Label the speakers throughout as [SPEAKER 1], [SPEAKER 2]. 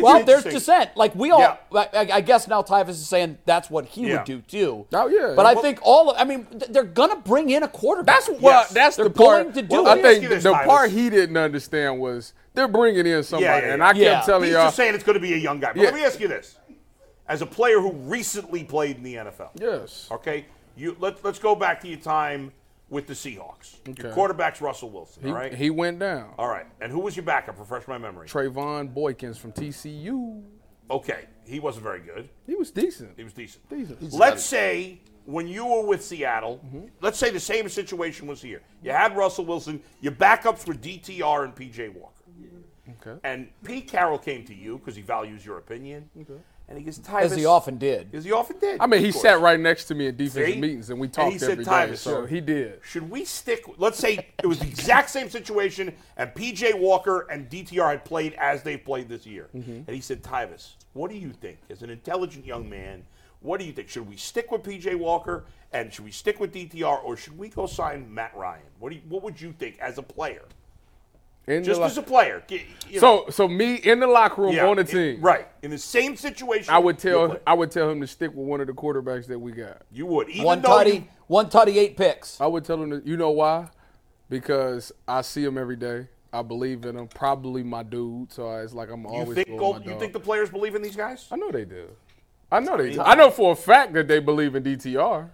[SPEAKER 1] well, there's dissent. Like we all, I, I guess now Tyvus is saying that's what he
[SPEAKER 2] Yeah.
[SPEAKER 1] would do too.
[SPEAKER 3] Oh, yeah.
[SPEAKER 1] But I
[SPEAKER 3] Well-
[SPEAKER 1] think all. Of, I mean, th- they're gonna bring in a quarterback.
[SPEAKER 3] That's well.
[SPEAKER 2] Yes.
[SPEAKER 3] That's
[SPEAKER 1] They're
[SPEAKER 3] the part.
[SPEAKER 1] going to do it.
[SPEAKER 3] I
[SPEAKER 2] Let me ask you
[SPEAKER 3] think
[SPEAKER 2] this,
[SPEAKER 3] the
[SPEAKER 2] Tyler.
[SPEAKER 3] part he didn't understand was they're bringing in somebody,
[SPEAKER 2] yeah,
[SPEAKER 3] and I
[SPEAKER 1] yeah.
[SPEAKER 3] kept telling
[SPEAKER 2] He's
[SPEAKER 3] y'all,
[SPEAKER 2] just saying it's going to be a young guy. But
[SPEAKER 3] Yeah.
[SPEAKER 2] let me ask you this: as a player who recently played in the NFL,
[SPEAKER 3] yes,
[SPEAKER 2] okay, you let let's go back to your time with the Seahawks. Your
[SPEAKER 3] Okay.
[SPEAKER 2] quarterback's Russell Wilson,
[SPEAKER 3] he,
[SPEAKER 2] all right?
[SPEAKER 3] he went down.
[SPEAKER 2] all right, and who was your backup? Refresh my memory.
[SPEAKER 3] Trayvon Boykins from TCU.
[SPEAKER 2] Okay, he wasn't very good.
[SPEAKER 3] He was decent.
[SPEAKER 2] He was decent.
[SPEAKER 3] Decent. He's Mm-hmm.
[SPEAKER 2] Let's say when you were with Seattle, let's say the same situation was here. You had Russell Wilson. Your backups were DTR and PJ Walker.
[SPEAKER 3] Okay.
[SPEAKER 2] And Pete Carroll came to you because he values your opinion. Okay. And he gets tired.
[SPEAKER 1] as he often did.
[SPEAKER 2] As he often did.
[SPEAKER 3] I mean, he
[SPEAKER 2] of course.
[SPEAKER 3] sat right next to me in defensive
[SPEAKER 2] See?
[SPEAKER 3] meetings, and we
[SPEAKER 2] And he
[SPEAKER 3] talked
[SPEAKER 2] said,
[SPEAKER 3] every day.
[SPEAKER 2] "Tyvus,
[SPEAKER 3] So
[SPEAKER 2] sir."
[SPEAKER 3] he did.
[SPEAKER 2] Should we stick? Let's say it was the exact same situation, and PJ Walker and DTR had played as they've played this year.
[SPEAKER 3] Mm-hmm.
[SPEAKER 2] And he said, Tyvus, what do you think? As an intelligent young man, what do you think? Should we stick with PJ Walker and should we stick with DTR, or should we go sign Matt Ryan? What do you, What would you think as a player?
[SPEAKER 3] In the
[SPEAKER 2] Just
[SPEAKER 3] lo-
[SPEAKER 2] as a player. g- you know.
[SPEAKER 3] so so me in the locker room
[SPEAKER 2] Yeah,
[SPEAKER 3] on the
[SPEAKER 2] in-
[SPEAKER 3] team.
[SPEAKER 2] right? In the same situation,
[SPEAKER 3] I would
[SPEAKER 2] you're
[SPEAKER 3] tell
[SPEAKER 2] playing.
[SPEAKER 3] I would tell him to stick with one of the quarterbacks that we got.
[SPEAKER 2] you would even
[SPEAKER 1] One
[SPEAKER 2] though
[SPEAKER 1] tutty,
[SPEAKER 2] you-
[SPEAKER 1] one tutty, eight picks.
[SPEAKER 3] I would tell him, to, you know why? Because I see him every day. I believe in him. Probably my dude. So it's like I'm
[SPEAKER 2] you
[SPEAKER 3] always.
[SPEAKER 2] think
[SPEAKER 3] going
[SPEAKER 2] Gold-
[SPEAKER 3] with my
[SPEAKER 2] you
[SPEAKER 3] dog.
[SPEAKER 2] think the players believe in these guys?
[SPEAKER 3] I know they do. I know they do. I know for a fact that they believe in DTR.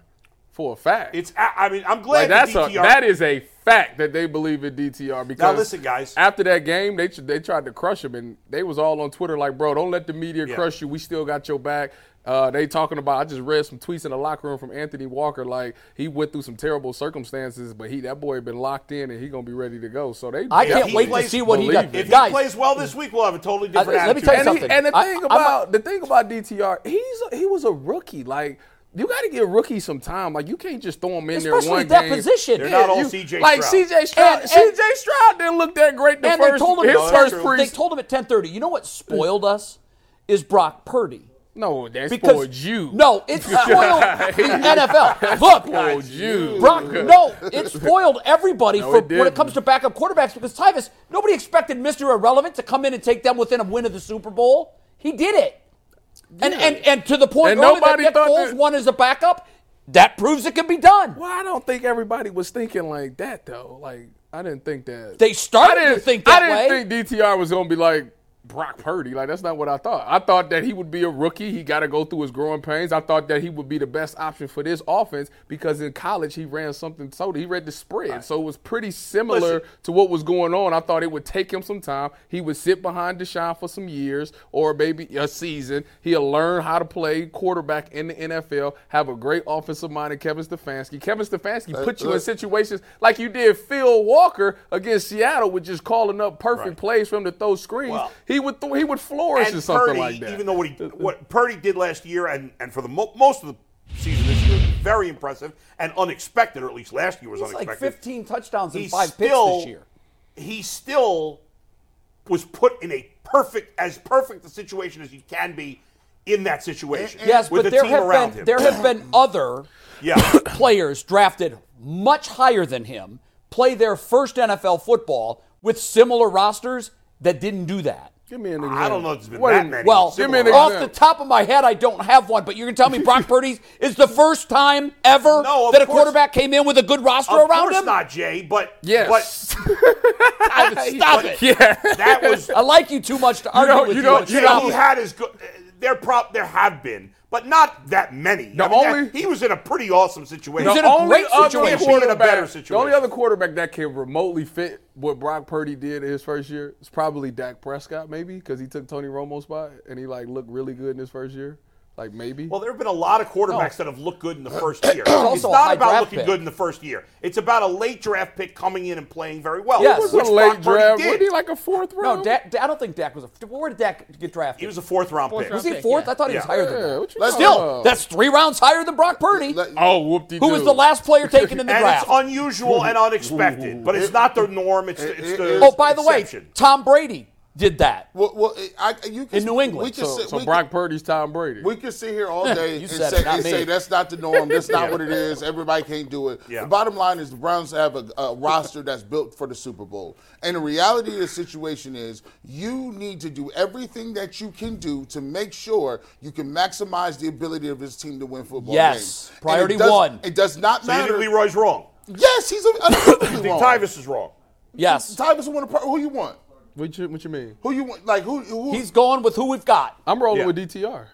[SPEAKER 3] For a fact.
[SPEAKER 2] It's. I I mean, I'm glad
[SPEAKER 3] like that's
[SPEAKER 2] that
[SPEAKER 3] a
[SPEAKER 2] DTR.
[SPEAKER 3] that is a fact that they believe in DTR because
[SPEAKER 2] listen, guys.
[SPEAKER 3] After that game, they tr- they tried to crush him and they was all on Twitter like, "Bro, don't let the media
[SPEAKER 2] Yeah.
[SPEAKER 3] crush you. We still got your back." Uh, they talking about. I just read some tweets in the locker room from Anthony Walker like he went through some terrible circumstances, but he that boy been locked in and he gonna be ready to go. So they
[SPEAKER 1] I
[SPEAKER 3] they-
[SPEAKER 1] can't
[SPEAKER 2] he
[SPEAKER 1] wait to
[SPEAKER 2] plays-
[SPEAKER 1] see what he does.
[SPEAKER 3] believe it.
[SPEAKER 2] If
[SPEAKER 1] Guys,
[SPEAKER 2] he plays well this week, we'll have a totally different
[SPEAKER 1] let me
[SPEAKER 2] attitude.
[SPEAKER 1] tell you
[SPEAKER 3] and,
[SPEAKER 1] something.
[SPEAKER 3] He, and the
[SPEAKER 1] I-
[SPEAKER 3] thing
[SPEAKER 1] I'm a-
[SPEAKER 3] about the thing about DTR, he's a, he was a rookie. Like you got to give rookies some time. Like you can't just throw him in
[SPEAKER 1] Especially
[SPEAKER 3] there one
[SPEAKER 1] that
[SPEAKER 3] game.
[SPEAKER 1] position.
[SPEAKER 2] They're not all
[SPEAKER 3] you-
[SPEAKER 2] C.J.
[SPEAKER 3] Like
[SPEAKER 2] Stroud.
[SPEAKER 3] CJ Stroud,
[SPEAKER 1] And- and-
[SPEAKER 3] CJ Stroud didn't look that great the
[SPEAKER 1] and
[SPEAKER 3] first.
[SPEAKER 1] they told him
[SPEAKER 3] his
[SPEAKER 2] No, that's
[SPEAKER 3] first
[SPEAKER 2] true.
[SPEAKER 3] pre.
[SPEAKER 1] They told him at 10:30. You know what spoiled us is Brock Purdy.
[SPEAKER 3] no, that's
[SPEAKER 1] Because
[SPEAKER 3] for you.
[SPEAKER 1] No, it spoiled the NFL. Look,
[SPEAKER 3] spoiled you.
[SPEAKER 1] Brock, no, it spoiled everybody
[SPEAKER 3] No,
[SPEAKER 1] for
[SPEAKER 3] it
[SPEAKER 1] when it comes
[SPEAKER 3] didn't.
[SPEAKER 1] to backup quarterbacks because Tyvus, nobody expected Mr. Irrelevant to come in and take them within a win of the Super Bowl. He did it. And, and and to the point
[SPEAKER 3] And
[SPEAKER 1] earlier that
[SPEAKER 3] nobody
[SPEAKER 1] Nick
[SPEAKER 3] thought
[SPEAKER 1] Foles
[SPEAKER 3] that-
[SPEAKER 1] won as a backup, that proves it can be done.
[SPEAKER 3] Well, I don't think everybody was thinking like that though. Like I didn't think that.
[SPEAKER 1] They started
[SPEAKER 3] I didn't
[SPEAKER 1] to think that
[SPEAKER 3] I
[SPEAKER 1] way.
[SPEAKER 3] didn't think DTR was going to be like Brock Purdy. Like that's not what I thought. I thought that he would be a rookie. He got to go through his growing pains. I thought that he would be the best option for this offense because in college he ran something so he read the spread, so it was pretty similar
[SPEAKER 2] Listen.
[SPEAKER 3] to what was going on. I thought it would take him some time. He would sit behind Deshaun for some years or maybe a season. He'll learn how to play quarterback in the NFL, have a great offensive mind in Kevin Stefanski. Kevin Stefanski put you in situations like you did Phil Walker against Seattle with just calling up perfect
[SPEAKER 2] Right.
[SPEAKER 3] plays for him to throw screens.
[SPEAKER 2] Well,
[SPEAKER 3] he would th- he would flourish
[SPEAKER 2] and
[SPEAKER 3] or something
[SPEAKER 2] Purdy,
[SPEAKER 3] like that.
[SPEAKER 2] even though what, he, what Purdy did last year and, and for the mo- most of the season this year, very impressive and unexpected, or at least last year was
[SPEAKER 1] It's like
[SPEAKER 2] unexpected.
[SPEAKER 1] 15 touchdowns and
[SPEAKER 2] He's
[SPEAKER 1] five
[SPEAKER 2] still-
[SPEAKER 1] picks this year.
[SPEAKER 2] He still was put in a perfect, as perfect a situation as he can be in that situation.
[SPEAKER 1] Yes, but
[SPEAKER 2] with the
[SPEAKER 1] there
[SPEAKER 2] team
[SPEAKER 1] have
[SPEAKER 2] around
[SPEAKER 1] been
[SPEAKER 2] him.
[SPEAKER 1] there have been other
[SPEAKER 2] yeah.
[SPEAKER 1] players drafted much higher than him play their first NFL football with similar rosters that didn't do that.
[SPEAKER 3] Give me an example.
[SPEAKER 2] I don't know if there's been
[SPEAKER 3] Wait a
[SPEAKER 2] that
[SPEAKER 3] minute.
[SPEAKER 2] many.
[SPEAKER 1] Well,
[SPEAKER 2] Give
[SPEAKER 3] me an
[SPEAKER 1] off the
[SPEAKER 3] example.
[SPEAKER 1] top of my head, I don't have one, but you're going to tell me Brock Purdy's is the first time ever
[SPEAKER 2] No, of
[SPEAKER 1] that a
[SPEAKER 2] course-
[SPEAKER 1] quarterback came in with a good roster
[SPEAKER 2] Of
[SPEAKER 1] around
[SPEAKER 2] course
[SPEAKER 1] him?
[SPEAKER 2] not, Jay, but,
[SPEAKER 3] Yes.
[SPEAKER 1] I- Stop it.
[SPEAKER 2] but that was
[SPEAKER 1] I like you too much to argue
[SPEAKER 3] know-
[SPEAKER 1] with
[SPEAKER 3] you
[SPEAKER 1] you.
[SPEAKER 3] know-
[SPEAKER 1] on
[SPEAKER 3] you
[SPEAKER 2] Jay,
[SPEAKER 3] know-
[SPEAKER 1] stop
[SPEAKER 2] he
[SPEAKER 1] it.
[SPEAKER 2] had as good. There prop there have been, but not that many.
[SPEAKER 3] The
[SPEAKER 2] I mean, that-
[SPEAKER 3] only-
[SPEAKER 2] he was in a pretty awesome situation.
[SPEAKER 1] He's in a great
[SPEAKER 3] other
[SPEAKER 1] situation.
[SPEAKER 2] He's in a better
[SPEAKER 3] quarterback- The only
[SPEAKER 2] situation.
[SPEAKER 3] other quarterback that can remotely fit what Brock Purdy did in his first year is probably Dak Prescott, maybe, because he took Tony Romo's spot and he like looked really good in his first year. Like maybe.
[SPEAKER 2] Well, there have been a lot of quarterbacks that have looked good in the first year.
[SPEAKER 1] also
[SPEAKER 2] it's
[SPEAKER 1] a
[SPEAKER 2] not
[SPEAKER 1] high
[SPEAKER 2] about
[SPEAKER 1] draft
[SPEAKER 2] looking
[SPEAKER 1] pick.
[SPEAKER 2] good in the first year. It's about a late draft pick coming in and playing very well.
[SPEAKER 1] Yes.
[SPEAKER 3] it
[SPEAKER 2] which
[SPEAKER 3] was a
[SPEAKER 2] Brock Purdy
[SPEAKER 3] late draft.
[SPEAKER 2] did.
[SPEAKER 3] Wasn't he like a fourth round?
[SPEAKER 1] No, Dak, I don't think Dak was a. Where did Dak get drafted?
[SPEAKER 2] He was a fourth round
[SPEAKER 4] Fourth
[SPEAKER 2] pick.
[SPEAKER 4] round
[SPEAKER 1] Was he
[SPEAKER 4] pick,
[SPEAKER 1] fourth?
[SPEAKER 4] yeah.
[SPEAKER 1] I thought he was
[SPEAKER 2] Yeah. Oh.
[SPEAKER 1] higher
[SPEAKER 3] Yeah,
[SPEAKER 1] than that.
[SPEAKER 3] what you
[SPEAKER 5] Let's-
[SPEAKER 3] talking
[SPEAKER 1] Still,
[SPEAKER 3] about?
[SPEAKER 1] that's three rounds higher than Brock Purdy,
[SPEAKER 5] Let-
[SPEAKER 3] oh whoopty.
[SPEAKER 1] who was the last player taken in the
[SPEAKER 2] and
[SPEAKER 1] draft.
[SPEAKER 2] it's unusual and unexpected, but it's not the norm. It's, the- it's the
[SPEAKER 5] it-
[SPEAKER 1] oh, by the way,
[SPEAKER 2] exception.
[SPEAKER 1] Tom Brady did that.
[SPEAKER 5] Well, well I, I- you can,
[SPEAKER 1] In New England.
[SPEAKER 5] We can
[SPEAKER 3] So,
[SPEAKER 5] sit,
[SPEAKER 3] so
[SPEAKER 5] we
[SPEAKER 3] Brock
[SPEAKER 5] can,
[SPEAKER 3] Purdy's Tom Brady.
[SPEAKER 5] we can sit here all day
[SPEAKER 1] You
[SPEAKER 5] and,
[SPEAKER 1] said it,
[SPEAKER 5] say,
[SPEAKER 1] not
[SPEAKER 5] and
[SPEAKER 1] me.
[SPEAKER 5] say that's not the norm. That's not what it is. Everybody can't do it.
[SPEAKER 2] Yeah.
[SPEAKER 5] The bottom line is the Browns have a, a roster that's built for the Super Bowl. And the reality of the situation is you need to do everything that you can do to make sure you can maximize the ability of this team to win football
[SPEAKER 1] Yes.
[SPEAKER 5] games. And it
[SPEAKER 1] Priority
[SPEAKER 5] does-
[SPEAKER 1] one.
[SPEAKER 5] It does not
[SPEAKER 2] So you
[SPEAKER 5] matter.
[SPEAKER 2] think Leroy's wrong?
[SPEAKER 5] yes, he's a,
[SPEAKER 2] You
[SPEAKER 5] undoubtedly
[SPEAKER 2] think
[SPEAKER 5] wrong.
[SPEAKER 2] Tyvus is wrong?
[SPEAKER 1] Yes.
[SPEAKER 5] Tyvus will win a part. Who you want?
[SPEAKER 3] What you, what you mean?
[SPEAKER 5] Who you want? Like who? who
[SPEAKER 1] He's going with who we've got.
[SPEAKER 3] I'm rolling
[SPEAKER 2] Yeah.
[SPEAKER 3] with DTR.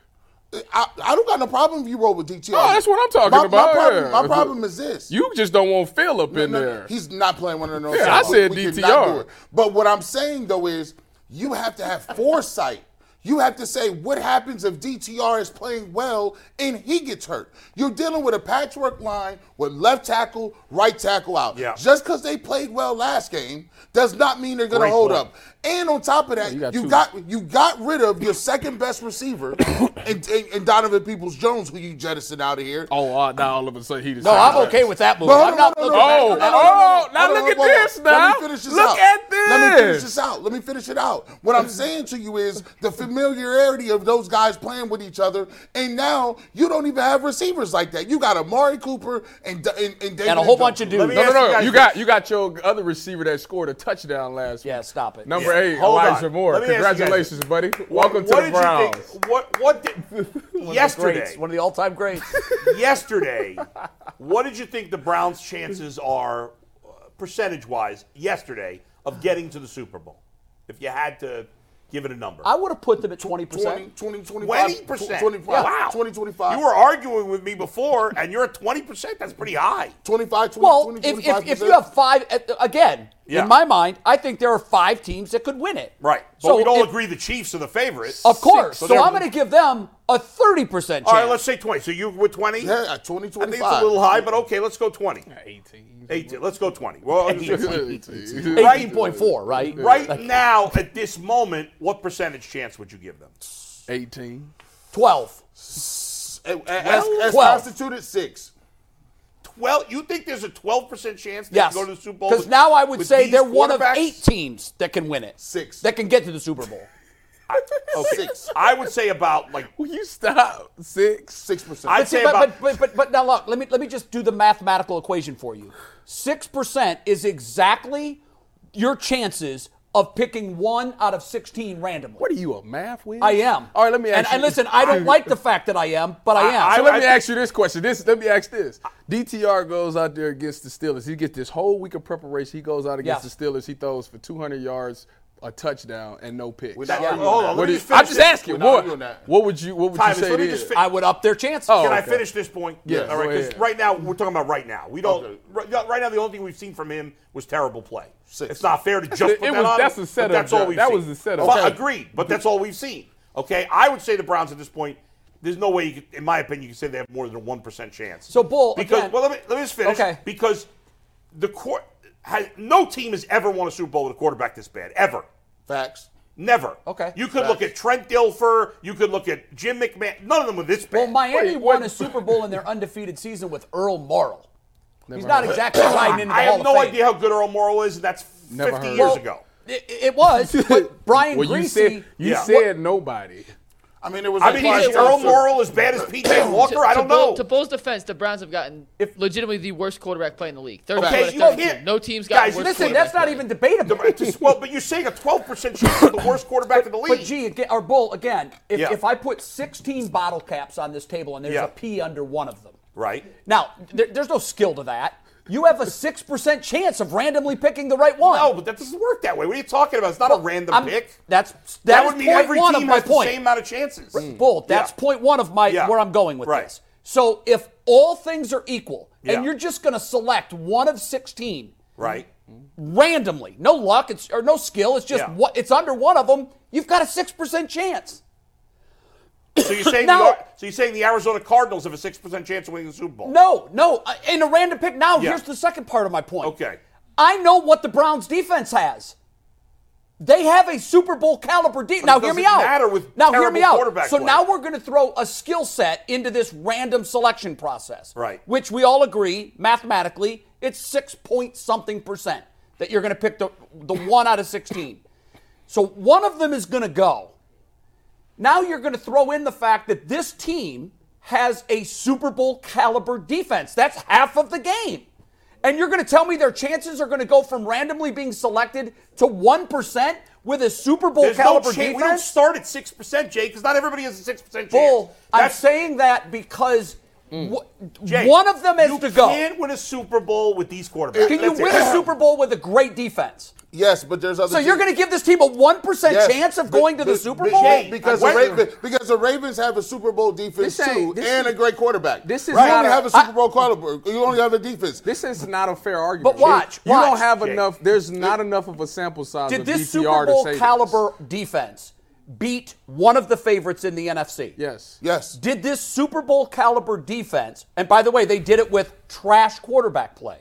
[SPEAKER 5] I, I don't got no problem if you roll with DTR.
[SPEAKER 3] Oh, that's what I'm talking
[SPEAKER 5] my,
[SPEAKER 3] about,
[SPEAKER 5] My problem,
[SPEAKER 3] yeah.
[SPEAKER 5] my problem is this.
[SPEAKER 3] You just don't want Phil up in
[SPEAKER 5] No, no,
[SPEAKER 3] there.
[SPEAKER 5] He's not playing one of those.
[SPEAKER 3] Yeah,
[SPEAKER 5] songs.
[SPEAKER 3] I said
[SPEAKER 5] We cannot
[SPEAKER 3] DTR.
[SPEAKER 5] do it. But what I'm saying though is you have to have foresight. You have to say what happens if DTR is playing well and he gets hurt. You're dealing with a patchwork line with left tackle, right tackle out.
[SPEAKER 2] Yeah.
[SPEAKER 5] Just because they played well last game does not mean they're going to
[SPEAKER 2] Great
[SPEAKER 5] hold
[SPEAKER 2] point.
[SPEAKER 5] up. And on top of that,
[SPEAKER 3] you
[SPEAKER 5] you,
[SPEAKER 3] got
[SPEAKER 5] got,
[SPEAKER 3] two.
[SPEAKER 5] you got rid of your second best receiver and, and, and Donovan Peoples Jones, who you jettisoned out of here.
[SPEAKER 3] oh, uh, now all of a sudden he just.
[SPEAKER 1] No, Oh, I'm okay with that move.
[SPEAKER 5] No,
[SPEAKER 1] I'm
[SPEAKER 5] no,
[SPEAKER 1] not
[SPEAKER 5] no, no,
[SPEAKER 1] looking
[SPEAKER 5] no,
[SPEAKER 3] Oh,
[SPEAKER 5] no,
[SPEAKER 1] back.
[SPEAKER 5] no, no,
[SPEAKER 3] oh,
[SPEAKER 5] no, no,
[SPEAKER 3] now
[SPEAKER 5] no, no,
[SPEAKER 3] look at
[SPEAKER 5] no, no, no.
[SPEAKER 3] this
[SPEAKER 5] Let
[SPEAKER 3] now.
[SPEAKER 5] me finish this
[SPEAKER 3] Look
[SPEAKER 5] out.
[SPEAKER 3] at
[SPEAKER 5] Let me finish
[SPEAKER 3] this.
[SPEAKER 5] this out. Let me finish it out. What I'm saying to you is the familiarity of those guys playing with each other, and now you don't even have receivers like that. You got Amari Cooper and and, and, David
[SPEAKER 1] And a whole bunch of
[SPEAKER 5] Njoku.
[SPEAKER 1] dudes.
[SPEAKER 2] me
[SPEAKER 3] No, no,
[SPEAKER 2] ask you guys
[SPEAKER 3] no. You got
[SPEAKER 2] this.
[SPEAKER 3] you got your other receiver that scored a touchdown last
[SPEAKER 1] Yeah,
[SPEAKER 3] week.
[SPEAKER 1] stop it.
[SPEAKER 3] Number
[SPEAKER 2] Yeah.
[SPEAKER 3] eight,
[SPEAKER 2] Hold on.
[SPEAKER 3] Elijah Moore.
[SPEAKER 2] Let me ask you guys-
[SPEAKER 3] Congratulations, buddy. Welcome
[SPEAKER 2] what
[SPEAKER 3] to the
[SPEAKER 2] did you
[SPEAKER 3] Browns.
[SPEAKER 2] think? What what did
[SPEAKER 1] Greats,
[SPEAKER 2] yesterday?
[SPEAKER 1] one of the all-time greats.
[SPEAKER 2] yesterday, what did you think the Browns' chances are, percentage wise, yesterday of getting to the Super Bowl? If you had to give it a number,
[SPEAKER 1] I would have put them at 20%.
[SPEAKER 5] 20, 20, 25,
[SPEAKER 2] 20%.
[SPEAKER 5] 25,
[SPEAKER 2] Wow.
[SPEAKER 5] 20, 25,
[SPEAKER 2] you were arguing with me before, and you're at twenty percent. That's pretty high.
[SPEAKER 5] 25, 20,
[SPEAKER 1] Well,
[SPEAKER 5] 20,
[SPEAKER 1] if, if, if
[SPEAKER 5] 25%.
[SPEAKER 1] you have five, uh, again,
[SPEAKER 2] Yeah.
[SPEAKER 1] in my mind, I think there are five teams that could win it.
[SPEAKER 2] Right, but
[SPEAKER 1] so
[SPEAKER 2] we'd all
[SPEAKER 1] if-
[SPEAKER 2] agree the Chiefs are the favorites.
[SPEAKER 1] Of course.
[SPEAKER 2] So
[SPEAKER 1] So
[SPEAKER 2] they're-
[SPEAKER 1] I'm going to give them a 30% chance.
[SPEAKER 2] All right, let's say twenty. So you were twenty.
[SPEAKER 5] yeah, 20, 25.
[SPEAKER 2] I think it's a little high, but okay, let's go twenty.
[SPEAKER 3] 18.
[SPEAKER 2] 18. Let's go 20. Well, Right.
[SPEAKER 1] 18.4, right?
[SPEAKER 2] right now, at this moment, what percentage chance would you give them?
[SPEAKER 3] 18.
[SPEAKER 1] 12.
[SPEAKER 5] As, as, as
[SPEAKER 1] Twelve.
[SPEAKER 5] constituted six.
[SPEAKER 2] Well, you think there's a 12% chance they
[SPEAKER 1] Yes.
[SPEAKER 2] can go to the Super Bowl?
[SPEAKER 1] Because
[SPEAKER 2] with-
[SPEAKER 1] now I would
[SPEAKER 2] with
[SPEAKER 1] say
[SPEAKER 2] these
[SPEAKER 1] they're one of
[SPEAKER 2] quarterbacks?
[SPEAKER 1] eight teams that can win it.
[SPEAKER 5] Six.
[SPEAKER 1] That can get to the Super Bowl.
[SPEAKER 2] Okay.
[SPEAKER 5] Six.
[SPEAKER 2] Oh, I would say about like
[SPEAKER 3] Will you stop? Six.
[SPEAKER 5] 6%.
[SPEAKER 2] I'd
[SPEAKER 1] But, see,
[SPEAKER 2] say
[SPEAKER 1] but, but,
[SPEAKER 2] about
[SPEAKER 1] but, but, but now look, let me, let me just do the mathematical equation for you. 6% is exactly your chances of picking one out of 16 randomly.
[SPEAKER 3] What are you, a math whiz?
[SPEAKER 1] I am.
[SPEAKER 3] All right, let me ask
[SPEAKER 1] and,
[SPEAKER 3] you.
[SPEAKER 1] And listen, I don't like the fact that I am, but I am.
[SPEAKER 2] I-
[SPEAKER 3] So let me
[SPEAKER 2] think-
[SPEAKER 3] ask you this question. This let me ask this. DTR goes out there against the Steelers. He gets this whole week of preparation. He goes out against
[SPEAKER 1] Yes.
[SPEAKER 3] the Steelers. He throws for 200 yards, a touchdown, and no picks.
[SPEAKER 5] not
[SPEAKER 2] Yeah.
[SPEAKER 5] arguing
[SPEAKER 2] Hold
[SPEAKER 5] that.
[SPEAKER 2] on, let
[SPEAKER 3] What do
[SPEAKER 2] me
[SPEAKER 3] you-
[SPEAKER 2] just finish
[SPEAKER 3] I'm just
[SPEAKER 2] this.
[SPEAKER 3] asking.
[SPEAKER 5] We're not
[SPEAKER 3] What,
[SPEAKER 5] doing that.
[SPEAKER 3] what would you? What would
[SPEAKER 2] Tyvus,
[SPEAKER 3] you say?
[SPEAKER 2] let
[SPEAKER 3] it
[SPEAKER 2] me
[SPEAKER 3] is?
[SPEAKER 2] just fi-
[SPEAKER 1] I would up their chances.
[SPEAKER 3] Oh.
[SPEAKER 2] Can I
[SPEAKER 3] okay.
[SPEAKER 2] finish this point?
[SPEAKER 3] Yeah,
[SPEAKER 2] All right.
[SPEAKER 3] go
[SPEAKER 2] 'cause
[SPEAKER 3] ahead.
[SPEAKER 2] Right now, we're talking about right now. We don't.
[SPEAKER 5] Okay.
[SPEAKER 2] Right, right now, the only thing we've seen from him was terrible play.
[SPEAKER 5] Six.
[SPEAKER 2] It's not fair to just
[SPEAKER 3] it
[SPEAKER 2] put that
[SPEAKER 3] was-
[SPEAKER 2] on.
[SPEAKER 3] that's
[SPEAKER 2] him,
[SPEAKER 3] a
[SPEAKER 2] but
[SPEAKER 3] setup,
[SPEAKER 2] That's all
[SPEAKER 3] Jeff.
[SPEAKER 2] we've
[SPEAKER 3] That
[SPEAKER 2] seen.
[SPEAKER 3] was the setup.
[SPEAKER 2] But,
[SPEAKER 3] Okay.
[SPEAKER 2] Agreed. But that's all we've seen. Okay. I would say the Browns at this point. There's no way, you could, in my opinion, you can say they have more than a one percent chance.
[SPEAKER 1] So, Bull,
[SPEAKER 2] because
[SPEAKER 1] again-
[SPEAKER 2] well, let me let me just finish.
[SPEAKER 1] Okay.
[SPEAKER 2] Because the court has no team has ever won a Super Bowl with a quarterback this bad ever.
[SPEAKER 5] Facts.
[SPEAKER 2] Never.
[SPEAKER 1] Okay.
[SPEAKER 2] You could look at Trent Dilfer. You could look at Jim McMahon. None of them were this bad.
[SPEAKER 1] Well, Miami
[SPEAKER 3] Wait,
[SPEAKER 1] won
[SPEAKER 3] what-
[SPEAKER 1] a Super Bowl in their undefeated season with Earl Morrow. He's not exactly riding into the
[SPEAKER 2] I
[SPEAKER 1] Hall
[SPEAKER 2] have no
[SPEAKER 1] of Fame.
[SPEAKER 2] idea how good Earl Morrow is. and That's
[SPEAKER 3] Never
[SPEAKER 2] 50
[SPEAKER 3] heard.
[SPEAKER 2] years
[SPEAKER 3] Well,
[SPEAKER 2] ago.
[SPEAKER 1] It, it was, but Brian
[SPEAKER 3] well, you
[SPEAKER 1] Greasy.
[SPEAKER 3] said you
[SPEAKER 2] Yeah.
[SPEAKER 3] said nobody.
[SPEAKER 5] I mean, it was.
[SPEAKER 2] I
[SPEAKER 5] a
[SPEAKER 2] mean,
[SPEAKER 5] five-
[SPEAKER 2] is Earl Morrow as bad as PJ Walker? I
[SPEAKER 4] to
[SPEAKER 2] don't
[SPEAKER 4] Bull-
[SPEAKER 2] know.
[SPEAKER 4] to Bull's defense, the Browns have gotten legitimately the worst quarterback play in the league. Third
[SPEAKER 2] Okay,
[SPEAKER 4] out of
[SPEAKER 2] you
[SPEAKER 4] 32.
[SPEAKER 2] can't-
[SPEAKER 4] No team's got
[SPEAKER 2] Guys,
[SPEAKER 4] worse
[SPEAKER 1] listen,
[SPEAKER 4] quarterback
[SPEAKER 1] that's not
[SPEAKER 4] play.
[SPEAKER 1] even debatable.
[SPEAKER 2] well, but you're saying a 12% chance of the worst quarterback in the league.
[SPEAKER 1] But gee, again, or bull again. If,
[SPEAKER 2] Yeah.
[SPEAKER 1] if I put 16 bottle caps on this table and there's
[SPEAKER 2] Yeah.
[SPEAKER 1] a P under one of them,
[SPEAKER 2] right.
[SPEAKER 1] now there, there's no skill to that. You have a six percent chance of randomly picking the right one.
[SPEAKER 2] No, but that doesn't work that way. What are you talking about? It's not a random
[SPEAKER 1] I'm-
[SPEAKER 2] pick.
[SPEAKER 1] That's
[SPEAKER 2] That
[SPEAKER 1] that is
[SPEAKER 2] would mean
[SPEAKER 1] point
[SPEAKER 2] every
[SPEAKER 1] one
[SPEAKER 2] team
[SPEAKER 1] of my
[SPEAKER 2] has
[SPEAKER 1] point.
[SPEAKER 2] the same amount of chances.
[SPEAKER 1] Bull, that's
[SPEAKER 2] Yeah.
[SPEAKER 1] point one of my
[SPEAKER 2] Yeah.
[SPEAKER 1] where I'm going with
[SPEAKER 2] Right.
[SPEAKER 1] this. So if all things are equal
[SPEAKER 2] Yeah.
[SPEAKER 1] and you're just going to select one of 16
[SPEAKER 2] Right.
[SPEAKER 1] randomly, no luck, it's or no skill, it's just
[SPEAKER 2] Yeah.
[SPEAKER 1] what it's under one of them, you've got a 6% chance.
[SPEAKER 2] So you're saying
[SPEAKER 1] Now-
[SPEAKER 2] the, Ar- So you're saying the Arizona Cardinals have a six percent chance of winning the Super Bowl?
[SPEAKER 1] No, no. uh, In a random pick now,
[SPEAKER 2] Yeah.
[SPEAKER 1] here's the second part of my point.
[SPEAKER 2] Okay.
[SPEAKER 1] I know what the Browns defense has. They have a Super Bowl caliber defense. Now
[SPEAKER 2] But it
[SPEAKER 1] hear me
[SPEAKER 2] doesn't
[SPEAKER 1] out.
[SPEAKER 2] matter with
[SPEAKER 1] now hear me
[SPEAKER 2] terrible
[SPEAKER 1] out.
[SPEAKER 2] quarterback
[SPEAKER 1] So
[SPEAKER 2] play.
[SPEAKER 1] now we're going to throw a skill set into this random selection process.
[SPEAKER 2] Right.
[SPEAKER 1] Which we all agree mathematically, it's six point something percent that you're going to pick the the one out of sixteen. So one of them is going to go. Now you're going to throw in the fact that this team has a Super Bowl caliber defense. That's half of the game. And you're going to tell me their chances are going to go from randomly being selected to 1% with a Super Bowl
[SPEAKER 2] There's no
[SPEAKER 1] caliber
[SPEAKER 2] chance. We don't
[SPEAKER 1] defense?
[SPEAKER 2] start at six percent, Jake, because not everybody has a six percent chance.
[SPEAKER 1] Bull, I'm
[SPEAKER 2] That's-
[SPEAKER 1] saying that because
[SPEAKER 5] Mm.
[SPEAKER 1] wh-
[SPEAKER 2] Jake,
[SPEAKER 1] one of them has
[SPEAKER 2] you
[SPEAKER 1] to go.
[SPEAKER 2] can't win a Super Bowl with these quarterbacks.
[SPEAKER 1] Can you
[SPEAKER 2] That's
[SPEAKER 1] win
[SPEAKER 2] it.
[SPEAKER 1] a Super Bowl with a great defense?
[SPEAKER 5] Yes, but there's other.
[SPEAKER 1] So you're going to give this team a 1%
[SPEAKER 5] Yes,
[SPEAKER 1] chance of
[SPEAKER 5] but-
[SPEAKER 1] going to the
[SPEAKER 5] but-
[SPEAKER 1] Super
[SPEAKER 5] but-
[SPEAKER 1] Bowl?
[SPEAKER 2] Jake,
[SPEAKER 5] because the
[SPEAKER 2] Wait.
[SPEAKER 5] Ravens because the Ravens have a Super Bowl defense
[SPEAKER 3] This
[SPEAKER 5] too
[SPEAKER 3] ain't- this
[SPEAKER 5] and
[SPEAKER 3] is-
[SPEAKER 5] a great quarterback.
[SPEAKER 3] this is
[SPEAKER 5] you
[SPEAKER 3] not
[SPEAKER 5] only
[SPEAKER 3] a-
[SPEAKER 5] have a Super Bowl caliber. You only have a defense.
[SPEAKER 3] This is not a fair argument.
[SPEAKER 1] But watch,
[SPEAKER 3] you
[SPEAKER 1] watch.
[SPEAKER 3] don't have
[SPEAKER 2] Jake.
[SPEAKER 3] enough. There's not enough of a sample size.
[SPEAKER 1] Did
[SPEAKER 3] of
[SPEAKER 1] this
[SPEAKER 3] DTR
[SPEAKER 1] Super Bowl
[SPEAKER 3] to say this.
[SPEAKER 1] caliber defense beat one of the favorites in the NFC?
[SPEAKER 3] Yes.
[SPEAKER 5] yes.
[SPEAKER 1] Did this Super Bowl caliber defense, and by the way, they did it with trash quarterback play.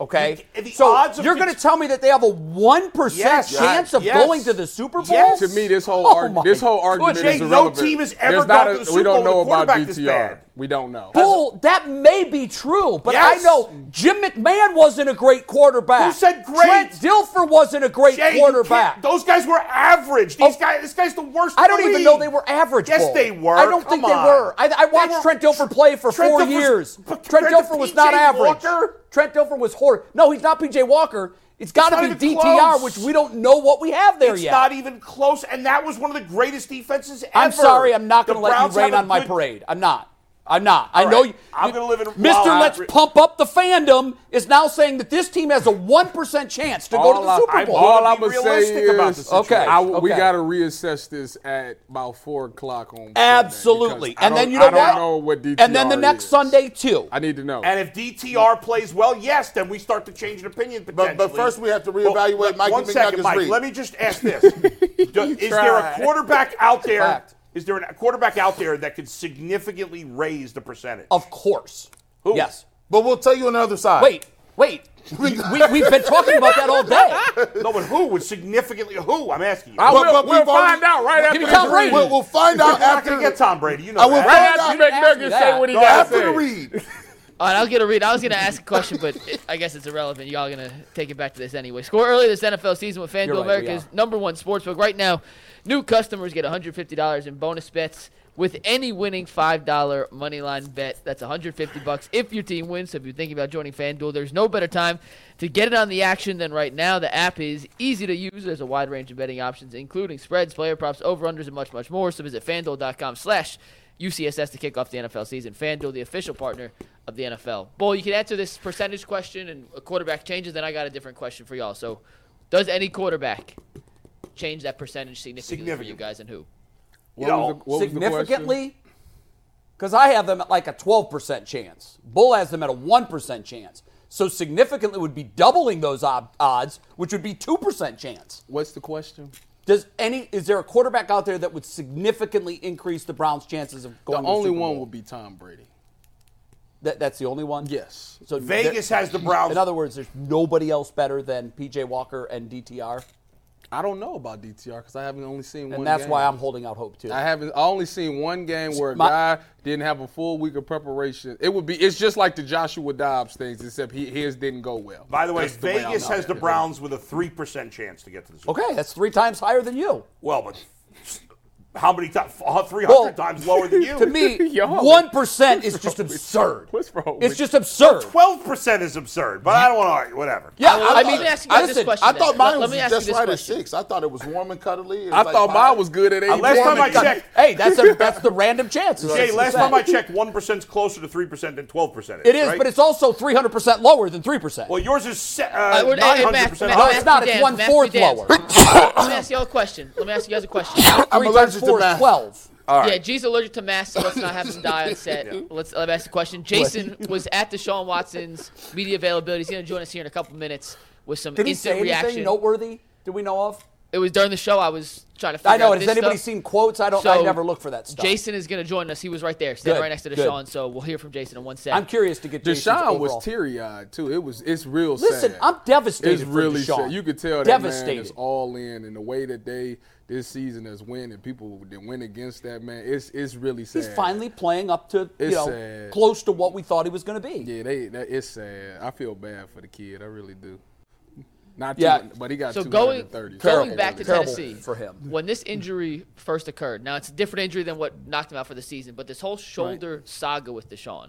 [SPEAKER 1] Okay,
[SPEAKER 2] The- the
[SPEAKER 1] so
[SPEAKER 2] odds of
[SPEAKER 1] you're
[SPEAKER 2] Fitz-
[SPEAKER 1] going to tell me that they have a one percent
[SPEAKER 2] Yes,
[SPEAKER 1] chance of
[SPEAKER 2] yes.
[SPEAKER 1] going to the Super Bowl?
[SPEAKER 2] Yes.
[SPEAKER 3] To me, this whole
[SPEAKER 1] Oh my
[SPEAKER 3] arg- this whole argument
[SPEAKER 2] goodness.
[SPEAKER 3] is
[SPEAKER 2] Jake, no
[SPEAKER 3] irrelevant.
[SPEAKER 2] team has ever
[SPEAKER 3] There's
[SPEAKER 2] gone
[SPEAKER 3] not
[SPEAKER 2] to the
[SPEAKER 3] We
[SPEAKER 2] Super
[SPEAKER 3] don't
[SPEAKER 2] Bowl
[SPEAKER 3] know
[SPEAKER 2] with a
[SPEAKER 3] about
[SPEAKER 2] quarterback this
[SPEAKER 3] DTR.
[SPEAKER 2] bad.
[SPEAKER 3] We don't know.
[SPEAKER 1] Bull, that may be true, but
[SPEAKER 2] Yes.
[SPEAKER 1] I know Jim McMahon wasn't a great quarterback.
[SPEAKER 2] Who said great?
[SPEAKER 1] Trent Dilfer wasn't a great
[SPEAKER 2] Jay, you
[SPEAKER 1] quarterback.
[SPEAKER 2] can't- Those guys were average. These
[SPEAKER 1] Oh.
[SPEAKER 2] guys, this guy's the worst.
[SPEAKER 1] I don't
[SPEAKER 2] in the
[SPEAKER 1] even
[SPEAKER 2] league.
[SPEAKER 1] know they were average.
[SPEAKER 2] Yes,
[SPEAKER 1] Bull.
[SPEAKER 2] they were.
[SPEAKER 1] I don't think
[SPEAKER 2] Come
[SPEAKER 1] they
[SPEAKER 2] on.
[SPEAKER 1] were. I, I
[SPEAKER 2] They
[SPEAKER 1] watched
[SPEAKER 2] were-
[SPEAKER 1] Trent Dilfer play for
[SPEAKER 2] Trent
[SPEAKER 1] four
[SPEAKER 2] Dilfer's-
[SPEAKER 1] years.
[SPEAKER 2] but
[SPEAKER 1] Trent
[SPEAKER 2] compared to
[SPEAKER 1] Dilfer was not
[SPEAKER 2] P.J.
[SPEAKER 1] average.
[SPEAKER 2] Walker?
[SPEAKER 1] Trent Dilfer was horrid. No, he's not PJ Walker. It's got
[SPEAKER 2] not
[SPEAKER 1] to
[SPEAKER 2] even
[SPEAKER 1] be DTR,
[SPEAKER 2] close.
[SPEAKER 1] which we don't know what we have there
[SPEAKER 2] It's
[SPEAKER 1] yet.
[SPEAKER 2] not even close, and that was one of the greatest defenses ever.
[SPEAKER 1] I'm sorry. I'm not going to
[SPEAKER 2] The
[SPEAKER 1] let
[SPEAKER 2] Browns
[SPEAKER 1] you rain
[SPEAKER 2] have a
[SPEAKER 1] on my
[SPEAKER 2] good-
[SPEAKER 1] parade. I'm not. I'm not. I
[SPEAKER 2] All
[SPEAKER 1] know
[SPEAKER 2] right.
[SPEAKER 1] you.
[SPEAKER 2] I'm
[SPEAKER 1] you-
[SPEAKER 2] gonna live in-
[SPEAKER 1] Mr.
[SPEAKER 2] Well, I-
[SPEAKER 1] Let's Pump Up the Fandom is now saying that this team has a 1% chance to go to the
[SPEAKER 3] I-
[SPEAKER 1] Super
[SPEAKER 3] I'm-
[SPEAKER 1] Bowl.
[SPEAKER 3] all
[SPEAKER 2] Be
[SPEAKER 3] I'm gonna say
[SPEAKER 2] realistic
[SPEAKER 3] is,
[SPEAKER 2] about the
[SPEAKER 1] Okay, situation.
[SPEAKER 3] I w- we
[SPEAKER 1] okay.
[SPEAKER 3] got to reassess this at about four o'clock on. Sunday
[SPEAKER 1] Absolutely.
[SPEAKER 3] because I
[SPEAKER 1] And then
[SPEAKER 3] don't-
[SPEAKER 1] you know
[SPEAKER 3] I don't
[SPEAKER 1] what?
[SPEAKER 3] know what DTR
[SPEAKER 1] and then the next
[SPEAKER 3] is.
[SPEAKER 1] Sunday, too.
[SPEAKER 3] I need to know.
[SPEAKER 2] And if DTR plays well, yes, then we start to change an opinion potentially.
[SPEAKER 5] But, but first we have to reevaluate
[SPEAKER 2] Well,
[SPEAKER 5] Mikey
[SPEAKER 2] One second,
[SPEAKER 5] McNuggets
[SPEAKER 2] Mike.
[SPEAKER 5] Reed.
[SPEAKER 2] Let me just ask this: Do- Is there a
[SPEAKER 3] tried.
[SPEAKER 2] quarterback out there?
[SPEAKER 1] Fact.
[SPEAKER 2] Is there a quarterback out there that could significantly raise the percentage?
[SPEAKER 1] Of course. Yes.
[SPEAKER 5] But we'll tell you on the other side.
[SPEAKER 1] Wait, wait. we, we've been talking about that all day.
[SPEAKER 2] no, but who would significantly? Who? I'm asking you.
[SPEAKER 3] I will,
[SPEAKER 5] But- but
[SPEAKER 3] we'll
[SPEAKER 5] we've already-
[SPEAKER 3] find out right after
[SPEAKER 1] me
[SPEAKER 3] this
[SPEAKER 1] Tom Brady.
[SPEAKER 3] read.
[SPEAKER 5] We'll, we'll find
[SPEAKER 2] We're
[SPEAKER 5] out
[SPEAKER 2] not
[SPEAKER 5] after
[SPEAKER 2] going to get Tom Brady. You know
[SPEAKER 5] I will
[SPEAKER 2] that.
[SPEAKER 5] find
[SPEAKER 3] Right
[SPEAKER 5] out
[SPEAKER 3] after McNuggets
[SPEAKER 1] that.
[SPEAKER 3] say what he
[SPEAKER 5] No,
[SPEAKER 3] got to
[SPEAKER 5] after
[SPEAKER 3] say.
[SPEAKER 5] the read.
[SPEAKER 4] All right, I'll get a read. I was going to ask a question, but it, I guess it's irrelevant. Y'all going to take it back to this anyway. Score early this NFL season with FanDuel
[SPEAKER 1] You're right, we
[SPEAKER 4] America's number one sportsbook. Right now, new customers get $150 in bonus bets with any winning $5 moneyline bet. That's 150 bucks if your team wins. So if you're thinking about joining FanDuel, there's no better time to get it on the action than right now. The app is easy to use. There's a wide range of betting options, including spreads, player props, over-unders, and much, much more. So visit FanDuel.com slash UCSS to kick off the NFL season. FanDuel, the official partner of the NFL. Bull, you can answer this percentage question and a quarterback changes, then I got a different question for y'all. So, does any quarterback change that percentage significantly for you
[SPEAKER 2] Significantly.
[SPEAKER 4] guys and who?
[SPEAKER 2] You
[SPEAKER 3] What was
[SPEAKER 2] know,
[SPEAKER 3] the- what was the question?
[SPEAKER 1] Significantly, because I have them at like a 12% chance. Bull has them at a 1% chance. So significantly would be doubling those ob- odds, which would be 2% chance.
[SPEAKER 3] What's the question?
[SPEAKER 1] Does any is there a quarterback out there that would significantly increase the Browns' chances of
[SPEAKER 3] The
[SPEAKER 1] going?
[SPEAKER 3] only
[SPEAKER 1] to the Super
[SPEAKER 3] one
[SPEAKER 1] Bowl?
[SPEAKER 3] would be Tom Brady.
[SPEAKER 1] That- that's the only one.
[SPEAKER 3] Yes.
[SPEAKER 1] So
[SPEAKER 2] Vegas has the
[SPEAKER 1] there-
[SPEAKER 2] Browns.
[SPEAKER 1] in other words, there's nobody else better than PJ Walker and DTR,
[SPEAKER 3] I don't know about DTR because I haven't only seen one.
[SPEAKER 1] and that's
[SPEAKER 3] game.
[SPEAKER 1] why I'm holding out hope too.
[SPEAKER 3] I haven't. I only seen one game where a
[SPEAKER 1] My-
[SPEAKER 3] guy didn't have a full week of preparation. It would be. It's just like the Joshua Dobbs things, except he, his didn't go well.
[SPEAKER 2] By the way,
[SPEAKER 3] That's way I
[SPEAKER 2] Vegas
[SPEAKER 3] know
[SPEAKER 2] has
[SPEAKER 3] it.
[SPEAKER 2] the Browns with a three percent chance to get to the Super Bowl.
[SPEAKER 1] okay, that's three times higher than you.
[SPEAKER 2] Well, but how many times? Three hundred
[SPEAKER 1] Well,
[SPEAKER 2] times lower than you.
[SPEAKER 1] To me,
[SPEAKER 3] Yo.
[SPEAKER 1] one percent is just absurd.
[SPEAKER 3] What's wrong
[SPEAKER 1] It's
[SPEAKER 3] with
[SPEAKER 1] just absurd.
[SPEAKER 2] Twelve percent is absurd. But I don't want to argue. Whatever.
[SPEAKER 1] Yeah,
[SPEAKER 4] Well,
[SPEAKER 1] I
[SPEAKER 4] let
[SPEAKER 1] mean,
[SPEAKER 4] me ask you guys
[SPEAKER 1] listen,
[SPEAKER 4] this question.
[SPEAKER 5] I
[SPEAKER 4] then.
[SPEAKER 5] thought
[SPEAKER 4] Let-
[SPEAKER 5] mine
[SPEAKER 4] let me
[SPEAKER 5] was
[SPEAKER 4] ask you
[SPEAKER 5] just
[SPEAKER 4] this
[SPEAKER 5] right
[SPEAKER 4] question.
[SPEAKER 5] at six. I thought it was warm and cuddly. It was
[SPEAKER 3] I
[SPEAKER 5] like
[SPEAKER 3] thought
[SPEAKER 5] five.
[SPEAKER 3] mine was good at eight.
[SPEAKER 2] Uh, Last
[SPEAKER 3] warm
[SPEAKER 2] time I
[SPEAKER 3] and good.
[SPEAKER 2] checked,
[SPEAKER 1] Hey, that's a, that's the random chances.
[SPEAKER 2] Jay,
[SPEAKER 1] That's
[SPEAKER 2] last
[SPEAKER 1] the
[SPEAKER 2] time I
[SPEAKER 1] fact.
[SPEAKER 2] checked, one percent's closer to three percent than twelve percent.
[SPEAKER 1] it is,
[SPEAKER 2] right?
[SPEAKER 1] but it's also 300 percent lower than three percent.
[SPEAKER 2] well, yours is se-
[SPEAKER 4] I
[SPEAKER 2] uh,
[SPEAKER 4] would- hey, hey,
[SPEAKER 2] nine hundred
[SPEAKER 4] Matt,
[SPEAKER 2] percent.
[SPEAKER 4] Matt,
[SPEAKER 1] no,
[SPEAKER 4] Matt,
[SPEAKER 1] Oh, it's not. It's
[SPEAKER 4] Matt,
[SPEAKER 1] one
[SPEAKER 4] Matt,
[SPEAKER 1] fourth
[SPEAKER 4] Matt,
[SPEAKER 1] lower.
[SPEAKER 4] Let me ask y'all a question. Let me ask you guys a question.
[SPEAKER 5] I'm
[SPEAKER 1] Three times
[SPEAKER 5] allergic to
[SPEAKER 1] four is
[SPEAKER 5] math.
[SPEAKER 1] 12.
[SPEAKER 4] Yeah, G's allergic to masks, so let's not have him die on set. Let's let me ask the question. Jason was at the Sean Watson's media availability. He's gonna join us here in a couple minutes with some
[SPEAKER 1] Did he
[SPEAKER 4] instant
[SPEAKER 1] say anything
[SPEAKER 4] reaction.
[SPEAKER 1] noteworthy? Do we know of?
[SPEAKER 4] It was during the show. I was trying to. Figure
[SPEAKER 1] I know.
[SPEAKER 4] Out
[SPEAKER 1] Has
[SPEAKER 4] this
[SPEAKER 1] anybody
[SPEAKER 4] stuff.
[SPEAKER 1] seen quotes? I don't. I
[SPEAKER 4] So,
[SPEAKER 1] never look for that stuff.
[SPEAKER 4] Jason is going to join us. He was right there, standing
[SPEAKER 1] Good,
[SPEAKER 4] right next to
[SPEAKER 1] good.
[SPEAKER 4] Deshaun. So we'll hear from Jason in one sec.
[SPEAKER 1] I'm curious to get Jason's
[SPEAKER 3] Deshaun
[SPEAKER 1] overall.
[SPEAKER 3] was teary eyed too. It was it's real
[SPEAKER 1] Listen,
[SPEAKER 3] sad.
[SPEAKER 1] I'm devastated
[SPEAKER 3] It's
[SPEAKER 1] for
[SPEAKER 3] really
[SPEAKER 1] Deshaun.
[SPEAKER 3] sad. You could tell that man
[SPEAKER 1] Devastated.
[SPEAKER 3] is all in, and the way that they this season has win and people that went against that man, it's it's really sad.
[SPEAKER 1] He's finally playing up to you
[SPEAKER 3] It's
[SPEAKER 1] know
[SPEAKER 3] sad.
[SPEAKER 1] close to what we thought he was going to be.
[SPEAKER 3] Yeah, they that it's sad. I feel bad for the kid. I really do. Not
[SPEAKER 1] Yeah.
[SPEAKER 3] too, but he got
[SPEAKER 4] So going
[SPEAKER 3] 230.
[SPEAKER 4] going back to
[SPEAKER 1] Terrible
[SPEAKER 4] Tennessee
[SPEAKER 1] for him.
[SPEAKER 4] when this injury first occurred. Now it's a different injury than what knocked him out for the season, but this whole shoulder saga with Deshaun.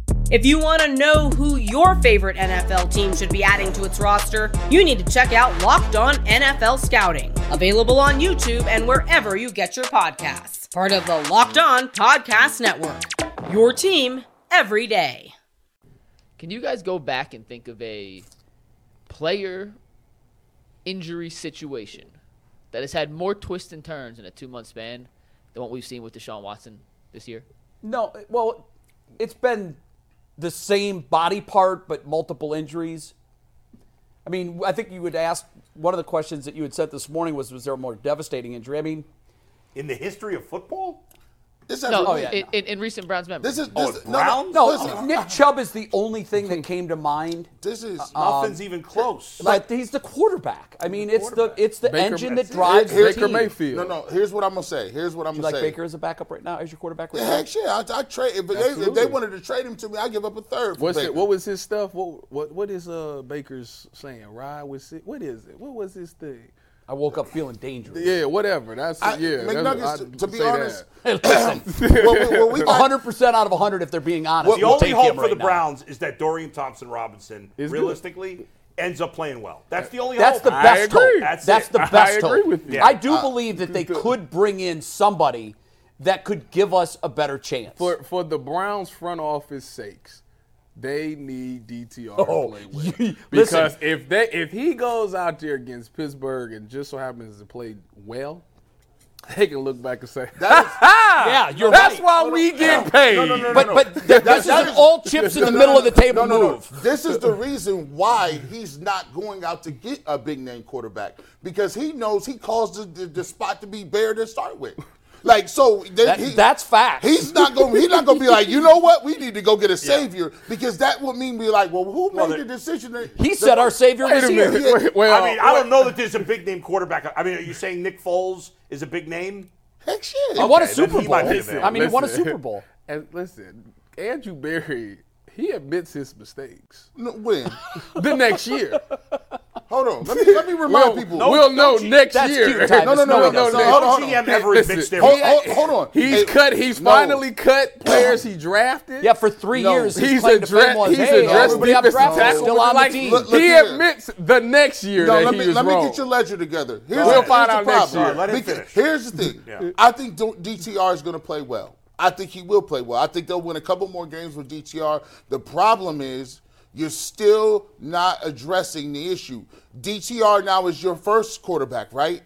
[SPEAKER 6] If you want to know who your favorite NFL team should be adding to its roster, you need to check out Locked On NFL Scouting, available on YouTube and wherever you get your podcasts. Part of the Locked On Podcast Network. Your team every day.
[SPEAKER 4] Can you guys go back and think of a player injury situation that has had more twists and turns in a two month span than what we've seen with Deshaun Watson this year?
[SPEAKER 1] No, well, it's been the same body part but multiple injuries. I mean, I think you would ask one of the questions that you had sent this morning was was there a more devastating injury? I mean,
[SPEAKER 2] In the history of football?
[SPEAKER 5] This has
[SPEAKER 4] No, oh,
[SPEAKER 5] really-
[SPEAKER 1] Oh, yeah.
[SPEAKER 4] in, in, in recent Browns memory.
[SPEAKER 5] This is this,
[SPEAKER 2] Oh,
[SPEAKER 5] is-
[SPEAKER 2] Browns?
[SPEAKER 5] No,
[SPEAKER 1] no,
[SPEAKER 5] no, listen,
[SPEAKER 1] Nick Chubb is the only thing that came to mind.
[SPEAKER 5] this is
[SPEAKER 2] Nothing's even close.
[SPEAKER 1] But he's the quarterback. I mean, it's the it's the
[SPEAKER 3] Baker-
[SPEAKER 1] engine that drives
[SPEAKER 5] Here-
[SPEAKER 1] the
[SPEAKER 5] here's-
[SPEAKER 3] Baker
[SPEAKER 1] team.
[SPEAKER 3] Mayfield.
[SPEAKER 5] No, no. Here's what I'm gonna say. Here's what I'm
[SPEAKER 1] You
[SPEAKER 5] gonna
[SPEAKER 1] like
[SPEAKER 5] say.
[SPEAKER 1] Baker as a backup right now, as your quarterback right now?
[SPEAKER 5] Heck yeah, I, I trade. If they, if
[SPEAKER 3] Absolutely.
[SPEAKER 5] they wanted to trade him to me, I give up a third. For
[SPEAKER 3] What's
[SPEAKER 5] Baker.
[SPEAKER 3] it, what was his stuff? What what what is uh Baker's saying? Ride with si- what is it? What was his thing?
[SPEAKER 1] I woke up feeling dangerous.
[SPEAKER 3] Yeah, whatever. That's
[SPEAKER 5] I-
[SPEAKER 3] yeah. that's-
[SPEAKER 5] McNuggets,
[SPEAKER 3] I'd
[SPEAKER 5] to- to be
[SPEAKER 3] say that.
[SPEAKER 5] honest,
[SPEAKER 1] Hey, listen,
[SPEAKER 5] what we, what we got-
[SPEAKER 1] 100% out of 100 if they're being honest.
[SPEAKER 2] the
[SPEAKER 1] we'll
[SPEAKER 2] only
[SPEAKER 1] take
[SPEAKER 2] hope
[SPEAKER 1] him
[SPEAKER 2] for
[SPEAKER 1] right
[SPEAKER 2] the
[SPEAKER 1] now.
[SPEAKER 2] Browns is that Dorian Thompson Robinson,
[SPEAKER 3] Is good.
[SPEAKER 2] realistically, ends up playing well. That's the only
[SPEAKER 1] That's
[SPEAKER 2] hope.
[SPEAKER 1] the
[SPEAKER 3] I
[SPEAKER 1] best
[SPEAKER 3] agree.
[SPEAKER 1] hope.
[SPEAKER 2] That's
[SPEAKER 1] That's,
[SPEAKER 2] it.
[SPEAKER 1] the
[SPEAKER 2] I
[SPEAKER 1] best
[SPEAKER 3] agree
[SPEAKER 1] hope.
[SPEAKER 3] with you.
[SPEAKER 2] Yeah.
[SPEAKER 1] I do believe that they could bring in somebody that could give us a better chance.
[SPEAKER 3] for for the Browns front office sakes, they need DTR
[SPEAKER 1] Oh,
[SPEAKER 3] to play well.
[SPEAKER 1] you-
[SPEAKER 3] because
[SPEAKER 1] listen.
[SPEAKER 3] if they if he goes out there against Pittsburgh and just so happens to play well, they can look back and say,
[SPEAKER 5] That is-
[SPEAKER 1] yeah, you're
[SPEAKER 3] "That's
[SPEAKER 1] right.
[SPEAKER 3] why we get paid."
[SPEAKER 2] No, no, no, no,
[SPEAKER 1] But
[SPEAKER 2] no.
[SPEAKER 1] but th- this is
[SPEAKER 5] that
[SPEAKER 1] an
[SPEAKER 5] is-
[SPEAKER 1] all chips in the middle of the table
[SPEAKER 5] no, no,
[SPEAKER 1] move.
[SPEAKER 5] No. This is the reason why he's not going out to get a big name quarterback because he knows he caused the, the, the spot to be bare to start with. Like so, they-
[SPEAKER 1] That-
[SPEAKER 5] he-
[SPEAKER 1] that's facts.
[SPEAKER 5] He's not going. He's not going to be like, you know what? We need to go get a savior because that would mean be like, well, who made
[SPEAKER 2] they-
[SPEAKER 5] the decision? That,
[SPEAKER 1] He said our savior
[SPEAKER 3] Wait
[SPEAKER 1] was
[SPEAKER 3] a
[SPEAKER 1] here.
[SPEAKER 3] minute. Wait, well,
[SPEAKER 2] I mean, I don't know that there's a big name quarterback. I mean, are you saying Nick Foles is a big name?
[SPEAKER 5] Heck shit.
[SPEAKER 1] He won a
[SPEAKER 2] Okay, then
[SPEAKER 1] Super
[SPEAKER 2] he
[SPEAKER 1] Bowl.
[SPEAKER 2] might
[SPEAKER 1] I
[SPEAKER 2] be
[SPEAKER 1] mean,
[SPEAKER 2] available.
[SPEAKER 1] he won a
[SPEAKER 3] Listen.
[SPEAKER 1] Super Bowl.
[SPEAKER 3] And listen, Andrew Berry, he admits his mistakes.
[SPEAKER 5] No, when?
[SPEAKER 3] The next year,
[SPEAKER 5] Hold on. Let me let me remind
[SPEAKER 3] we'll,
[SPEAKER 5] people.
[SPEAKER 3] we'll know next
[SPEAKER 1] That's
[SPEAKER 3] year.
[SPEAKER 1] cute, Tyvus.
[SPEAKER 5] No, no, no,
[SPEAKER 1] he
[SPEAKER 5] no, no,
[SPEAKER 1] doesn't.
[SPEAKER 5] no.
[SPEAKER 2] Hold
[SPEAKER 5] Hold on,
[SPEAKER 2] GM
[SPEAKER 5] hold on.
[SPEAKER 2] ever
[SPEAKER 3] Listen,
[SPEAKER 2] admits their
[SPEAKER 5] Hold,
[SPEAKER 2] mistakes.
[SPEAKER 5] hold, Oh, hold on.
[SPEAKER 3] He's
[SPEAKER 5] Hey,
[SPEAKER 3] cut. He's
[SPEAKER 5] no.
[SPEAKER 3] finally cut players he drafted.
[SPEAKER 1] Yeah, for three
[SPEAKER 5] No.
[SPEAKER 1] years, his
[SPEAKER 3] He's
[SPEAKER 1] claim to
[SPEAKER 3] addre-
[SPEAKER 1] fame was,
[SPEAKER 3] he's
[SPEAKER 1] hey,
[SPEAKER 3] addressed
[SPEAKER 1] everybody I'm
[SPEAKER 3] defensive
[SPEAKER 1] drafting is
[SPEAKER 3] tackle
[SPEAKER 1] still on the
[SPEAKER 3] like-
[SPEAKER 1] team.
[SPEAKER 5] Look-
[SPEAKER 3] he
[SPEAKER 5] here.
[SPEAKER 3] admits the next year
[SPEAKER 5] No,
[SPEAKER 3] that
[SPEAKER 5] let
[SPEAKER 3] he
[SPEAKER 5] me
[SPEAKER 3] was
[SPEAKER 5] let
[SPEAKER 3] wrong.
[SPEAKER 5] me get your ledger together. Here's,
[SPEAKER 3] We'll
[SPEAKER 5] here's
[SPEAKER 3] find
[SPEAKER 5] the
[SPEAKER 3] out
[SPEAKER 5] problem.
[SPEAKER 3] next year. All right,
[SPEAKER 2] let him
[SPEAKER 5] Because
[SPEAKER 2] finish.
[SPEAKER 5] here's the thing.
[SPEAKER 2] Yeah.
[SPEAKER 5] I think do- DTR is going to play well. I think he will play well. I think they'll win a couple more games with DTR. The problem is you're still not addressing the issue. DTR now is your first quarterback, right?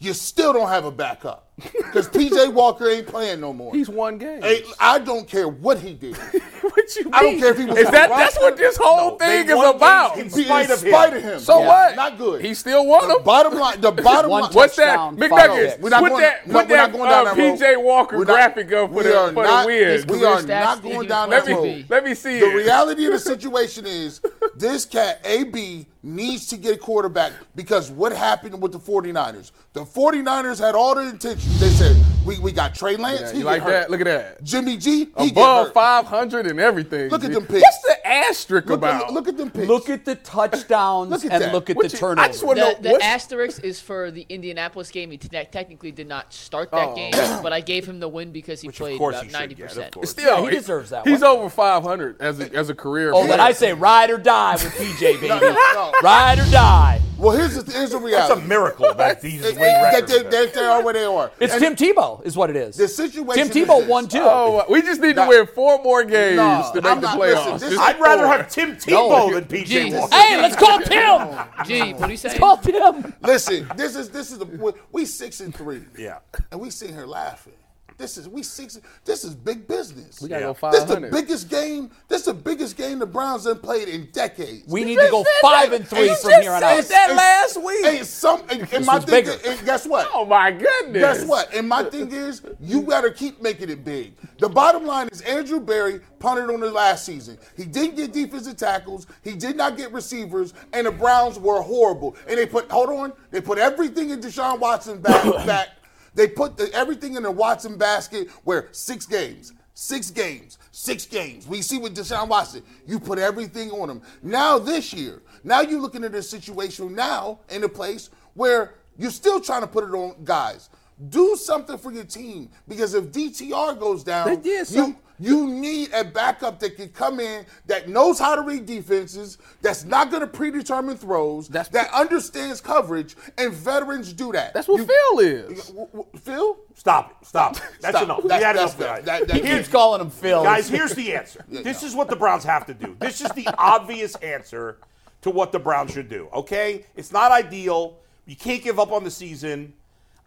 [SPEAKER 5] You still don't have a backup because PJ Walker ain't playing no more.
[SPEAKER 3] He's one game.
[SPEAKER 5] Hey, I don't care what he did.
[SPEAKER 3] what you mean?
[SPEAKER 5] I don't care if he was
[SPEAKER 3] Is
[SPEAKER 5] on
[SPEAKER 3] that
[SPEAKER 5] the
[SPEAKER 3] that's
[SPEAKER 5] roster.
[SPEAKER 3] what this whole
[SPEAKER 2] No, they
[SPEAKER 3] thing is
[SPEAKER 2] won
[SPEAKER 3] about?
[SPEAKER 2] games
[SPEAKER 5] He-
[SPEAKER 2] In spite of him.
[SPEAKER 3] So
[SPEAKER 5] Yeah.
[SPEAKER 3] what?
[SPEAKER 5] Not good.
[SPEAKER 3] He still won
[SPEAKER 5] The
[SPEAKER 3] them.
[SPEAKER 5] bottom line. The bottom
[SPEAKER 1] One
[SPEAKER 5] line.
[SPEAKER 1] touchdown.
[SPEAKER 3] What's that,
[SPEAKER 1] Touchdown, final
[SPEAKER 3] McNuggets?
[SPEAKER 1] pick.
[SPEAKER 3] Put
[SPEAKER 5] We're not going-
[SPEAKER 3] that,
[SPEAKER 5] no,
[SPEAKER 3] put that
[SPEAKER 5] we're not going down
[SPEAKER 3] uh,
[SPEAKER 5] that road.
[SPEAKER 3] PJ Walker
[SPEAKER 5] We're not-
[SPEAKER 3] graphic up for
[SPEAKER 5] we
[SPEAKER 3] the
[SPEAKER 5] are
[SPEAKER 3] for the
[SPEAKER 5] not-
[SPEAKER 3] win.
[SPEAKER 5] we are
[SPEAKER 4] Career
[SPEAKER 5] not
[SPEAKER 4] stats,
[SPEAKER 5] going
[SPEAKER 4] even
[SPEAKER 5] down
[SPEAKER 3] Let
[SPEAKER 5] that
[SPEAKER 3] me
[SPEAKER 4] Well,
[SPEAKER 5] road.
[SPEAKER 3] let me see
[SPEAKER 5] The
[SPEAKER 3] it.
[SPEAKER 5] reality of the situation is this cat AB needs to get a quarterback because what happened with the 49ers? The 49ers had all the intentions. They said, we, we got Trey Lance.
[SPEAKER 3] Yeah,
[SPEAKER 5] he
[SPEAKER 3] you
[SPEAKER 5] get
[SPEAKER 3] like
[SPEAKER 5] hurt.
[SPEAKER 3] that? Look at that.
[SPEAKER 5] Jimmy G, he get
[SPEAKER 3] Above
[SPEAKER 5] hurt.
[SPEAKER 3] 500 and everything.
[SPEAKER 5] Look at
[SPEAKER 3] G.
[SPEAKER 5] them picks.
[SPEAKER 3] What's the asterisk
[SPEAKER 5] Look,
[SPEAKER 3] about?
[SPEAKER 5] at, look at them picks.
[SPEAKER 1] Look at the touchdowns
[SPEAKER 5] Look at
[SPEAKER 1] and
[SPEAKER 5] that.
[SPEAKER 1] look at
[SPEAKER 3] What
[SPEAKER 1] the
[SPEAKER 3] you- I
[SPEAKER 1] turnovers.
[SPEAKER 3] just wanna
[SPEAKER 4] The,
[SPEAKER 3] know
[SPEAKER 4] the
[SPEAKER 3] what's-
[SPEAKER 4] asterisk is for the Indianapolis game. He te- technically did not start that
[SPEAKER 1] Oh.
[SPEAKER 4] game, but I gave him the win because he
[SPEAKER 2] Which,
[SPEAKER 4] played
[SPEAKER 2] of course,
[SPEAKER 4] about
[SPEAKER 2] he should
[SPEAKER 4] ninety
[SPEAKER 2] get, of
[SPEAKER 4] percent.
[SPEAKER 2] course.
[SPEAKER 3] Still,
[SPEAKER 1] Yeah, he deserves that
[SPEAKER 3] He's
[SPEAKER 1] one.
[SPEAKER 3] over 500 as a, as a career.
[SPEAKER 1] Oh,
[SPEAKER 3] player.
[SPEAKER 1] but I say ride or die with PJ,
[SPEAKER 5] No,
[SPEAKER 1] baby.
[SPEAKER 5] no, no.
[SPEAKER 1] Ride or die.
[SPEAKER 5] Well, here's the, here's the
[SPEAKER 2] That's a
[SPEAKER 5] reality.
[SPEAKER 2] miracle that these
[SPEAKER 5] It-
[SPEAKER 2] Wade records.
[SPEAKER 5] that they,
[SPEAKER 2] are there.
[SPEAKER 5] that they are where they are.
[SPEAKER 1] It's
[SPEAKER 5] And
[SPEAKER 1] Tim Tebow, is what it is.
[SPEAKER 5] The situation.
[SPEAKER 1] Tim Tebow
[SPEAKER 5] is
[SPEAKER 1] won
[SPEAKER 5] this.
[SPEAKER 1] too.
[SPEAKER 3] Oh, we just need to
[SPEAKER 5] Nah.
[SPEAKER 3] win four more games
[SPEAKER 5] Nah,
[SPEAKER 3] to
[SPEAKER 5] I'm
[SPEAKER 3] make the
[SPEAKER 5] not-
[SPEAKER 3] playoffs.
[SPEAKER 5] listen, this
[SPEAKER 3] Just-
[SPEAKER 5] is-
[SPEAKER 2] I'd rather have Tim Tebow than PJ
[SPEAKER 4] Jesus.
[SPEAKER 2] Walker.
[SPEAKER 1] hey, let's call Tim.
[SPEAKER 4] Gee, what do you say?
[SPEAKER 1] Call Tim.
[SPEAKER 5] Listen, this is this is the we- we six and three.
[SPEAKER 2] Yeah.
[SPEAKER 5] and we sitting here laughing. This is we six. This is big business.
[SPEAKER 3] we gotta
[SPEAKER 2] Yeah.
[SPEAKER 3] go
[SPEAKER 5] This is the
[SPEAKER 3] 500.
[SPEAKER 5] biggest game. This is the biggest game the Browns have played in decades.
[SPEAKER 1] We need to go five and three
[SPEAKER 5] You
[SPEAKER 1] from
[SPEAKER 5] just
[SPEAKER 1] here on
[SPEAKER 5] said
[SPEAKER 1] out.
[SPEAKER 5] that last
[SPEAKER 1] week.
[SPEAKER 5] Hey, some and, and my
[SPEAKER 1] was
[SPEAKER 5] thing.
[SPEAKER 1] bigger.
[SPEAKER 5] Is, and guess what?
[SPEAKER 3] oh my goodness.
[SPEAKER 5] Guess what? And my thing is, you better keep making it big. The bottom line is Andrew Barry punted on the last season. He didn't get defensive tackles. He did not get receivers, and the Browns were horrible. And they put hold on, they put everything in Deshaun Watson back back. They put the, everything in the Watson basket where six games, six games, six games. We see with Deshaun Watson, you put everything on him. Now this year, now you're looking at a situation now in a place where you're still trying to put it on guys. Do something for your team because if DTR goes
[SPEAKER 3] They
[SPEAKER 5] down,
[SPEAKER 3] did
[SPEAKER 5] you,
[SPEAKER 3] some-
[SPEAKER 5] you need a backup that can come in that knows how to read defenses, that's not going to predetermine throws,
[SPEAKER 3] That's-
[SPEAKER 5] that understands coverage, and veterans do that.
[SPEAKER 3] That's what
[SPEAKER 5] You-
[SPEAKER 3] Phil is.
[SPEAKER 5] W- w- Phil?
[SPEAKER 2] Stop it. Stop. it. That's
[SPEAKER 5] Stop.
[SPEAKER 2] enough.
[SPEAKER 5] That's-
[SPEAKER 2] we had
[SPEAKER 5] that's
[SPEAKER 2] enough.
[SPEAKER 5] enough.
[SPEAKER 2] of
[SPEAKER 5] That-
[SPEAKER 2] that.
[SPEAKER 5] that-
[SPEAKER 2] Here's-
[SPEAKER 1] He's calling him Phil.
[SPEAKER 2] Guys, here's the answer. This is what the Browns have to do. This is the obvious answer to what the Browns should do. Okay, it's not ideal. You can't give up on the season.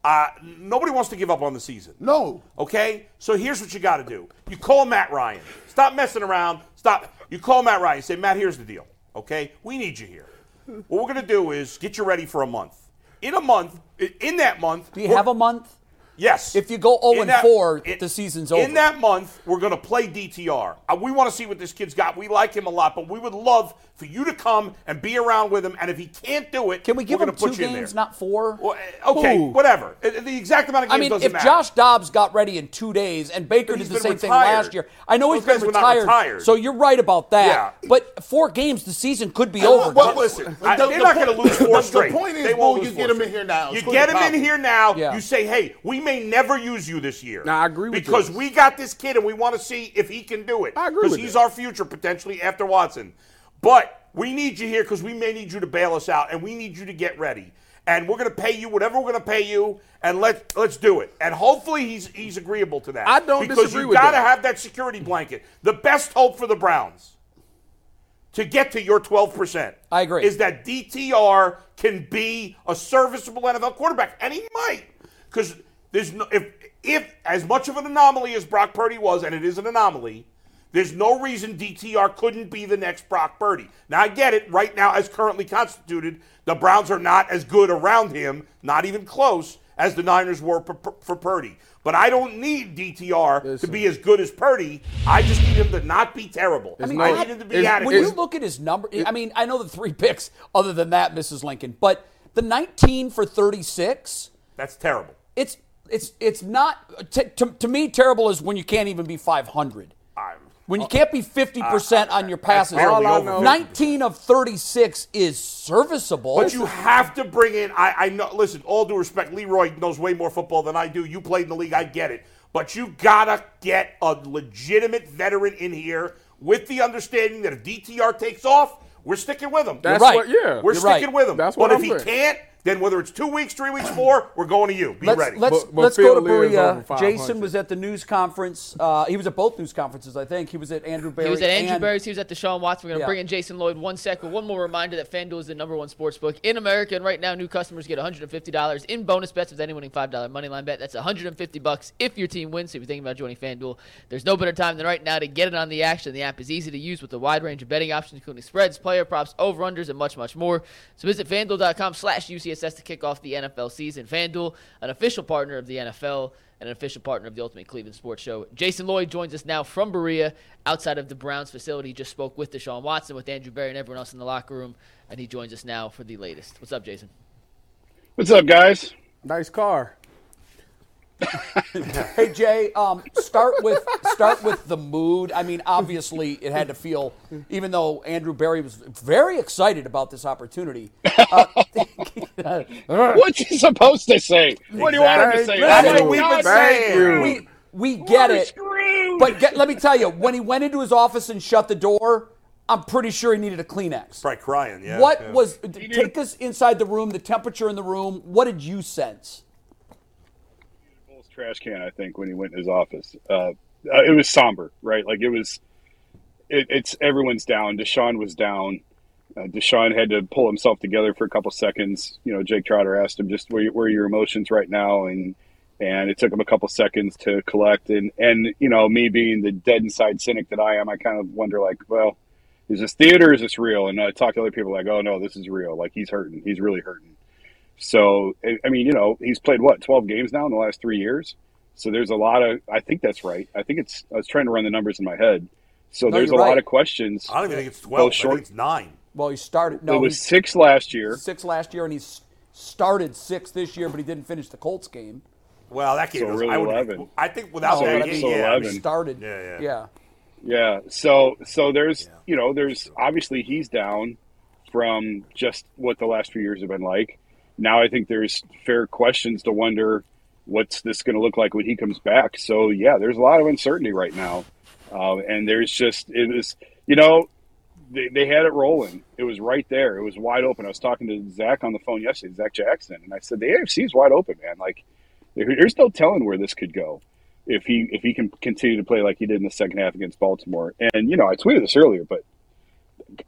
[SPEAKER 2] Uh, nobody wants to give up on the season.
[SPEAKER 5] No.
[SPEAKER 2] Okay, so here's what you got to do. You call Matt Ryan. Stop messing around. Stop. You call Matt Ryan. Say, Matt, here's the deal. Okay, we need you here. What we're gonna do is get you ready for a month. In a month, i- in that month,
[SPEAKER 1] Do you
[SPEAKER 2] we're-
[SPEAKER 1] have a month?
[SPEAKER 2] Yes.
[SPEAKER 1] If you go 0
[SPEAKER 2] In
[SPEAKER 1] and
[SPEAKER 2] that-
[SPEAKER 1] 4,
[SPEAKER 2] in-
[SPEAKER 1] the season's over.
[SPEAKER 2] In that month, we're going to play DTR. Uh, We want to see what this kid's got. We like him a lot, but we would love for you to come and be around with him. And if he can't do it,
[SPEAKER 1] Can we give
[SPEAKER 2] we're
[SPEAKER 1] him
[SPEAKER 2] gonna
[SPEAKER 1] two
[SPEAKER 2] put you in there.
[SPEAKER 1] games, not four?
[SPEAKER 2] Well, uh, okay, whatever. Uh, The exact amount of
[SPEAKER 1] I
[SPEAKER 2] games
[SPEAKER 1] mean,
[SPEAKER 2] doesn't
[SPEAKER 1] if
[SPEAKER 2] matter.
[SPEAKER 1] Josh Dobbs got ready in two days and Baker did
[SPEAKER 2] But he's
[SPEAKER 1] the
[SPEAKER 2] been
[SPEAKER 1] same thing
[SPEAKER 2] retired.
[SPEAKER 1] last year, I know he's
[SPEAKER 2] Those guys
[SPEAKER 1] been
[SPEAKER 2] were not
[SPEAKER 1] retired,
[SPEAKER 2] retired.
[SPEAKER 1] So you're right about that.
[SPEAKER 2] Yeah.
[SPEAKER 1] But four games, the season could be over.
[SPEAKER 2] Well, listen, I- they're not going to lose
[SPEAKER 5] the-
[SPEAKER 2] four
[SPEAKER 5] the
[SPEAKER 2] straight.
[SPEAKER 5] point is,
[SPEAKER 2] They won't
[SPEAKER 5] Bull,
[SPEAKER 2] lose
[SPEAKER 5] you
[SPEAKER 2] four
[SPEAKER 5] get 'em in
[SPEAKER 2] straight.
[SPEAKER 5] here now.
[SPEAKER 2] You
[SPEAKER 5] It's
[SPEAKER 2] get
[SPEAKER 5] the
[SPEAKER 2] him in
[SPEAKER 5] problem.
[SPEAKER 2] here now.
[SPEAKER 1] Yeah.
[SPEAKER 2] You say, hey, we may never use you this year.
[SPEAKER 3] Now, I agree with
[SPEAKER 2] because
[SPEAKER 3] this.
[SPEAKER 2] we got this kid and we want to see if he can do it.
[SPEAKER 3] I agree
[SPEAKER 2] Because
[SPEAKER 3] with
[SPEAKER 2] he's
[SPEAKER 3] that.
[SPEAKER 2] our future potentially after Watson. But we need you here because we may need you to bail us out and we need you to get ready. And we're going to pay you whatever we're going to pay you, and let let's do it. And hopefully he's he's agreeable to that.
[SPEAKER 3] I don't
[SPEAKER 2] because
[SPEAKER 3] disagree
[SPEAKER 2] you
[SPEAKER 3] with
[SPEAKER 2] gotta
[SPEAKER 3] that.
[SPEAKER 2] have that security blanket. The best hope for the Browns to get to your 12%.
[SPEAKER 1] I agree.
[SPEAKER 2] Is that DTR can be a serviceable NFL quarterback, and he might, because there's no if if as much of an anomaly as Brock Purdy was, and it is an anomaly. There's no reason DTR couldn't be the next Brock Purdy. Now I get it. Right now, as currently constituted, the Browns are not as good around him, not even close as the Niners were for, for Purdy. But I don't need DTR to be as good as Purdy. I just need him to not be terrible. I,
[SPEAKER 3] mean,
[SPEAKER 2] I
[SPEAKER 3] I-
[SPEAKER 2] need him to be
[SPEAKER 3] it's-
[SPEAKER 2] adequate.
[SPEAKER 1] when you look at his number, I mean, I know the three picks other than that, Mrs. Lincoln, but the 19 for 36,
[SPEAKER 2] That's terrible.
[SPEAKER 1] it's it's it's not t- to, to me terrible is when you can't even be 500. When you can't be 50% on your passes.
[SPEAKER 2] barely All uh, I over know-
[SPEAKER 1] 19 of 36 is serviceable.
[SPEAKER 2] But you have to bring in. I, I know. Listen, all due respect, Leroy knows way more football than I do. You played in the league, I get it. But you gotta get a legitimate veteran in here with the understanding that if DTR takes off, we're sticking with him.
[SPEAKER 3] That's
[SPEAKER 1] right.
[SPEAKER 3] what, yeah.
[SPEAKER 2] we're
[SPEAKER 1] you're
[SPEAKER 2] sticking
[SPEAKER 1] right.
[SPEAKER 2] with him.
[SPEAKER 3] That's
[SPEAKER 2] but
[SPEAKER 3] what
[SPEAKER 2] if
[SPEAKER 3] I'm
[SPEAKER 2] he
[SPEAKER 3] saying.
[SPEAKER 2] can't, then whether it's two weeks, three weeks, four, we're going to you. Be
[SPEAKER 1] Let's,
[SPEAKER 2] ready.
[SPEAKER 1] let's,
[SPEAKER 3] But- but
[SPEAKER 1] let's go to
[SPEAKER 3] Phil is over
[SPEAKER 1] Berea.
[SPEAKER 3] 500.
[SPEAKER 1] Jason was at the news conference. Uh, he was at both news conferences, I think. He was at Andrew Barry.
[SPEAKER 4] He was at Andrew
[SPEAKER 1] and-
[SPEAKER 4] Berry's. He was at Deshaun Watson. We're going to
[SPEAKER 1] Yeah.
[SPEAKER 4] bring in Jason Lloyd one sec. But one more reminder that FanDuel is the number one sports book in America. And right now, new customers get $150 in bonus bets with any winning $5 moneyline bet. That's $150 bucks if your team wins. So if you're thinking about joining FanDuel, there's no better time than right now to get in on the action. The app is easy to use with a wide range of betting options, including spreads, player props, over-unders, and much, much more. So visit FanDuel.com slash UCSS to kick off the NFL season. FanDuel, an official partner of the NFL and an official partner of the Ultimate Cleveland Sports Show. Jason Lloyd joins us now from Berea, outside of the Browns facility. He just spoke with Deshaun Watson, with Andrew Barry, and everyone else in the locker room, and he joins us now for the latest. What's up, Jason?
[SPEAKER 7] What's up, guys?
[SPEAKER 3] Nice car.
[SPEAKER 1] Hey Jay, um, start with start with the mood. I mean, obviously, it had to feel, even though Andrew Barry was very excited about this opportunity. Uh,
[SPEAKER 7] What's he supposed to say? What do you want him to say?
[SPEAKER 2] That's
[SPEAKER 7] Oh my
[SPEAKER 2] what we've been
[SPEAKER 7] God,
[SPEAKER 2] saying.
[SPEAKER 1] we we get
[SPEAKER 7] we're
[SPEAKER 1] it,
[SPEAKER 7] screwed.
[SPEAKER 1] but get, let me tell you, when he went into his office and shut the door, I'm pretty sure he needed a Kleenex.
[SPEAKER 2] Probably crying. Yeah.
[SPEAKER 1] what
[SPEAKER 2] yeah.
[SPEAKER 1] was take us inside the room, the temperature in the room? What did you sense?
[SPEAKER 7] Bulls trash can, I think, when he went in his office. Uh, uh, it was somber, right? Like it was. It, it's everyone's down. Deshaun was down. Uh, Deshaun had to pull himself together for a couple seconds. You know, Jake Trotter asked him just where, you- where are your emotions right now, and and it took him a couple seconds to collect. And and you know, me being the dead inside cynic that I am, I kind of wonder like, well, is this theater? Or is this real? And I talk to other people like, oh no, this is real. Like he's hurting. He's really hurting. So I I mean, you know, he's played what twelve games now in the last three years. So there's a lot of. I think that's right. I think it's. I was trying to run the numbers in my head. So
[SPEAKER 1] No,
[SPEAKER 7] there's a
[SPEAKER 1] you're right.
[SPEAKER 7] lot of questions.
[SPEAKER 2] I don't even think it's
[SPEAKER 7] Well,
[SPEAKER 2] twelve. I
[SPEAKER 7] short-
[SPEAKER 2] think it's nine.
[SPEAKER 1] Well, he started. No,
[SPEAKER 7] it was
[SPEAKER 1] he-
[SPEAKER 7] six last year.
[SPEAKER 1] six last year, and he s- started six this year, but he didn't finish the Colts game.
[SPEAKER 2] Well, that game
[SPEAKER 7] So
[SPEAKER 2] was.
[SPEAKER 7] really
[SPEAKER 2] I, would,
[SPEAKER 7] 11.
[SPEAKER 2] I think without
[SPEAKER 1] No,
[SPEAKER 2] that
[SPEAKER 1] but I
[SPEAKER 2] game,
[SPEAKER 1] mean-
[SPEAKER 2] yeah, I mean,
[SPEAKER 1] He
[SPEAKER 7] Eleven.
[SPEAKER 1] started.
[SPEAKER 2] Yeah, yeah.
[SPEAKER 7] Yeah. So so there's you know there's obviously he's down from just what the last few years have been like. Now I think there's fair questions to wonder what's this going to look like when he comes back. So yeah, there's a lot of uncertainty right now, uh, and there's just it was you know they, they had it rolling. It was right there. It was wide open. I was talking to Zach on the phone yesterday, Zach Jackson, and I said the AFC is wide open, man. Like there- there's no telling where this could go if he if he can continue to play like he did in the second half against Baltimore. And you know, I tweeted this earlier, but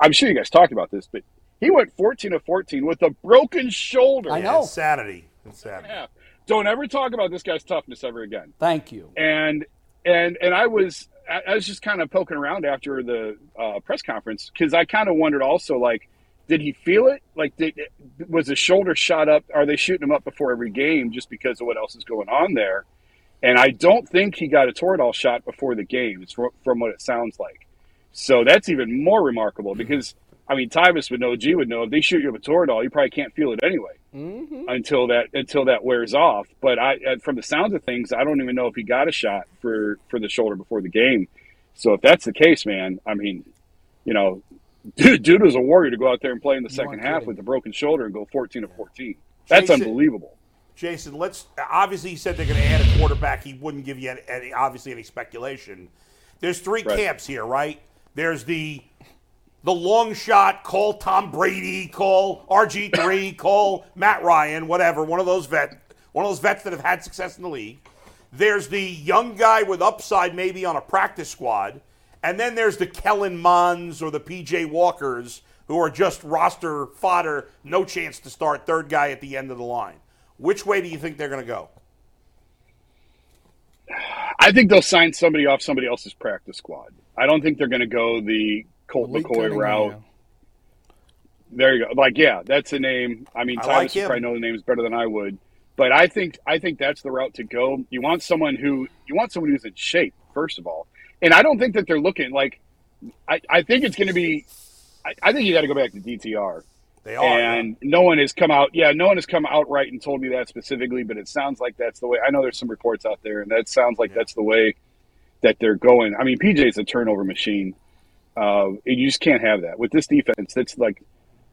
[SPEAKER 7] I'm sure you guys talked about this, but he went 14 of 14 with a broken shoulder.
[SPEAKER 1] I
[SPEAKER 2] Yeah,
[SPEAKER 1] know.
[SPEAKER 2] Insanity. Insanity.
[SPEAKER 7] Yeah. Don't ever talk about this guy's toughness ever again
[SPEAKER 1] Thank you.
[SPEAKER 7] and and and I was I I was just kind of poking around after the uh, press conference because I kind of wondered also like did he feel it like did, was his shoulder shot up are they shooting him up before every game just because of what else is going on there and I don't think he got a Toradol shot before the game it's from, from what it sounds like so that's even more remarkable because I mean Tyvus would know G would know if they shoot you up a Toradol you probably can't feel it anyway until that until that wears off. But I, uh, from the sounds of things, I don't even know if he got a shot for for the shoulder before the game. So if that's the case, man, I mean, you know, dude, dude was a warrior to go out there and play in the second half with a broken shoulder and go fourteen to fourteen. That's
[SPEAKER 2] Jason-
[SPEAKER 7] unbelievable.
[SPEAKER 2] Jason, let's. Obviously, he said they're going to add a quarterback. He wouldn't give you any, any obviously any speculation. There's three
[SPEAKER 7] Right.
[SPEAKER 2] camps here, right? There's the the long shot. Call Tom Brady. Call RG three. call Matt Ryan. Whatever. One of those vet. One of those vets that have had success in the league. There's the young guy with upside, maybe on a practice squad, and then there's the Kellen Mons or the PJ Walkers who are just roster fodder, no chance to start, third guy at the end of the line. Which way do you think they're going to go?
[SPEAKER 7] I think they'll sign somebody off somebody else's practice squad. I don't think they're going to go the Colt
[SPEAKER 3] Malik
[SPEAKER 7] McCoy
[SPEAKER 3] Cunningham.
[SPEAKER 7] route. There you go. Like, yeah, that's a name. I mean,
[SPEAKER 2] I
[SPEAKER 7] Tyus
[SPEAKER 2] like
[SPEAKER 7] would
[SPEAKER 2] him.
[SPEAKER 7] probably know the names better than I would, but I think I think that's the route to go. You want someone who you want someone who's in shape, first of all, and I don't think that they're looking like. I, I think it's going to be. I, I think you got to go back to DTR,
[SPEAKER 2] They are.
[SPEAKER 7] and no one has come out. Yeah, no one has come outright and told me that specifically, but it sounds like that's the way. I know there's some reports out there, and that sounds like that's the way that they're going. I mean, PJ's a turnover machine. Uh, and you just can't have that with this defense. That's like,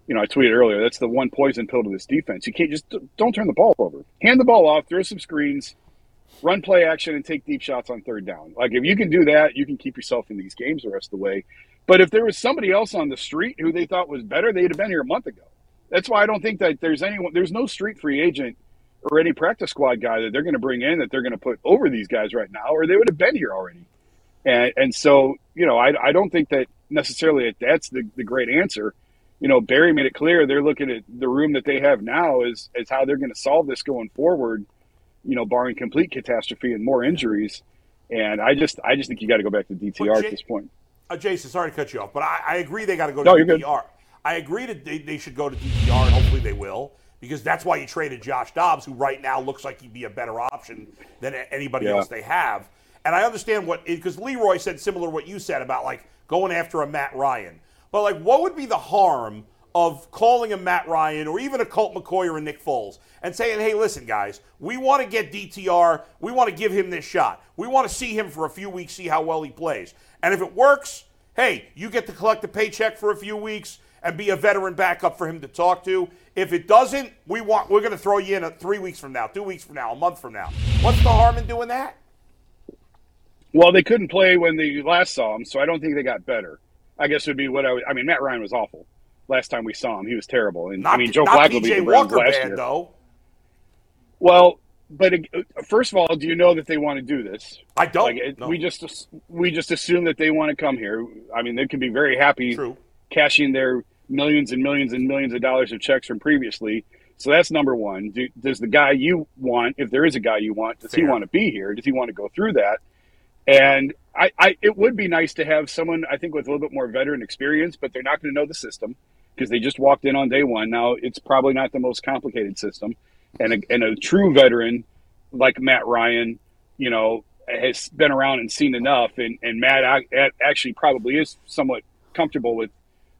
[SPEAKER 7] you know, I tweeted earlier. That's the one poison pill to this defense. You can't just don't turn the ball over. Hand the ball off. Throw some screens. Run play action and take deep shots on third down. Like if you can do that, you can keep yourself in these games the rest of the way. But if there was somebody else on the street who they thought was better, they'd have been here a month ago. That's why I don't think that there's anyone. There's no street free agent or any practice squad guy that they're going to bring in that they're going to put over these guys right now, or they would have been here already. And and so you know, I I don't think that necessarily that that's the the great answer. You know, Barry made it clear they're looking at the room that they have now is is how they're going to solve this going forward. You know, barring complete catastrophe and more injuries. And I just I just think you got to go back to DTR
[SPEAKER 2] But
[SPEAKER 7] at
[SPEAKER 2] Jay-
[SPEAKER 7] this point.
[SPEAKER 2] Uh, Jason, sorry to cut you off, but I, I agree they got to go to
[SPEAKER 7] No, you're good.
[SPEAKER 2] DDR. I agree that they, they should go to DDR, and hopefully they will, because that's why you traded Josh Dobbs, who right now looks like he'd be a better option than a- anybody
[SPEAKER 7] Yeah.
[SPEAKER 2] else they have. And I understand what because Leroy said similar to what you said about like going after a Matt Ryan, but like what would be the harm of calling a Matt Ryan or even a Colt McCoy or a Nick Foles and saying, hey, listen, guys, we want to get DTR, we want to give him this shot, we want to see him for a few weeks, see how well he plays, and if it works, hey, you get to collect a paycheck for a few weeks and be a veteran backup for him to talk to. If it doesn't, we want we're going to throw you in a, three weeks from now, two weeks from now, a month from now. What's the harm in doing that?
[SPEAKER 7] Well, they couldn't play when they last saw him, so I don't think they got better.
[SPEAKER 3] I guess would be what I would. I mean, Matt Ryan was awful last time we saw him. He was terrible, and I mean, Joe
[SPEAKER 2] not
[SPEAKER 3] Flacco beat
[SPEAKER 2] PJ
[SPEAKER 3] the Browns
[SPEAKER 2] Walker
[SPEAKER 3] last
[SPEAKER 2] bad,
[SPEAKER 3] year.
[SPEAKER 2] though.
[SPEAKER 3] Well, but uh, first of all, do you know that they want to do this?
[SPEAKER 2] I don't.
[SPEAKER 3] Like it,
[SPEAKER 2] no.
[SPEAKER 3] we just we just assume that they want to come here. I mean, they could be very happy
[SPEAKER 2] True.
[SPEAKER 3] cashing their millions and millions and millions of dollars of checks from previously. So that's number one. Do, does the guy you want, if there is a guy you want, does he
[SPEAKER 2] Fair.
[SPEAKER 3] want to be here? Does he want to go through that? And I, I, it would be nice to have someone I think with a little bit more veteran experience, but they're not going to know the system because they just walked in on day one. Now it's probably not the most complicated system, and a, and a true veteran like Matt Ryan, you know, has been around and seen enough, and and Matt ac- ac- actually probably is somewhat comfortable with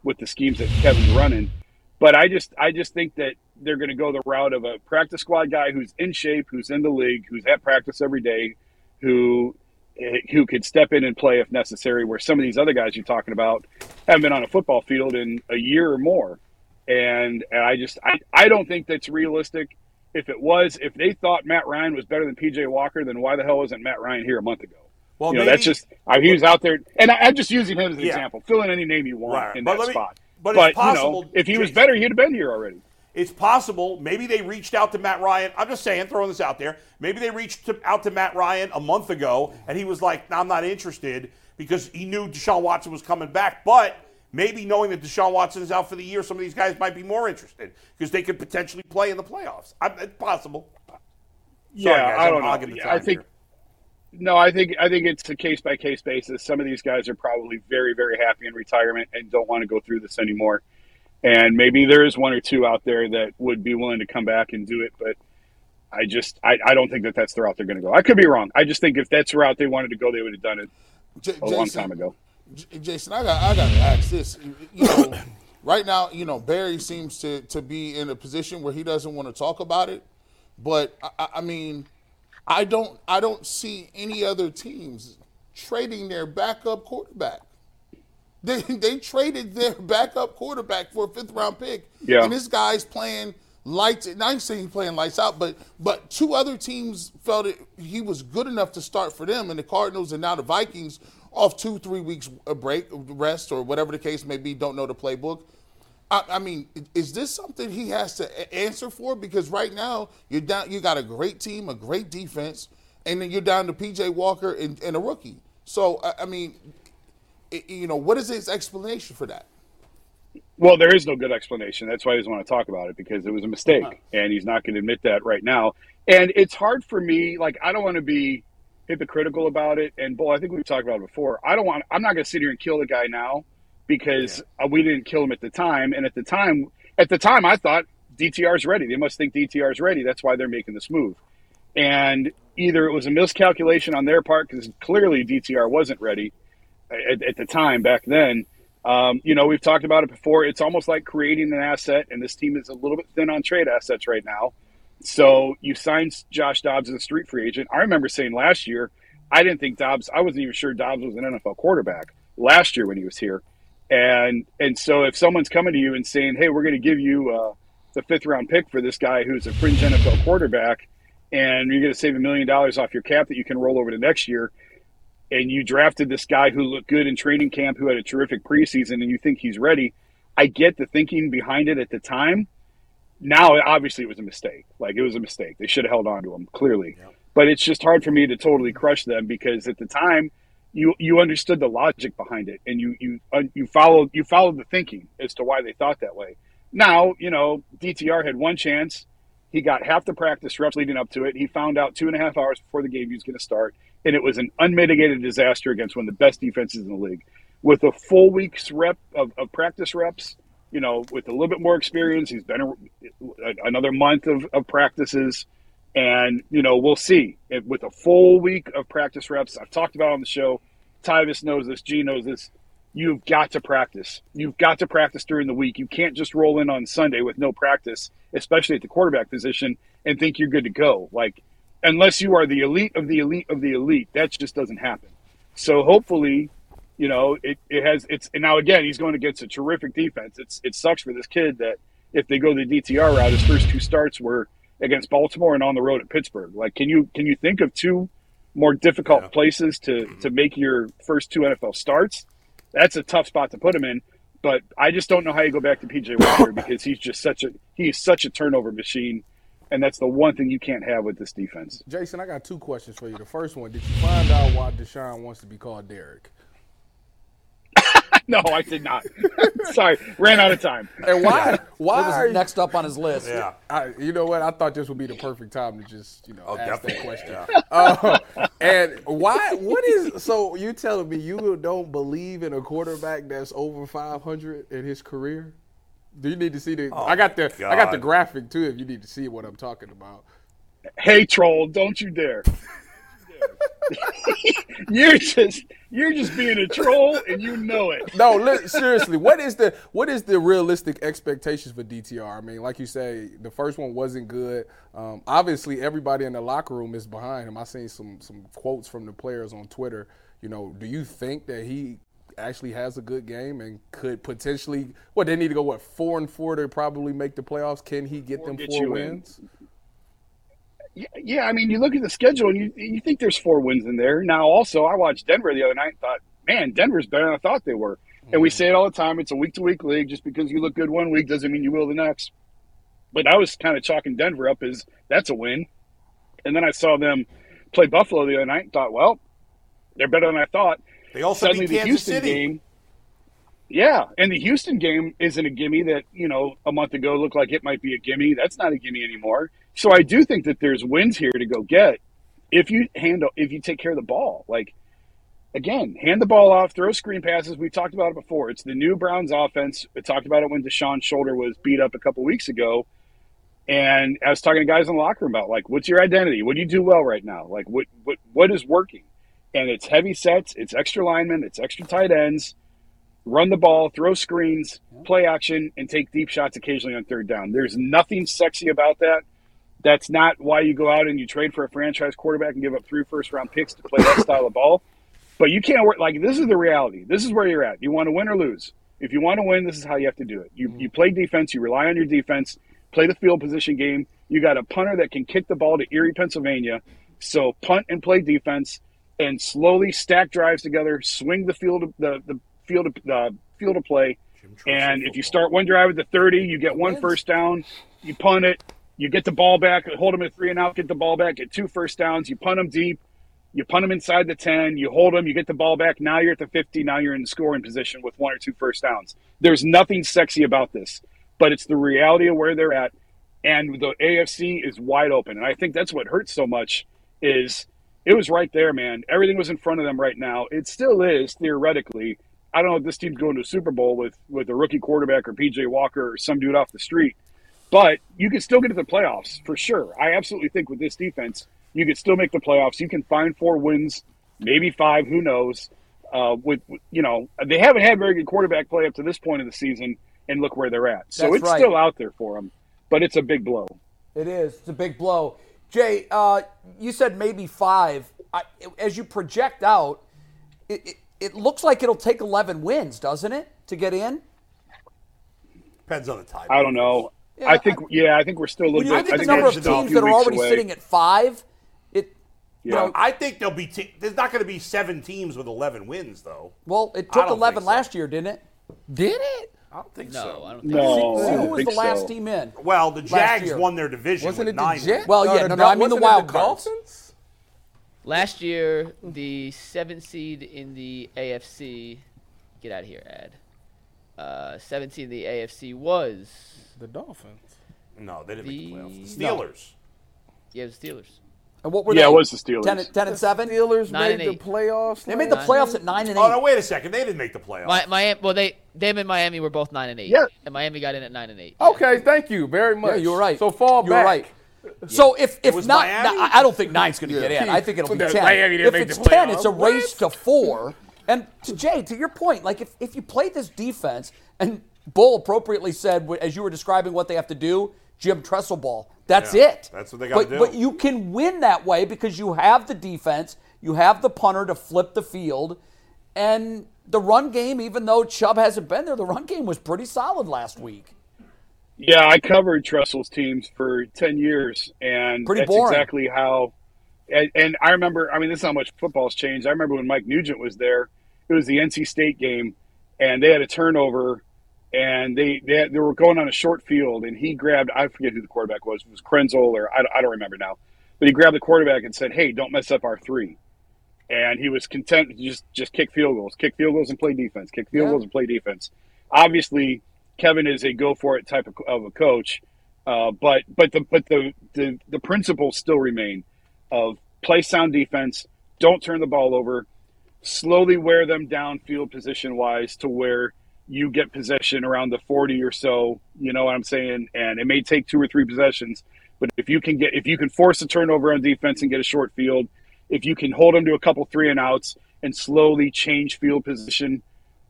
[SPEAKER 3] with the schemes that Kevin's running. But I just I just think that they're going to go the route of a practice squad guy who's in shape, who's in the league, who's at practice every day, who eh, who could step in and play if necessary. Where some of these other guys you're talking about haven't been on a football field in a year or more, and, and I just I, I don't think that's realistic. If it was, if they thought Matt Ryan was better than PJ Walker, then why the hell wasn't Matt Ryan here a month ago?
[SPEAKER 2] Well,
[SPEAKER 3] you know,
[SPEAKER 2] maybe-
[SPEAKER 3] that's just I, he was out there, and I, I'm just using him as an
[SPEAKER 2] Yeah.
[SPEAKER 3] example. Fill in any name you want
[SPEAKER 2] Right,
[SPEAKER 3] in
[SPEAKER 2] but
[SPEAKER 3] that
[SPEAKER 2] let me-
[SPEAKER 3] spot.
[SPEAKER 2] but it's
[SPEAKER 3] You
[SPEAKER 2] possible-
[SPEAKER 3] know, if he was
[SPEAKER 2] Jason-
[SPEAKER 3] better, he'd have been here already.
[SPEAKER 2] It's possible. Maybe they reached out to Matt Ryan. I'm just saying, throwing this out there. Maybe they reached to- out to Matt Ryan a month ago, and he was like, "No, "I'm not interested," because he knew Deshaun Watson was coming back. But maybe knowing that Deshaun Watson is out for the year, some of these guys might be more interested because they could potentially play in the playoffs. I, it's possible. Sorry,
[SPEAKER 3] yeah,
[SPEAKER 2] guys,
[SPEAKER 3] I
[SPEAKER 2] I'm
[SPEAKER 3] don't
[SPEAKER 2] hogging the
[SPEAKER 3] know. Yeah, I
[SPEAKER 2] time
[SPEAKER 3] think
[SPEAKER 2] here.
[SPEAKER 3] no, I think I think it's a case by case basis. Some of these guys are probably very very happy in retirement and don't want to go through this anymore. And maybe there is one or two out there that would be willing to come back and do it, but I just I, I don't think that that's the route they're going to go. I could be wrong. I just think if that's the route they wanted to go, they would have done it
[SPEAKER 5] J-
[SPEAKER 3] a long time ago.
[SPEAKER 5] J- Jason, I got I got to ask this. You- You know, right now, you know Barry seems to to be in a position where he doesn't want to talk about it. But I- I, I mean, I don't I don't see any other teams trading their backup quarterback. They they traded their backup quarterback for a fifth round pick.
[SPEAKER 3] Yeah.
[SPEAKER 5] And this guy's playing lights. And I ain't saying he's playing lights out, but but two other teams felt it, he was good enough to start for them, and the Cardinals and now the Vikings off two three weeks a break rest or whatever the case may be. Don't know the playbook. I, I mean, i- is this something he has to a- answer for? Because right now you're down. You got a great team, a great defense, and then you're down to PJ Walker and, and a rookie. So I, I mean, i- you know, what is his explanation for that?
[SPEAKER 3] Well, there is no good explanation. That's why he doesn't want to talk about it because it was a mistake, and he's not going to admit that right now. And it's hard for me. Like I don't want to be hypocritical about it. And Bull, I think we've talked about it before. I don't want. I'm not going to sit here and kill the guy now because uh we didn't kill him at the time. And at the time, at the time, I thought DTR's ready. They must think DTR's ready. That's why they're making this move. And either it was a miscalculation on their part because clearly DTR wasn't ready at, at the time back then. Um, you know, we've talked about it before. It's almost like creating an asset, and this team is a little bit thin on trade assets right now. So you signed Josh Dobbs as a street free agent. I remember saying last year, I didn't think Dobbs. I wasn't even sure Dobbs was an NFL quarterback last year when he was here. And and so if someone's coming to you and saying, "Hey, we're going to give you uh, the fifth round pick for this guy who's a fringe NFL quarterback," and you're going to save a million dollars off your cap that you can roll over to next year, and you drafted this guy who looked good in training camp, who had a terrific preseason, and you think he's ready. I get the thinking behind it at the time. Now, obviously, it was a mistake. Like, it was a mistake. They should have held on to him, clearly. But it's just hard for me to totally crush them because at the time, you, you understood the logic behind it and you you uh, you followed you followed the thinking as to why they thought that way. Now you know DTR had one chance he got half the practice reps leading up to it. He found out two and a half hours before the game he was going to start, and it was an unmitigated disaster against one of the best defenses in the league. With a full week's rep of, of practice reps, you know, with a little bit more experience, he's been a, another month of, of practices, and you know, we'll see. If, with a full week of practice reps, I've talked about it on the show. Tyvis knows this. G knows this. You've got to practice. You've got to practice during the week. You can't just roll in on Sunday with no practice, especially at the quarterback position, and think you're good to go. Like, unless you are the elite of the elite of the elite, that just doesn't happen. So hopefully, you know, it, it has it's and now again he's going against a terrific defense. It's it sucks for this kid that if they go the DTR route, his first two starts were against Baltimore and on the road at Pittsburgh. Like, can you can you think of two more difficult places to to make your first two NFL starts?
[SPEAKER 5] that's a tough spot to put him in. But I just don't know how you go back to PJ Walker because he's just such a he is such a turnover machine, and that's the one thing you can't have with this defense.
[SPEAKER 3] Jason, I got two questions for you. The first one, did you find out why Deshaun wants to be called Derek? Oh,
[SPEAKER 5] No, I did not. Sorry, ran out of time.
[SPEAKER 3] And why? Why?
[SPEAKER 1] It
[SPEAKER 3] are you-
[SPEAKER 1] was next up on his list.
[SPEAKER 2] Yeah.
[SPEAKER 3] I, you know what? I thought this would be the perfect time to just you know ask that
[SPEAKER 2] Oh, definitely,
[SPEAKER 3] question. Uh, and why? What is so? You telling me you don't believe in a quarterback that's over 500 in his career? Do you need to see the? I got the. I got the
[SPEAKER 2] Oh God.
[SPEAKER 3] graphic too. If you need to see what I'm talking about.
[SPEAKER 5] Hey, troll, don't you dare! you're just you're just being a troll, and you know it.
[SPEAKER 3] No, li- seriously, what is the what is the realistic expectations for DTR? I mean, like you say, the first one wasn't good. Um, obviously, everybody in the locker room is behind him. I seen some some quotes from the players on Twitter. You know, do you think that he actually has a good game and could potentially? What they need to go what four and four to probably make the playoffs? Can he get them
[SPEAKER 5] get
[SPEAKER 3] four
[SPEAKER 5] you in.
[SPEAKER 3] wins?
[SPEAKER 5] Yeah, yeah, I mean, you look at the schedule and you you think there's four wins in there. Now, also, I watched Denver the other night and thought, man, Denver's better than I thought they were. And we say it all the time: it's a week to week league. Just because you look good one week doesn't mean you will the next. But I was kind of chalking Denver up as that's a win. And then I saw them play Buffalo the other night and thought, well, they're better than I thought.
[SPEAKER 2] They also
[SPEAKER 5] Suddenly,
[SPEAKER 2] beat
[SPEAKER 5] the
[SPEAKER 2] Kansas
[SPEAKER 5] Houston
[SPEAKER 2] City.
[SPEAKER 5] game. Yeah, and the Houston game isn't a gimme that you know a month ago looked like it might be a gimme. That's not a gimme anymore. So I do think that there's wins here to go get if you handle if you take care of the ball. Like again, hand the ball off, throw screen passes. We talked about it before. It's the new Browns offense. We talked about it when Deshaun's shoulder was beat up a couple weeks ago. And I was talking to guys in the locker room about like, what's your identity? What do you do well right now? Like, what what what is working? And it's heavy sets, it's extra linemen, it's extra tight ends. Run the ball, throw screens, play action, and take deep shots occasionally on third down. There's nothing sexy about that. That's not why you go out and you trade for a franchise quarterback and give up three first round picks to play that style of ball. But you can't work like this is the reality. This is where you're at. You want to win or lose. If you want to win, this is how you have to do it. You you play defense, you rely on your defense, play the field position game. You got a punter that can kick the ball to Erie, Pennsylvania. So punt and play defense and slowly stack drives together, swing the field the, the field of the field of play. And if you start one drive at the 30, you get one first down, you punt it, you get the ball back, hold them at three and out, get the ball back, get two first downs, you punt them deep, you punt them inside the 10, you hold them, you get the ball back. Now you're at the 50. Now you're in the scoring position with one or two first downs. There's nothing sexy about this, but it's the reality of where they're at. And the AFC is wide open. And I think that's what hurts so much is it was right there, man. Everything was in front of them right now. It still is theoretically. I don't know if this team's going to a Super Bowl with, with a rookie quarterback or PJ Walker or some dude off the street. But you can still get to the playoffs for sure. I absolutely think with this defense, you can still make the playoffs. You can find four wins, maybe five. Who knows? Uh, with with- you know, they haven't had very good quarterback play up to this point of the season, and look where they're at. So
[SPEAKER 1] That's
[SPEAKER 5] it's
[SPEAKER 1] right.
[SPEAKER 5] still out there for them, but it's a big blow.
[SPEAKER 1] It is. It's a big blow. Jay, uh, you said maybe five. I, as you project out, it, it, it looks like it'll take 11 wins, doesn't it, to get in?
[SPEAKER 2] Depends on the time.
[SPEAKER 5] I don't know. I think yeah, I think we're still a little
[SPEAKER 1] When you
[SPEAKER 5] bit.
[SPEAKER 1] look at the
[SPEAKER 5] think
[SPEAKER 1] number
[SPEAKER 5] we're
[SPEAKER 1] of
[SPEAKER 5] still a
[SPEAKER 1] teams
[SPEAKER 5] few
[SPEAKER 1] that are
[SPEAKER 5] weeks
[SPEAKER 1] already
[SPEAKER 5] away.
[SPEAKER 1] sitting at five, it
[SPEAKER 5] Yeah.
[SPEAKER 1] you know,
[SPEAKER 2] I think there'll be te- there's not going to be seven teams with 11 wins though.
[SPEAKER 1] well, it
[SPEAKER 2] I
[SPEAKER 1] took
[SPEAKER 2] don't
[SPEAKER 1] 11
[SPEAKER 2] think so.
[SPEAKER 1] last year, didn't it?
[SPEAKER 4] Did it?
[SPEAKER 2] Oh, I don't think
[SPEAKER 4] No,
[SPEAKER 2] so.
[SPEAKER 4] I don't think so.
[SPEAKER 5] No,
[SPEAKER 1] See,
[SPEAKER 5] Oh, I
[SPEAKER 1] who
[SPEAKER 5] don't
[SPEAKER 1] was
[SPEAKER 5] think
[SPEAKER 1] the last
[SPEAKER 5] so.
[SPEAKER 1] team in?
[SPEAKER 2] Well, the Jags
[SPEAKER 1] year.
[SPEAKER 2] won their division
[SPEAKER 3] Wasn't
[SPEAKER 2] with
[SPEAKER 3] it
[SPEAKER 2] nine
[SPEAKER 3] the Jets?
[SPEAKER 1] Well, yeah,
[SPEAKER 3] the
[SPEAKER 1] no, no, I mean the
[SPEAKER 3] wasn't it
[SPEAKER 1] wild cards.
[SPEAKER 3] Dolphins?
[SPEAKER 4] Last year, the seventh seed in the AFC. Get out of here, Ad. Uh, seventh seed in the AFC was
[SPEAKER 3] The Dolphins.
[SPEAKER 2] wins. No, they didn't make the playoffs. The
[SPEAKER 4] The-
[SPEAKER 2] Steelers.
[SPEAKER 4] yeah, the Steelers.
[SPEAKER 1] And what were
[SPEAKER 5] Yeah,
[SPEAKER 1] they?
[SPEAKER 5] it was the Steelers.
[SPEAKER 1] 10, and- 10 and 7?
[SPEAKER 3] Steelers
[SPEAKER 4] Nine and
[SPEAKER 3] made the
[SPEAKER 4] eight.
[SPEAKER 3] playoffs.
[SPEAKER 1] They made the
[SPEAKER 4] Nine.
[SPEAKER 1] playoffs at 9 and 8.
[SPEAKER 2] Oh no, wait a second. They didn't make the playoffs.
[SPEAKER 4] My, Miami. Well, they them and Miami were both nine and eight.
[SPEAKER 5] Yeah.
[SPEAKER 4] And Miami got in at nine and eight.
[SPEAKER 3] Okay, thank you very much.
[SPEAKER 1] Yeah, you're right.
[SPEAKER 3] So fall
[SPEAKER 1] you're
[SPEAKER 3] back.
[SPEAKER 1] right. So if if
[SPEAKER 2] was
[SPEAKER 1] not,
[SPEAKER 2] Miami?
[SPEAKER 1] no, I I don't think nine's going to get in. I think it'll be
[SPEAKER 3] That
[SPEAKER 1] ten.
[SPEAKER 3] Miami didn't
[SPEAKER 1] if
[SPEAKER 3] make
[SPEAKER 1] it's
[SPEAKER 3] the
[SPEAKER 1] ten,
[SPEAKER 3] playoffs.
[SPEAKER 1] it's a race to four. And to Jay, to your point, like if, if you play this defense, and Bull appropriately said wh- as you were describing what they have to do, Jim Tresselball. That's
[SPEAKER 2] Yeah,
[SPEAKER 1] it.
[SPEAKER 2] that's what they gotta
[SPEAKER 1] But-
[SPEAKER 2] do.
[SPEAKER 1] But you can win that way because you have the defense, you have the punter to flip the field, and the run game. Even though Chubb hasn't been there, the run game was pretty solid last week.
[SPEAKER 5] Yeah, I covered Tressel's teams for ten years, and
[SPEAKER 1] Pretty
[SPEAKER 5] that's
[SPEAKER 1] boring.
[SPEAKER 5] exactly how. And, and I remember, I mean, this is how much football's changed. I remember when Mike Nugent was there. It was the NC State game,
[SPEAKER 3] and they had a turnover, and they they, had, they were going on a short field, and he grabbed I forget who the quarterback was it was Krenzel or I, I don't remember now, but he grabbed the quarterback and said, "Hey, don't mess up our three. and he was content to just just kick field goals, kick field goals and play defense, kick field goals and play defense. Obviously, Kevin is a go for it type of, of a coach, uh, but but the but the the, the principles still remain of play sound defense, don't turn the ball over, slowly wear them down field position wise to where you get possession around the 40 or so, you know what I'm saying? And it may take two or three possessions, but if you can get if you can force a turnover on defense and get a short field, if you can hold them to a couple three and outs and slowly change field position,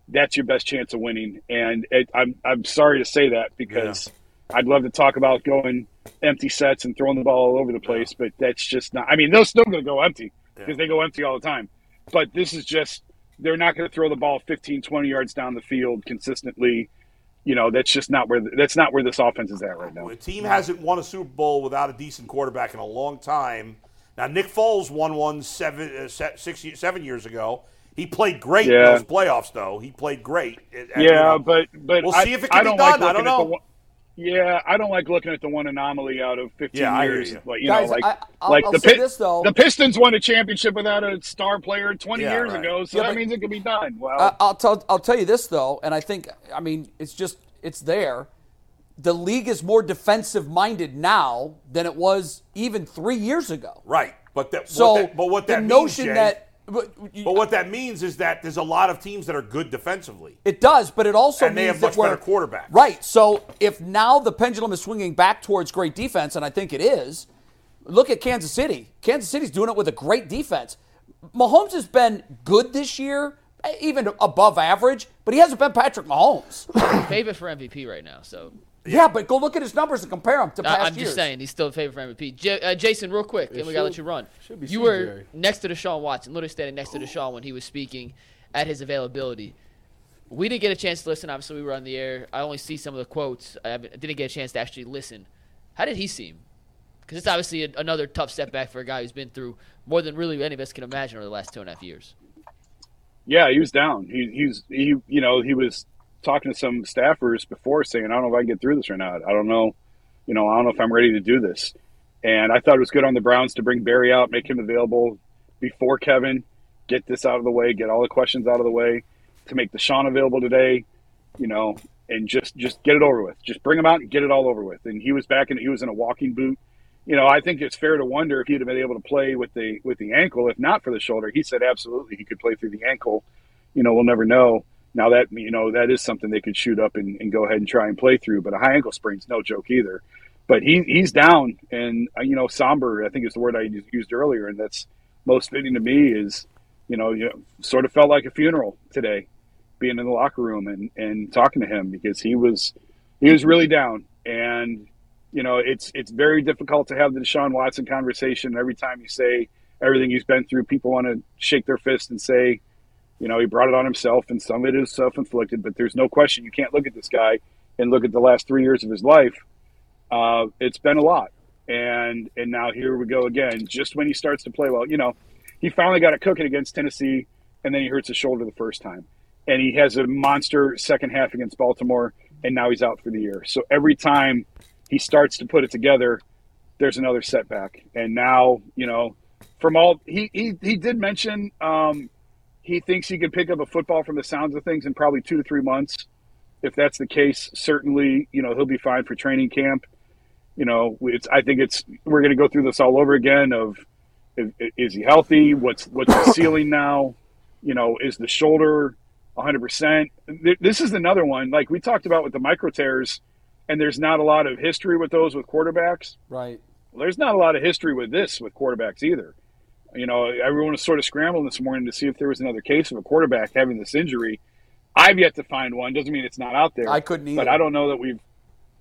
[SPEAKER 3] that's your best chance of winning. And it, I'm I'm sorry to say that because I'd love to talk about going empty sets and throwing the ball all over the place, but that's just not. I mean, they're still going to go empty because they go empty all the time. But this is just they're not going to throw the ball 15, 20 yards down the field consistently. You know, that's just not where that's not where this offense is at right now.
[SPEAKER 2] The team hasn't won a Super Bowl without a decent quarterback in a long time. Now Nick Foles won one seven, uh, se- six, ye- seven years ago. He played great
[SPEAKER 3] Yeah.
[SPEAKER 2] in those playoffs, though. He played great. It- and, you
[SPEAKER 3] Yeah,
[SPEAKER 2] know,
[SPEAKER 3] but but
[SPEAKER 2] We'll
[SPEAKER 3] I,
[SPEAKER 2] see if it can
[SPEAKER 3] I
[SPEAKER 2] be
[SPEAKER 3] don't
[SPEAKER 2] done.
[SPEAKER 3] like
[SPEAKER 2] I
[SPEAKER 3] looking
[SPEAKER 2] don't
[SPEAKER 3] at
[SPEAKER 2] know.
[SPEAKER 3] the one. Yeah, I don't like looking at the one anomaly out of 15
[SPEAKER 2] Yeah, I hear
[SPEAKER 3] years.
[SPEAKER 2] you.
[SPEAKER 3] Like, you
[SPEAKER 1] Guys,
[SPEAKER 3] know, like,
[SPEAKER 1] I- I'll-
[SPEAKER 3] like
[SPEAKER 1] I'll
[SPEAKER 3] the,
[SPEAKER 1] say
[SPEAKER 3] Pist-
[SPEAKER 1] this, though.
[SPEAKER 3] the Pistons won a championship without a star player 20
[SPEAKER 2] Yeah,
[SPEAKER 3] years
[SPEAKER 2] right.
[SPEAKER 3] ago, so
[SPEAKER 1] Yeah,
[SPEAKER 3] that
[SPEAKER 1] but-
[SPEAKER 3] means it can be done. Well,
[SPEAKER 1] I- I'll tell I'll tell you this though, and I think I mean it's just it's there. The league is more defensive minded now than it was even three years ago.
[SPEAKER 2] right. But that,
[SPEAKER 1] So,
[SPEAKER 2] what that, but what
[SPEAKER 1] the
[SPEAKER 2] that means,
[SPEAKER 1] notion
[SPEAKER 2] Jay,
[SPEAKER 1] that but, you-
[SPEAKER 2] but what that means is that there's a lot of teams that are good defensively.
[SPEAKER 1] It does, but it also
[SPEAKER 2] And they
[SPEAKER 1] means
[SPEAKER 2] have
[SPEAKER 1] that
[SPEAKER 2] much
[SPEAKER 1] we're-
[SPEAKER 2] better quarterbacks.
[SPEAKER 1] Right. So if now the pendulum is swinging back towards great defense, and I think it is, look at Kansas City. Kansas City's doing it with a great defense. Mahomes has been good this year, even above average, but he hasn't been Patrick Mahomes.
[SPEAKER 4] Favorite for MVP right now, so
[SPEAKER 1] yeah, but go look at his numbers and compare them to
[SPEAKER 4] I-
[SPEAKER 1] past
[SPEAKER 4] I'm
[SPEAKER 1] years.
[SPEAKER 4] just saying he's still a favorite for MVP. J- uh, Jason, real quick, and we gotta let you run.
[SPEAKER 8] should be
[SPEAKER 4] you were
[SPEAKER 8] CJ.
[SPEAKER 4] next to Deshaun Watson, literally standing next to Deshaun when he was speaking at his availability. We didn't get a chance to listen. Obviously, we were on the air. I only see some of the quotes. I haven't- I didn't get a chance to actually listen. How did he seem? Because it's obviously a, another tough setback for a guy who's been through more than really any of us can imagine over the last two and a half years.
[SPEAKER 3] Yeah, he was down. He he's he you know he was talking to some staffers before saying, "I don't know if I can get through this or not. I don't know, you know, I don't know if I'm ready to do this." And I thought it was good on the Browns to bring Barry out, make him available before Kevin, get this out of the way, get all the questions out of the way, to make Deshaun available today, you know, and just just get it over with. Just bring him out and get it all over with. And he was back and he was in a walking boot. You know, I think it's fair to wonder if he'd have been able to play with the with the ankle, if not for the shoulder. He said absolutely he could play through the ankle you know, we'll never know. Now that you know that is something they could shoot up and, and go ahead and try and play through, but a high ankle sprain's no joke either. But he he's down, and uh, you know, somber I think is the word I u- used earlier, and that's most fitting to me is, you know, you know, sort of felt like a funeral today, being in the locker room and and talking to him because he was he was really down, and you know, it's it's very difficult to have the Deshaun Watson conversation every time you say everything he's been through. People want to shake their fist and say, you know, he brought it on himself, and some of it is self inflicted, but there's no question you can't look at this guy and look at the last three years of his life. Uh, it's been a lot. And and now here we go again. Just when he starts to play well, you know, he finally got it cooking against Tennessee, and then he hurts his shoulder the first time. And he has a monster second half against Baltimore, and now he's out for the year. So every time he starts to put it together, there's another setback. And now, you know, from all he he, he did mention um, he thinks he could pick up a football from the sounds of things in probably two to three months. If that's the case, certainly you know he'll be fine for training camp. You know, it's I think it's we're going to go through this all over again. Of is, is he healthy? What's what's the ceiling now? You know, is the shoulder 100? percent This is another one like we talked about with the micro tears, and there's not a lot of history with those with quarterbacks.
[SPEAKER 1] Right.
[SPEAKER 3] Well, there's not a lot of history with this with quarterbacks either. You know, everyone was sort of scrambling this morning to see if there was another case of a quarterback having this injury. I've yet to find one. Doesn't mean it's not out there.
[SPEAKER 1] I couldn't either.
[SPEAKER 3] But I don't know that we've.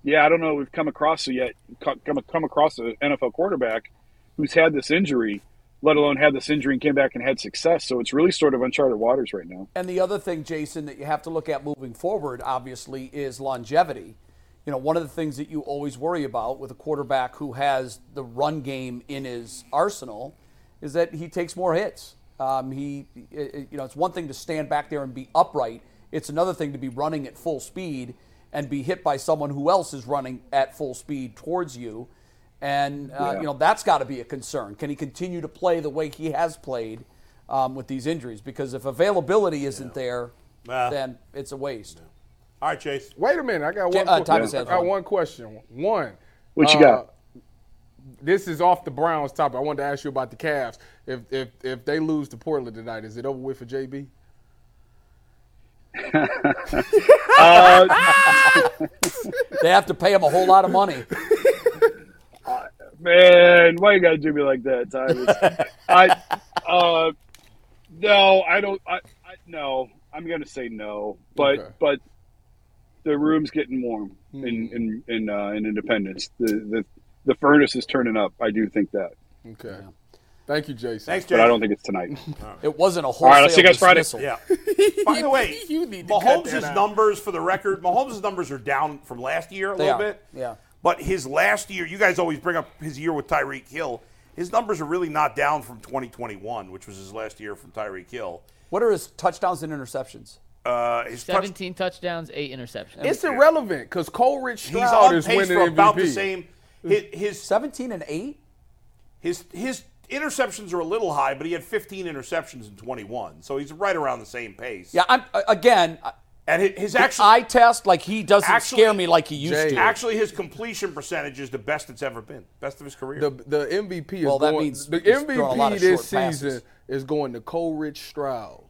[SPEAKER 3] Yeah, I don't know that we've come across a yet co- come come across an NFL quarterback who's had this injury, let alone had this injury and came back and had success. So it's really sort of uncharted waters right now.
[SPEAKER 1] And the other thing, Jason, that you have to look at moving forward, obviously, is longevity. You know, one of the things that you always worry about with a quarterback who has the run game in his arsenal is that he takes more hits. Um, he, you know, it's one thing to stand back there and be upright It's another thing to be running at full speed and be hit by someone who else is running at full speed towards you. And, uh, you know, that's got to be a concern. Can he continue to play the way he has played um, with these injuries? Because if availability isn't there,
[SPEAKER 2] Nah.
[SPEAKER 1] then it's a waste.
[SPEAKER 2] All right, Chase.
[SPEAKER 3] Wait a minute. I got
[SPEAKER 1] Ja-
[SPEAKER 3] one.
[SPEAKER 1] uh,
[SPEAKER 3] question.
[SPEAKER 1] Thomas
[SPEAKER 3] I
[SPEAKER 1] has
[SPEAKER 3] got
[SPEAKER 1] one.
[SPEAKER 3] one question. One.
[SPEAKER 7] What you
[SPEAKER 3] uh,
[SPEAKER 7] got?
[SPEAKER 3] This is off the Browns topic. I wanted to ask you about the Cavs. If if if they lose to Portland tonight, is it over with for JB?
[SPEAKER 1] They have to pay him a whole lot of money.
[SPEAKER 7] Man, why you gotta do me like that, Tyrus? I, uh, no, I don't. I, I no, I'm gonna say no. But
[SPEAKER 3] Okay.
[SPEAKER 7] but the room's getting warm in in in, uh, in Independence. The the the furnace is turning up. I do think that,
[SPEAKER 3] Okay. Thank you, Jason.
[SPEAKER 2] Thanks, Chase.
[SPEAKER 7] but I don't think it's tonight.
[SPEAKER 1] It wasn't a wholesale
[SPEAKER 7] All right, I'll see you guys Friday.
[SPEAKER 1] dismissal.
[SPEAKER 2] Yeah. By the way,
[SPEAKER 3] You need to cut that
[SPEAKER 2] Mahomes'
[SPEAKER 3] out.
[SPEAKER 2] numbers, for the record, Mahomes' numbers are down from last year a
[SPEAKER 1] They
[SPEAKER 2] little
[SPEAKER 1] are,
[SPEAKER 2] bit.
[SPEAKER 1] yeah.
[SPEAKER 2] But his last year, you guys always bring up his year with Tyreek Hill. His numbers are really not down from 2021, which was his last year from Tyreek Hill.
[SPEAKER 1] What are his touchdowns and interceptions?
[SPEAKER 2] Uh, his touch,
[SPEAKER 4] 17 touchdowns, eight interceptions.
[SPEAKER 3] It's irrelevant because Coleridge
[SPEAKER 2] he's
[SPEAKER 3] Stroud
[SPEAKER 2] on
[SPEAKER 3] is
[SPEAKER 2] pace
[SPEAKER 3] winning
[SPEAKER 2] for about the
[SPEAKER 3] MVP.
[SPEAKER 2] same. His his,
[SPEAKER 1] 17 and 8?
[SPEAKER 2] his his interceptions are a little high, but he had 15 interceptions in 21, so he's right around the same pace.
[SPEAKER 1] Yeah, I'm, uh, again, I-
[SPEAKER 2] And his, his
[SPEAKER 1] the
[SPEAKER 2] actual
[SPEAKER 1] eye test, like he doesn't
[SPEAKER 2] actually-
[SPEAKER 1] scare me like he used
[SPEAKER 3] Jay.
[SPEAKER 1] to.
[SPEAKER 2] actually his completion percentage is the best it's ever been, best of his career.
[SPEAKER 3] The the MVP is
[SPEAKER 1] Well, that
[SPEAKER 3] going.
[SPEAKER 1] means
[SPEAKER 3] the
[SPEAKER 1] he's throwing a lot
[SPEAKER 3] MVP
[SPEAKER 1] of
[SPEAKER 3] this
[SPEAKER 1] short passes.
[SPEAKER 3] season is going to Coleridge Stroud.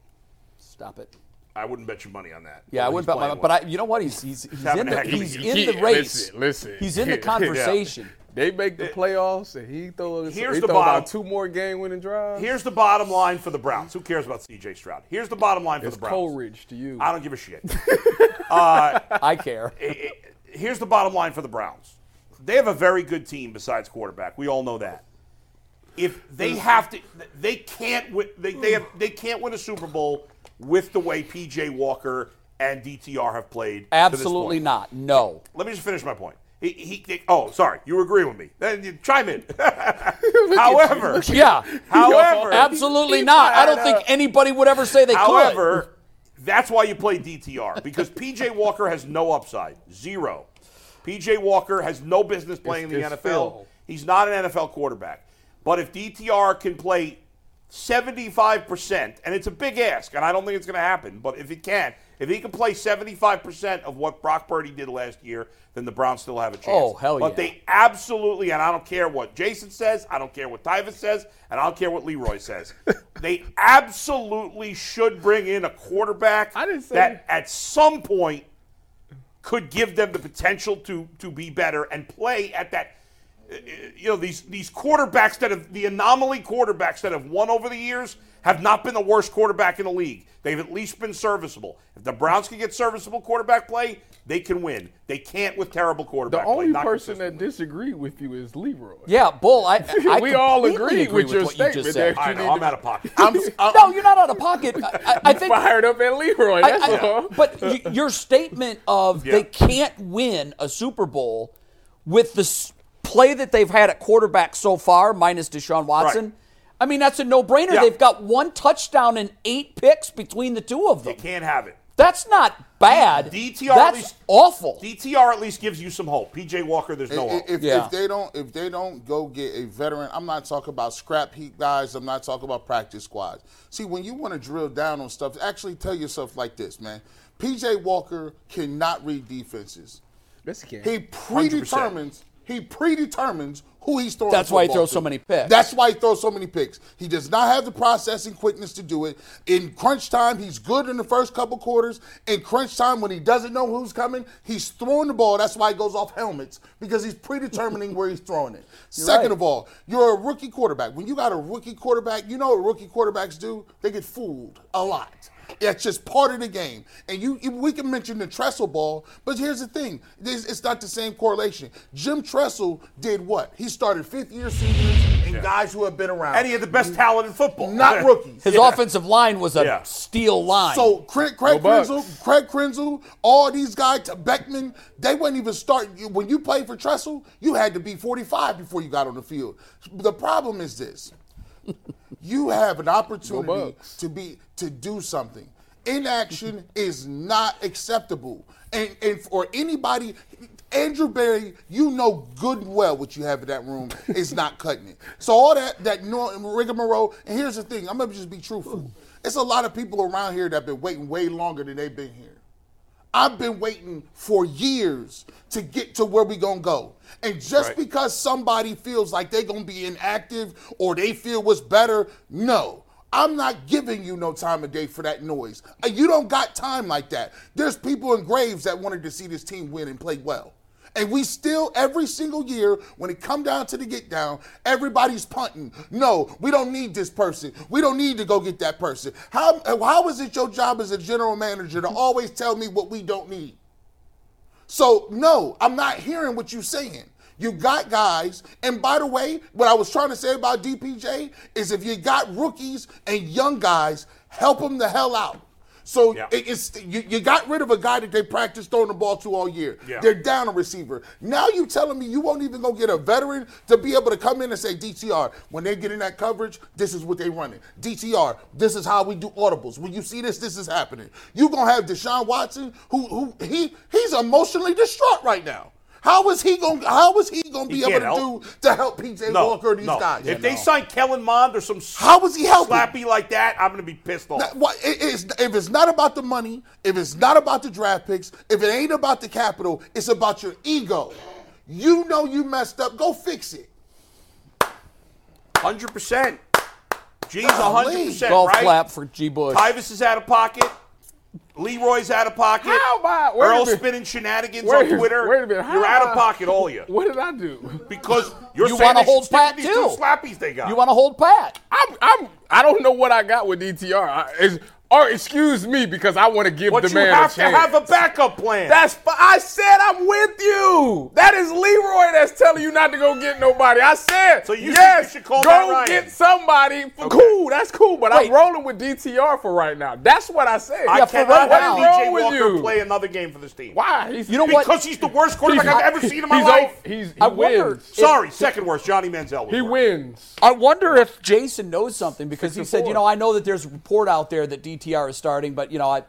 [SPEAKER 1] Stop it.
[SPEAKER 2] I wouldn't bet you money on that.
[SPEAKER 1] Yeah, I
[SPEAKER 2] He's
[SPEAKER 1] wouldn't bet my
[SPEAKER 2] playing
[SPEAKER 1] but
[SPEAKER 2] well.
[SPEAKER 1] I, you know what? He's he's, he's
[SPEAKER 2] having
[SPEAKER 1] in
[SPEAKER 2] a
[SPEAKER 1] the
[SPEAKER 2] heck of a
[SPEAKER 1] he's
[SPEAKER 2] year.
[SPEAKER 1] in the
[SPEAKER 3] Yeah,
[SPEAKER 1] race.
[SPEAKER 3] listen, listen.
[SPEAKER 1] He's in
[SPEAKER 3] Yeah.
[SPEAKER 1] the conversation.
[SPEAKER 3] They make the playoffs, and he throws.
[SPEAKER 2] Here's
[SPEAKER 3] he
[SPEAKER 2] the
[SPEAKER 3] throw about
[SPEAKER 2] bottom.
[SPEAKER 3] two more game-winning drives.
[SPEAKER 2] Here's the bottom line for the Browns. Who cares about C.J. Stroud? Here's the bottom line for
[SPEAKER 3] it's
[SPEAKER 2] the Browns.
[SPEAKER 3] Coleridge to you.
[SPEAKER 2] I don't give a shit.
[SPEAKER 1] I care.
[SPEAKER 2] Here's the bottom line for the Browns. They have a very good team besides quarterback. We all know that. If they have to, they can't win. They, they have they can't win a Super Bowl with the way P.J. Walker and DTR have played. to this
[SPEAKER 1] Absolutely
[SPEAKER 2] point.
[SPEAKER 1] not. No.
[SPEAKER 2] Let me just finish my point. He, he, he- oh, sorry, you agree with me. Then you chime in. However,
[SPEAKER 1] Yeah.
[SPEAKER 2] However-
[SPEAKER 1] absolutely not. I don't think anybody would ever say they could.
[SPEAKER 2] However, that's why you play DTR because PJ Walker has no upside, zero. PJ Walker has no business playing in
[SPEAKER 3] It's-
[SPEAKER 2] the
[SPEAKER 3] it's
[SPEAKER 2] NFL.
[SPEAKER 3] Phil.
[SPEAKER 2] He's not an NFL quarterback. But if DTR can play 75%, and it's a big ask, and I don't think it's going to happen, but if he can, if he can play 75% of what Brock Purdy did last year, then the Browns still have a chance.
[SPEAKER 1] Oh, hell
[SPEAKER 2] but
[SPEAKER 1] yeah.
[SPEAKER 2] they absolutely, and I don't care what Jason says, I don't care what Tyvis says, and I don't care what Leroy says. they absolutely should bring in a quarterback
[SPEAKER 3] I didn't say-
[SPEAKER 2] that at some point could give them the potential to to be better and play at that. uh, You know these these quarterbacks that have the anomaly quarterbacks that have won over the years have not been the worst quarterback in the league. They've at least been serviceable. If the Browns can get serviceable quarterback play, they can win. They can't with terrible
[SPEAKER 3] the
[SPEAKER 2] quarterback. play,
[SPEAKER 3] only
[SPEAKER 2] not
[SPEAKER 3] person that
[SPEAKER 2] consistently.
[SPEAKER 3] disagreed with you is Leroy.
[SPEAKER 1] Yeah, Bull, I, I
[SPEAKER 3] we all
[SPEAKER 1] completely
[SPEAKER 3] agree, with your
[SPEAKER 1] what you
[SPEAKER 3] statement
[SPEAKER 1] just
[SPEAKER 3] that
[SPEAKER 1] said.
[SPEAKER 3] you
[SPEAKER 2] I know
[SPEAKER 3] need
[SPEAKER 2] I'm uh,
[SPEAKER 3] to
[SPEAKER 2] out of pocket.
[SPEAKER 3] I'm, I'm
[SPEAKER 1] No, you're not out of pocket. I, I, I think
[SPEAKER 3] fired up at Leroy.
[SPEAKER 1] I-
[SPEAKER 3] That's
[SPEAKER 1] I-
[SPEAKER 3] all.
[SPEAKER 1] but y- your statement of they can't win a Super Bowl with the s- play that they've had at quarterback so far, minus Deshaun Watson.
[SPEAKER 2] Right.
[SPEAKER 1] I mean, that's a no-brainer.
[SPEAKER 2] Yeah.
[SPEAKER 1] They've got one touchdown and eight picks between the two of them.
[SPEAKER 2] They can't have it.
[SPEAKER 1] That's not bad.
[SPEAKER 2] DTR at
[SPEAKER 1] that's
[SPEAKER 2] least-
[SPEAKER 1] awful.
[SPEAKER 2] DTR at least gives you some hope. PJ Walker, there's no
[SPEAKER 5] I- i-
[SPEAKER 2] hope.
[SPEAKER 5] if,
[SPEAKER 1] Yeah.
[SPEAKER 5] if they don't if they don't go get a veteran, I'm not talking about scrap heap guys. I'm not talking about practice squads. See, when you want to drill down on stuff, actually tell yourself like this, man. PJ Walker cannot read defenses.
[SPEAKER 3] Yes, he can.
[SPEAKER 5] He predetermines. He predetermines who he's throwing.
[SPEAKER 1] That's why he
[SPEAKER 5] football
[SPEAKER 1] throws so
[SPEAKER 5] to.
[SPEAKER 1] many picks.
[SPEAKER 5] That's why he throws so many picks. He does not have the processing quickness to do it. In crunch time, he's good in the first couple quarters. In crunch time, when he doesn't know who's coming, he's throwing the ball. That's why he goes off helmets because he's predetermining where he's throwing it. Second
[SPEAKER 1] right.
[SPEAKER 5] of all, you're a rookie quarterback. When you got a rookie quarterback, you know what rookie quarterbacks do? They get fooled a lot. That's just part of the game. And you, you- we can mention the Trestle ball, but here's the thing: This- it's not the same correlation. Jim Trestle did what? He started fifth year seniors and guys who have been around,
[SPEAKER 2] and he had the best talent in football.
[SPEAKER 5] not rookies.
[SPEAKER 1] His offensive line was a
[SPEAKER 2] Yeah.
[SPEAKER 1] steel line.
[SPEAKER 5] So Craig, Craig
[SPEAKER 3] Go Bucks.
[SPEAKER 5] Krenzel, Craig Krenzel, all these guys, to Beckman, they wouldn't even start. you- When you played for Trestle, you had to be 45 before you got on the field. The problem is this: you have an opportunity
[SPEAKER 3] Bucks.
[SPEAKER 5] to be to do something. inaction is not acceptable. And and for anybody, Andrew Barry, you know good and well what you have in that room is not cutting it. So all that that nor- rigmarole. And here's the thing: I'm gonna just be truthful. It's a lot of people around here that've been waiting way longer than they've been here. I've been waiting for years to get to where we gonna go. And just because somebody feels like they gonna be inactive or they feel what's better, no. I'm not giving you no time of day for that noise. Uh, You don't got time like that. There's people in graves that wanted to see this team win and play well. And we still, every single year, when it come down to the get down, everybody's punting. No, we don't need this person. We don't need to go get that person. How, how is it your job as a general manager to always tell me what we don't need? So no, I'm not hearing what you're saying. You got guys, and by the way, what I was trying to say about DPJ is if you got rookies and young guys, help them the hell out. So
[SPEAKER 2] Yeah.
[SPEAKER 5] it- it's you, you got rid of a guy that they practiced throwing the ball to all year.
[SPEAKER 2] Yeah.
[SPEAKER 5] They're down a receiver. Now you telling me you won't even go get a veteran to be able to come in and say DTR when they get in that coverage, this is what they running. DTR, this is how we do audibles. When you see this, this is happening. You gonna have Deshaun Watson, who who he he's emotionally distraught right now. How is he gonna how is he gonna be
[SPEAKER 2] He
[SPEAKER 5] able
[SPEAKER 2] can't
[SPEAKER 5] to
[SPEAKER 2] help.
[SPEAKER 5] do to help PJ
[SPEAKER 2] No,
[SPEAKER 5] Walker and these
[SPEAKER 2] no.
[SPEAKER 5] guys?
[SPEAKER 2] If they sign Kellen Mond or some s-
[SPEAKER 5] How is he helping?
[SPEAKER 2] slappy like that, I'm going to be pissed off.
[SPEAKER 5] That- what- it- it's- if it's not about the money, if it's not about the draft picks, if it ain't about the capital, it's about your ego. You know you messed up. Go fix it.
[SPEAKER 2] Hundred percent. G's hundred percent.
[SPEAKER 1] Golf
[SPEAKER 2] right?
[SPEAKER 1] clap for G. Bush.
[SPEAKER 2] Tyvus is out of pocket. Leroy's out of pocket.
[SPEAKER 3] How about- wait a
[SPEAKER 2] Earl
[SPEAKER 3] minute.
[SPEAKER 2] spinning shenanigans
[SPEAKER 3] Wait-
[SPEAKER 2] on Twitter?
[SPEAKER 3] wait a minute, how
[SPEAKER 2] You're out of
[SPEAKER 3] about-
[SPEAKER 2] pocket, all you.
[SPEAKER 3] What did I do?
[SPEAKER 2] Because you're
[SPEAKER 1] You
[SPEAKER 2] saying
[SPEAKER 1] wanna
[SPEAKER 2] they should
[SPEAKER 1] hold
[SPEAKER 2] stick with
[SPEAKER 1] Pat,
[SPEAKER 2] these
[SPEAKER 1] too.
[SPEAKER 2] Two slappies they got.
[SPEAKER 1] You want to hold Pat?
[SPEAKER 3] I'm, I'm, I don't know what I got with DTR. I, is, or excuse me, because I want to give
[SPEAKER 2] but
[SPEAKER 3] the
[SPEAKER 2] you
[SPEAKER 3] man
[SPEAKER 2] have
[SPEAKER 3] a
[SPEAKER 2] to
[SPEAKER 3] chance.
[SPEAKER 2] have a backup plan.
[SPEAKER 3] That's fi- I said I'm with you. That is Leroy that's telling you not to go get nobody. I said
[SPEAKER 2] So you think
[SPEAKER 3] yes,
[SPEAKER 2] you should call
[SPEAKER 3] go
[SPEAKER 2] Matt Ryan?
[SPEAKER 3] get somebody. For,
[SPEAKER 2] Okay.
[SPEAKER 3] Cool, that's cool. But
[SPEAKER 1] Wait.
[SPEAKER 3] I'm rolling with DTR for right now. That's what I said.
[SPEAKER 2] I
[SPEAKER 1] Yeah, for
[SPEAKER 2] cannot
[SPEAKER 1] right now.
[SPEAKER 2] have DJ
[SPEAKER 3] What's wrong with
[SPEAKER 2] Walker
[SPEAKER 3] you?
[SPEAKER 2] play another game for this team.
[SPEAKER 3] Why? He's,
[SPEAKER 1] You know what?
[SPEAKER 2] Because he's the worst quarterback I've ever seen in my
[SPEAKER 3] he's
[SPEAKER 2] life.
[SPEAKER 3] o- he's, he
[SPEAKER 1] I
[SPEAKER 3] wins.
[SPEAKER 1] wonder if-
[SPEAKER 2] Sorry, second worst, Johnny Manziel. was
[SPEAKER 3] He
[SPEAKER 2] worse.
[SPEAKER 3] wins.
[SPEAKER 1] I wonder if Jason knows something because
[SPEAKER 3] Six
[SPEAKER 1] he
[SPEAKER 3] and
[SPEAKER 1] said, you
[SPEAKER 3] four.
[SPEAKER 1] know, I know that there's a report out there that DTR is starting, but you know, I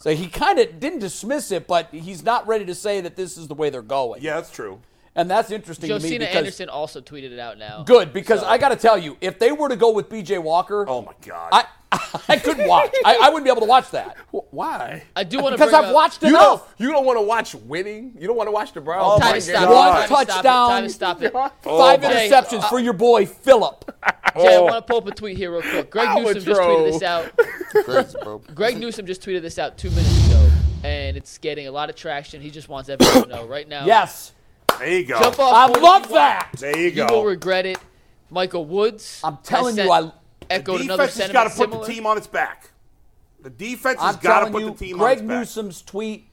[SPEAKER 1] so he kind of didn't dismiss it, but he's not ready to say that this is the way they're going.
[SPEAKER 2] Yeah, that's true.
[SPEAKER 1] and that's interesting to me
[SPEAKER 4] Josina
[SPEAKER 1] because
[SPEAKER 4] Anderson also tweeted it out now.
[SPEAKER 1] good because I got to tell you, if they were to go with BJ Walker,
[SPEAKER 2] Oh my God.
[SPEAKER 1] I I couldn't watch. I, I wouldn't be able to watch that
[SPEAKER 3] Wh- Why?
[SPEAKER 4] I do want to
[SPEAKER 1] because I've watched
[SPEAKER 3] You don't,
[SPEAKER 1] enough.
[SPEAKER 3] you don't want to watch winning. You don't want to watch the Browns.
[SPEAKER 2] Oh,
[SPEAKER 3] win
[SPEAKER 2] my
[SPEAKER 4] Time to
[SPEAKER 3] games.
[SPEAKER 4] stop it.
[SPEAKER 1] One
[SPEAKER 4] Time to stop it. Time to stop it.
[SPEAKER 1] Five
[SPEAKER 4] my-
[SPEAKER 1] interceptions for your boy Philip.
[SPEAKER 4] Jay, I
[SPEAKER 1] Oh.
[SPEAKER 4] want to pull up a tweet here real quick. Greg
[SPEAKER 3] Albatross.
[SPEAKER 4] Newsom just tweeted this out.
[SPEAKER 5] Crazy, bro.
[SPEAKER 4] Greg Newsom just tweeted this out two minutes ago, and it's getting a lot of traction. He just wants everyone to know right now.
[SPEAKER 1] Yes,
[SPEAKER 2] there you go.
[SPEAKER 4] Jump off
[SPEAKER 1] I
[SPEAKER 4] board if
[SPEAKER 1] love
[SPEAKER 4] you
[SPEAKER 1] that.
[SPEAKER 4] want.
[SPEAKER 2] There you go.
[SPEAKER 4] You will regret it. Michael Woods.
[SPEAKER 1] I'm
[SPEAKER 4] has
[SPEAKER 1] telling you,
[SPEAKER 4] sent-
[SPEAKER 1] I
[SPEAKER 4] echoed another
[SPEAKER 2] defense has got
[SPEAKER 4] sentiment
[SPEAKER 2] to put
[SPEAKER 4] similar.
[SPEAKER 2] the team on its back. The defense
[SPEAKER 1] I'm
[SPEAKER 2] has got to
[SPEAKER 1] telling
[SPEAKER 2] put
[SPEAKER 1] you,
[SPEAKER 2] the team
[SPEAKER 1] Greg
[SPEAKER 2] on its back.
[SPEAKER 1] Newsom's tweet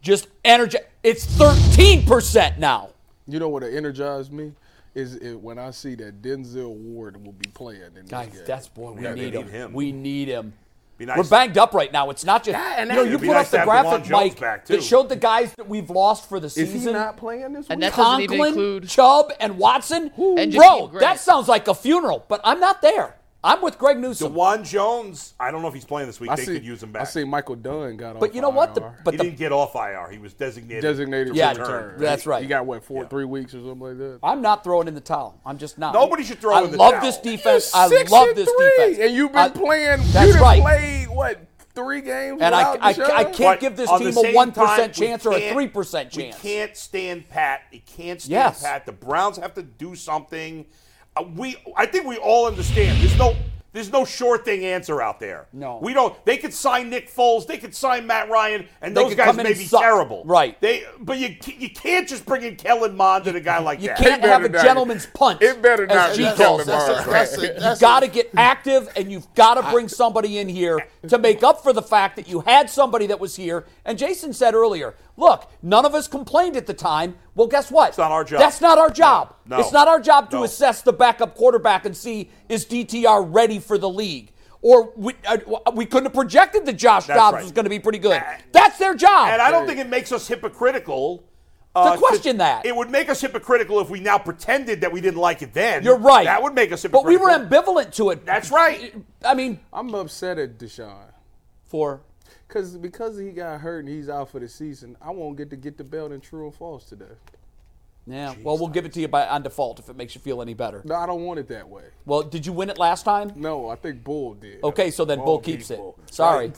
[SPEAKER 1] just energy. It's 13 percent now.
[SPEAKER 3] You know what energized me is it, when I see that Denzel Ward will be playing in this
[SPEAKER 1] Guys,
[SPEAKER 3] game.
[SPEAKER 1] that's boy, we
[SPEAKER 2] Yeah, they
[SPEAKER 1] need, him.
[SPEAKER 2] need him.
[SPEAKER 1] We need him.
[SPEAKER 2] Be nice.
[SPEAKER 1] We're banged up right now. It's not just
[SPEAKER 3] Yeah, and
[SPEAKER 1] you know.
[SPEAKER 3] that-
[SPEAKER 1] You
[SPEAKER 3] It'd
[SPEAKER 2] be
[SPEAKER 1] put
[SPEAKER 2] nice
[SPEAKER 1] up
[SPEAKER 2] to
[SPEAKER 1] the
[SPEAKER 2] have
[SPEAKER 1] graphic,
[SPEAKER 2] DeJuan Jones
[SPEAKER 1] Mike,
[SPEAKER 2] back, too.
[SPEAKER 1] that showed the guys that we've lost for the
[SPEAKER 3] Is
[SPEAKER 1] season.
[SPEAKER 3] he not playing this
[SPEAKER 4] And
[SPEAKER 3] week?
[SPEAKER 4] that doesn't even
[SPEAKER 1] Conklin,
[SPEAKER 4] include-
[SPEAKER 1] Chubb, and Watson.
[SPEAKER 4] And
[SPEAKER 1] Bro,
[SPEAKER 4] Jakeem Grant.
[SPEAKER 1] that sounds like a funeral. But I'm not there. I'm with Greg Newsom.
[SPEAKER 2] Juwan Jones, I don't know if he's playing this week.
[SPEAKER 3] I
[SPEAKER 2] they
[SPEAKER 3] see,
[SPEAKER 2] could use him back.
[SPEAKER 3] I see Michael Dunn got off
[SPEAKER 1] but you know what? The,
[SPEAKER 3] IR.
[SPEAKER 1] but
[SPEAKER 2] he
[SPEAKER 1] the,
[SPEAKER 2] didn't get off IR. He was designated.
[SPEAKER 3] designated
[SPEAKER 1] Yeah,
[SPEAKER 3] for return.
[SPEAKER 1] that's right.
[SPEAKER 3] He got what four, three weeks or something like that.
[SPEAKER 1] I'm not throwing in the towel. I'm just not.
[SPEAKER 2] Nobody should throw
[SPEAKER 1] I
[SPEAKER 2] in the
[SPEAKER 1] love
[SPEAKER 2] towel.
[SPEAKER 1] this
[SPEAKER 2] You're
[SPEAKER 1] defense.
[SPEAKER 3] You're
[SPEAKER 1] I
[SPEAKER 3] six
[SPEAKER 1] love
[SPEAKER 3] and
[SPEAKER 1] this
[SPEAKER 3] three,
[SPEAKER 1] defense.
[SPEAKER 3] And you've been
[SPEAKER 1] I-
[SPEAKER 3] playing.
[SPEAKER 1] That's
[SPEAKER 3] you done
[SPEAKER 1] right.
[SPEAKER 3] played what three games?
[SPEAKER 1] And I,
[SPEAKER 3] without
[SPEAKER 1] I,
[SPEAKER 3] Deshaun?
[SPEAKER 1] I can't
[SPEAKER 2] But
[SPEAKER 1] give this
[SPEAKER 2] on
[SPEAKER 1] team
[SPEAKER 2] the
[SPEAKER 1] a
[SPEAKER 2] same
[SPEAKER 1] one
[SPEAKER 2] time,
[SPEAKER 1] percent
[SPEAKER 2] we
[SPEAKER 1] chance or a
[SPEAKER 2] can't-
[SPEAKER 1] three percent chance.
[SPEAKER 2] We can't stand Pat. We can't stand
[SPEAKER 1] Yes.
[SPEAKER 2] Pat. The Browns have to do something. Uh, we, I think we all understand. There's no, there's no sure thing answer out there.
[SPEAKER 1] No.
[SPEAKER 2] we don't. They could sign Nick Foles. They could sign Matt Ryan, and
[SPEAKER 1] They
[SPEAKER 2] those
[SPEAKER 1] could
[SPEAKER 2] guys
[SPEAKER 1] come in
[SPEAKER 2] may
[SPEAKER 1] and
[SPEAKER 2] be
[SPEAKER 1] suck.
[SPEAKER 2] terrible.
[SPEAKER 1] Right.
[SPEAKER 2] They, but you, ca- you can't just bring in Kellen Mond and a guy like
[SPEAKER 1] You
[SPEAKER 2] that.
[SPEAKER 1] can't
[SPEAKER 3] It
[SPEAKER 1] have a
[SPEAKER 3] better not.
[SPEAKER 1] gentleman's punch.
[SPEAKER 3] It
[SPEAKER 1] as
[SPEAKER 3] better not
[SPEAKER 1] G
[SPEAKER 3] be
[SPEAKER 1] calls
[SPEAKER 3] Kellen
[SPEAKER 1] it.
[SPEAKER 3] Mond.
[SPEAKER 1] You got to get active, and you've got to bring somebody in here to make up for the fact that you had somebody that was here. And Jason said earlier, "Look, none of us complained at the time. Well, guess what? It's
[SPEAKER 2] not our job.
[SPEAKER 1] That's not our job.
[SPEAKER 2] No.
[SPEAKER 1] It's not our job to
[SPEAKER 2] No.
[SPEAKER 1] assess the backup quarterback and see is DTR ready for the league." Or we, uh, we couldn't have projected that Josh
[SPEAKER 2] That's
[SPEAKER 1] Dobbs
[SPEAKER 2] right.
[SPEAKER 1] was going to be pretty good. That's their job.
[SPEAKER 2] And I don't think it makes us hypocritical. uh,
[SPEAKER 1] question that.
[SPEAKER 2] It would make us hypocritical if we now pretended that we didn't like it then.
[SPEAKER 1] You're right.
[SPEAKER 2] That would make us
[SPEAKER 1] But we
[SPEAKER 2] hypocritical.
[SPEAKER 1] were ambivalent to it.
[SPEAKER 2] That's right.
[SPEAKER 1] I mean,
[SPEAKER 3] I'm upset at Deshaun.
[SPEAKER 1] for
[SPEAKER 3] Cause because he got hurt and he's out for the season, I won't get to get the belt in true or false today.
[SPEAKER 1] Yeah. well, we'll give it to you by on default if it makes you feel any better.
[SPEAKER 3] No, I don't want it that way.
[SPEAKER 1] Well, did you win it last time?
[SPEAKER 3] No, I think Bull did.
[SPEAKER 1] Okay, so then
[SPEAKER 3] Bull
[SPEAKER 1] Bull keeps
[SPEAKER 3] beat
[SPEAKER 1] it.
[SPEAKER 3] Bull.
[SPEAKER 1] Sorry.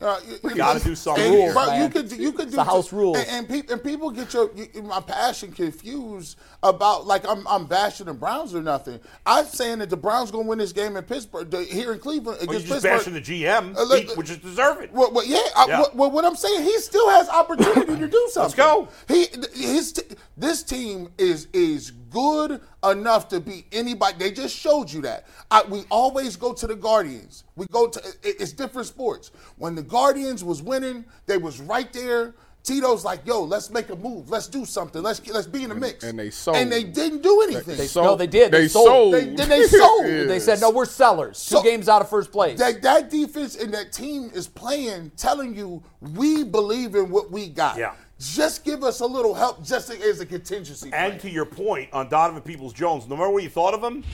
[SPEAKER 5] Uh, you, you
[SPEAKER 2] gotta
[SPEAKER 5] know,
[SPEAKER 2] do something.
[SPEAKER 5] and,
[SPEAKER 1] Rules,
[SPEAKER 5] bro,
[SPEAKER 1] man.
[SPEAKER 5] You could, do- you could do
[SPEAKER 1] the house rules.
[SPEAKER 5] And, and, peop and people get your you, my passion confused about like I'm I'm bashing the Browns or nothing. I'm saying that the Browns gonna win this game in Pittsburgh the- here in Cleveland
[SPEAKER 2] Or Oh, you
[SPEAKER 5] against
[SPEAKER 2] just bashing
[SPEAKER 5] Pittsburgh.
[SPEAKER 2] the GM,
[SPEAKER 5] Uh, look-
[SPEAKER 2] he- which is deserving.
[SPEAKER 5] Well, well, yeah. I,
[SPEAKER 2] Yeah.
[SPEAKER 5] Well, well, what I'm saying, he still has opportunity to do something.
[SPEAKER 2] go.
[SPEAKER 5] He, th- his, t- this team is is good enough to beat anybody. They just showed you that. I, we always go to the Guardians. We go to it- it's different sports. When the Guardians was winning, they was right there. Tito's like, yo, let's make a move. Let's do something. Let's let's be in the mix.
[SPEAKER 3] and they sold.
[SPEAKER 5] And they didn't do anything.
[SPEAKER 3] They
[SPEAKER 1] no,
[SPEAKER 3] sold-
[SPEAKER 1] they did. They,
[SPEAKER 3] they
[SPEAKER 1] sold.
[SPEAKER 3] sold.
[SPEAKER 1] They, then they sold.
[SPEAKER 3] Yeah.
[SPEAKER 1] They said, no, we're sellers. Two
[SPEAKER 5] So-
[SPEAKER 1] games out of first place.
[SPEAKER 5] that that defense and that team is playing, telling you we believe in what we got.
[SPEAKER 2] Yeah.
[SPEAKER 5] Just give us a little help, just as a contingency.
[SPEAKER 2] And
[SPEAKER 5] plan.
[SPEAKER 2] to your point on Donovan Peoples Jones, no matter what you thought of him,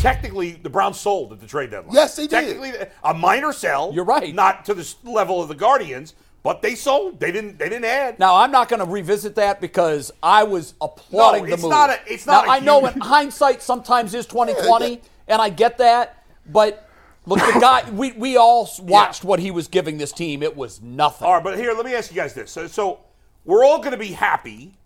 [SPEAKER 2] technically the Browns sold at the trade deadline.
[SPEAKER 5] Yes, they did.
[SPEAKER 2] technically, did. a minor sell.
[SPEAKER 1] You're right.
[SPEAKER 2] Not to the s- level of the Guardians, but they sold. They didn't. They didn't add.
[SPEAKER 1] Now I'm not going to revisit that because I was applauding
[SPEAKER 2] No,
[SPEAKER 1] the
[SPEAKER 2] it's
[SPEAKER 1] move.
[SPEAKER 2] not a- it's not
[SPEAKER 1] Now,
[SPEAKER 2] a
[SPEAKER 1] I know
[SPEAKER 2] huge-
[SPEAKER 1] in hindsight sometimes is 2020, and I get that. But look, the guy we we all s- watched what he was giving this team. It was nothing.
[SPEAKER 2] All right, but here, let me ask you guys this. So, so we're all going to be happy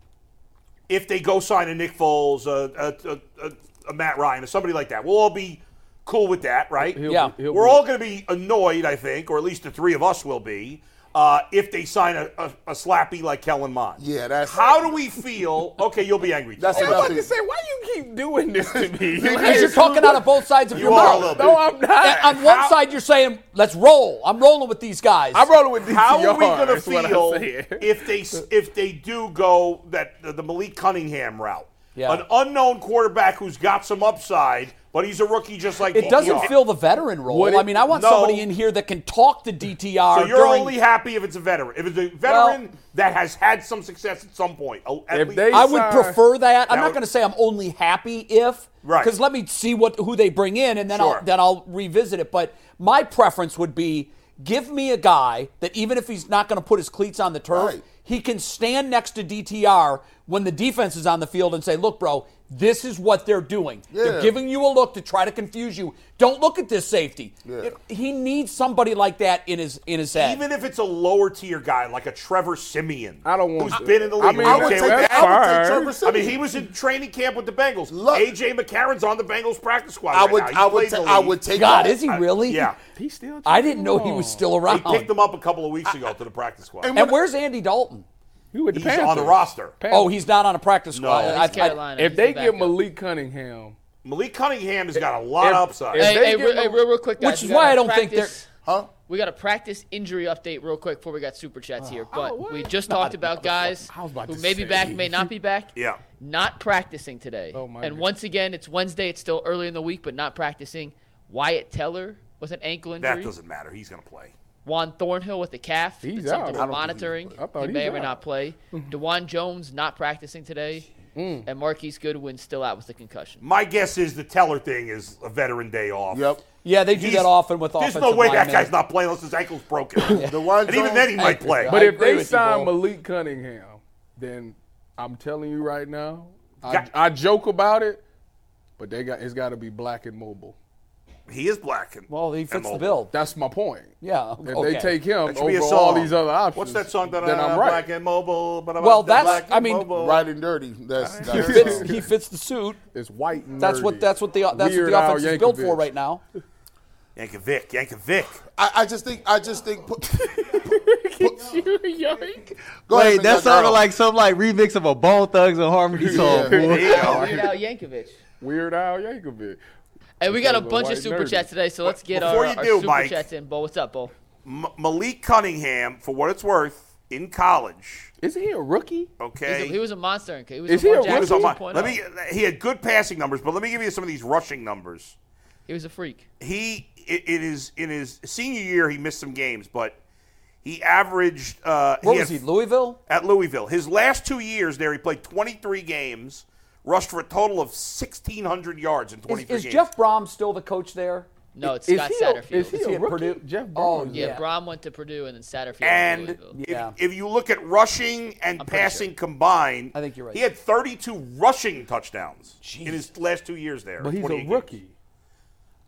[SPEAKER 2] if they go sign a Nick Foles, a, a, a, a Matt Ryan, or somebody like that. We'll all be cool with that, right?
[SPEAKER 1] Yeah.
[SPEAKER 3] he'll
[SPEAKER 2] we're
[SPEAKER 3] be-
[SPEAKER 2] all going to be annoyed, I think, or at least the three of us will be, uh, if they sign a, a, a slappy like Kellen Mond.
[SPEAKER 5] Yeah, that's-
[SPEAKER 2] How do we feel? Okay, you'll be angry.
[SPEAKER 5] That's
[SPEAKER 3] I'm about
[SPEAKER 5] nothing.
[SPEAKER 3] to say, why you keep doing this to me?
[SPEAKER 1] Because you're talking out of both sides of
[SPEAKER 2] You
[SPEAKER 1] your
[SPEAKER 2] are a
[SPEAKER 1] mouth.
[SPEAKER 2] little bit.
[SPEAKER 3] No, I'm
[SPEAKER 1] And
[SPEAKER 3] not.
[SPEAKER 1] on one
[SPEAKER 2] How-
[SPEAKER 1] side you're saying, "Let's roll." I'm rolling with these guys.
[SPEAKER 3] I'm rolling with DTR.
[SPEAKER 2] How are we going to
[SPEAKER 3] is what I'm
[SPEAKER 2] feel
[SPEAKER 3] saying.
[SPEAKER 2] if they s- if they do go that the, the Malik Cunningham route?
[SPEAKER 1] Yeah.
[SPEAKER 2] An unknown quarterback who's got some upside, but he's a rookie just like
[SPEAKER 1] It doesn't
[SPEAKER 2] DTR.
[SPEAKER 1] fill the veteran role.
[SPEAKER 3] Would it-
[SPEAKER 1] I mean, I want
[SPEAKER 2] No.
[SPEAKER 1] somebody in here that can talk to DTR.
[SPEAKER 2] So you're
[SPEAKER 1] during-
[SPEAKER 2] only happy if it's a veteran. If it's a veteran that has had some success at some point. oh, At
[SPEAKER 3] If
[SPEAKER 2] least-
[SPEAKER 3] they-
[SPEAKER 1] I would
[SPEAKER 3] Sorry.
[SPEAKER 1] prefer that. I'm
[SPEAKER 2] That
[SPEAKER 1] not
[SPEAKER 2] would-
[SPEAKER 1] going to say I'm only happy if,
[SPEAKER 2] Right.
[SPEAKER 1] Because let me see what who they bring in, and then
[SPEAKER 2] Sure.
[SPEAKER 1] I'll then I'll revisit it. But my preference would be give me a guy that even if he's not going to put his cleats on the turf,
[SPEAKER 5] Right.
[SPEAKER 1] he can stand next to DTR when the defense is on the field and say, "Look, bro." This is what they're doing. They're
[SPEAKER 5] Yeah.
[SPEAKER 1] giving you a look to try to confuse you. Don't look at this safety.
[SPEAKER 5] Yeah.
[SPEAKER 1] He needs somebody like that in his in his head.
[SPEAKER 2] even if it's a lower tier guy like a Trevor Simeon,
[SPEAKER 3] I don't want
[SPEAKER 2] who's
[SPEAKER 3] to.
[SPEAKER 2] been in the league.
[SPEAKER 3] I mean,
[SPEAKER 2] Are
[SPEAKER 5] I
[SPEAKER 2] you
[SPEAKER 5] would
[SPEAKER 2] okay
[SPEAKER 5] take,
[SPEAKER 2] with
[SPEAKER 3] that's
[SPEAKER 2] that?
[SPEAKER 5] I
[SPEAKER 3] fine.
[SPEAKER 5] would take Trevor
[SPEAKER 2] I mean,
[SPEAKER 5] Simeon.
[SPEAKER 2] he was in training camp with the Bengals.
[SPEAKER 5] Look-
[SPEAKER 2] AJ McCarron's on the Bengals practice squad.
[SPEAKER 5] I
[SPEAKER 2] right
[SPEAKER 5] would,
[SPEAKER 2] now. He
[SPEAKER 5] I would,
[SPEAKER 2] plays
[SPEAKER 5] ta-
[SPEAKER 2] in the
[SPEAKER 5] I
[SPEAKER 2] league.
[SPEAKER 5] would take.
[SPEAKER 1] God,
[SPEAKER 5] that.
[SPEAKER 1] is he really?
[SPEAKER 2] Yeah,
[SPEAKER 3] He's still
[SPEAKER 1] I didn't know he
[SPEAKER 3] Oh.
[SPEAKER 1] was still
[SPEAKER 2] they
[SPEAKER 1] around.
[SPEAKER 2] picked him up a couple of weeks ago to the practice squad.
[SPEAKER 1] And where's Andy Dalton?
[SPEAKER 3] He with the
[SPEAKER 2] He's on the
[SPEAKER 3] Panthers.
[SPEAKER 2] roster.
[SPEAKER 3] Panthers.
[SPEAKER 1] Oh, he's not on a practice squad.
[SPEAKER 2] he's
[SPEAKER 1] I- I-
[SPEAKER 4] Carolina.
[SPEAKER 3] If
[SPEAKER 4] he's
[SPEAKER 3] they
[SPEAKER 4] the
[SPEAKER 3] give
[SPEAKER 4] backup.
[SPEAKER 3] Malik Cunningham,
[SPEAKER 2] Malik Cunningham has got a lot
[SPEAKER 3] If-
[SPEAKER 2] of upside.
[SPEAKER 3] if-
[SPEAKER 4] Hey,
[SPEAKER 3] they
[SPEAKER 4] hey,
[SPEAKER 3] give
[SPEAKER 4] real,
[SPEAKER 3] him-
[SPEAKER 4] hey, real, real quick, guys.
[SPEAKER 1] Which is
[SPEAKER 4] we gotta
[SPEAKER 1] why I don't think
[SPEAKER 4] practice-
[SPEAKER 5] Huh?
[SPEAKER 4] We got a practice injury update real quick before we got super
[SPEAKER 3] Oh.
[SPEAKER 4] chats here. But we just talked about guys
[SPEAKER 3] I was about
[SPEAKER 4] who
[SPEAKER 3] to
[SPEAKER 4] may be
[SPEAKER 3] say.
[SPEAKER 4] back, may not be back.
[SPEAKER 2] Yeah.
[SPEAKER 4] Not practicing today. Oh
[SPEAKER 3] my
[SPEAKER 4] and
[SPEAKER 3] goodness.
[SPEAKER 4] once again, it's Wednesday. It's still early in the week, but not practicing. Wyatt Teller with an ankle injury.
[SPEAKER 2] That doesn't matter. He's going to play.
[SPEAKER 4] Juan Thornhill with the calf.
[SPEAKER 3] He's
[SPEAKER 4] That's
[SPEAKER 3] out.
[SPEAKER 4] something
[SPEAKER 3] I
[SPEAKER 4] we're
[SPEAKER 3] don't
[SPEAKER 4] monitoring.
[SPEAKER 3] I thought
[SPEAKER 4] He
[SPEAKER 3] he's
[SPEAKER 4] may or may
[SPEAKER 3] out. Mm.
[SPEAKER 4] not play. Dewan Jones not practicing today. And Marquise Goodwin still out with the concussion.
[SPEAKER 2] My guess is the Teller thing is a veteran day off.
[SPEAKER 5] Yep.
[SPEAKER 1] Yeah, they do
[SPEAKER 2] He's-
[SPEAKER 1] that often with
[SPEAKER 2] There's
[SPEAKER 1] offensive
[SPEAKER 2] no way that
[SPEAKER 1] linemen.
[SPEAKER 2] guy's not playing unless his ankle's broken.
[SPEAKER 5] The one
[SPEAKER 2] and even
[SPEAKER 5] zone-
[SPEAKER 2] then, he might play.
[SPEAKER 3] but
[SPEAKER 1] I
[SPEAKER 3] if
[SPEAKER 1] agree
[SPEAKER 3] they
[SPEAKER 1] with you,
[SPEAKER 3] sign
[SPEAKER 1] Bo.
[SPEAKER 3] Malik Cunningham, then I'm telling you right now, I,
[SPEAKER 2] Got-
[SPEAKER 3] I joke about it, but they got it's got to be black and mobile.
[SPEAKER 2] he is black. And,
[SPEAKER 1] Well, he
[SPEAKER 2] and
[SPEAKER 1] fits the
[SPEAKER 2] old.
[SPEAKER 1] bill.
[SPEAKER 3] That's my point.
[SPEAKER 1] Yeah.
[SPEAKER 3] If
[SPEAKER 1] okay.
[SPEAKER 3] they take him
[SPEAKER 2] That should be a
[SPEAKER 3] over
[SPEAKER 2] song.
[SPEAKER 3] all these other options,
[SPEAKER 2] What's that song?
[SPEAKER 3] Then
[SPEAKER 2] Da-da-da,
[SPEAKER 3] I'm right.
[SPEAKER 2] Black and mobile. ba-da-ba,
[SPEAKER 1] Well,
[SPEAKER 2] da-da,
[SPEAKER 1] that's-
[SPEAKER 2] black
[SPEAKER 1] I
[SPEAKER 2] and
[SPEAKER 1] mean,
[SPEAKER 2] mobile.
[SPEAKER 5] Right and dirty. That's
[SPEAKER 1] he
[SPEAKER 5] that's.
[SPEAKER 1] fits,
[SPEAKER 5] um,
[SPEAKER 1] he fits the suit.
[SPEAKER 3] It's white and
[SPEAKER 1] That's what
[SPEAKER 3] nerdy.
[SPEAKER 1] that's what the that's what
[SPEAKER 3] Weird
[SPEAKER 1] the
[SPEAKER 3] Al
[SPEAKER 1] offense is built for
[SPEAKER 3] Yankovic.
[SPEAKER 1] right now.
[SPEAKER 2] Yankovic, Yankovic.
[SPEAKER 5] I, I just think. I just think. Put, go ahead,
[SPEAKER 9] Wait, that
[SPEAKER 5] Mr. Girl.
[SPEAKER 9] sounded like some like remix of a Bone Thugs and Harmony song. boy.
[SPEAKER 4] Weird Al Yankovic.
[SPEAKER 3] Weird Al Yankovic.
[SPEAKER 4] Hey, we got a
[SPEAKER 3] Because of
[SPEAKER 4] bunch of
[SPEAKER 3] white
[SPEAKER 4] super
[SPEAKER 3] nerdy.
[SPEAKER 4] chats today, so let's get
[SPEAKER 2] Before
[SPEAKER 4] our,
[SPEAKER 2] you
[SPEAKER 4] our
[SPEAKER 2] do,
[SPEAKER 4] super
[SPEAKER 2] Mike.
[SPEAKER 4] chats in. Bo, what's up, Bo?
[SPEAKER 2] M- Malik Cunningham, for what it's worth, in college.
[SPEAKER 3] Is he a rookie?
[SPEAKER 4] He's a-
[SPEAKER 2] Okay.
[SPEAKER 4] he was a monster. In, he was
[SPEAKER 3] Is
[SPEAKER 4] Lamar
[SPEAKER 3] he a
[SPEAKER 4] Jackson oh.
[SPEAKER 3] rookie?
[SPEAKER 2] was on my-
[SPEAKER 4] 2.0.
[SPEAKER 2] let me. He had good passing numbers, but let me give you some of these rushing numbers.
[SPEAKER 4] He was a freak.
[SPEAKER 2] he i- in his in his senior year he missed some games, but he averaged. Uh,
[SPEAKER 1] Where
[SPEAKER 2] he
[SPEAKER 1] was he?
[SPEAKER 2] had-
[SPEAKER 1] Louisville?
[SPEAKER 2] At Louisville, his last two years there, he played 23 games, rushed for a total of 1,600 yards in
[SPEAKER 1] Is,
[SPEAKER 2] 23
[SPEAKER 1] is
[SPEAKER 2] games.
[SPEAKER 1] Jeff Brom still the coach there?
[SPEAKER 4] No, it's
[SPEAKER 3] Is
[SPEAKER 4] Scott
[SPEAKER 3] he a,
[SPEAKER 4] Satterfield.
[SPEAKER 3] is he
[SPEAKER 1] Is he
[SPEAKER 3] a
[SPEAKER 1] at
[SPEAKER 3] rookie?
[SPEAKER 1] Purdue?
[SPEAKER 3] Jeff
[SPEAKER 1] Oh,
[SPEAKER 3] Brom.
[SPEAKER 4] yeah,
[SPEAKER 1] yeah.
[SPEAKER 4] Brom went to Purdue and then Satterfield.
[SPEAKER 2] And
[SPEAKER 4] to Louisville.
[SPEAKER 2] if,
[SPEAKER 1] Yeah.
[SPEAKER 2] if you look at rushing and
[SPEAKER 4] pretty
[SPEAKER 2] passing combined,
[SPEAKER 1] I think you're right.
[SPEAKER 2] He had 32 rushing touchdowns in his last two years there.
[SPEAKER 3] But he's a
[SPEAKER 2] 28
[SPEAKER 3] rookie.
[SPEAKER 2] games.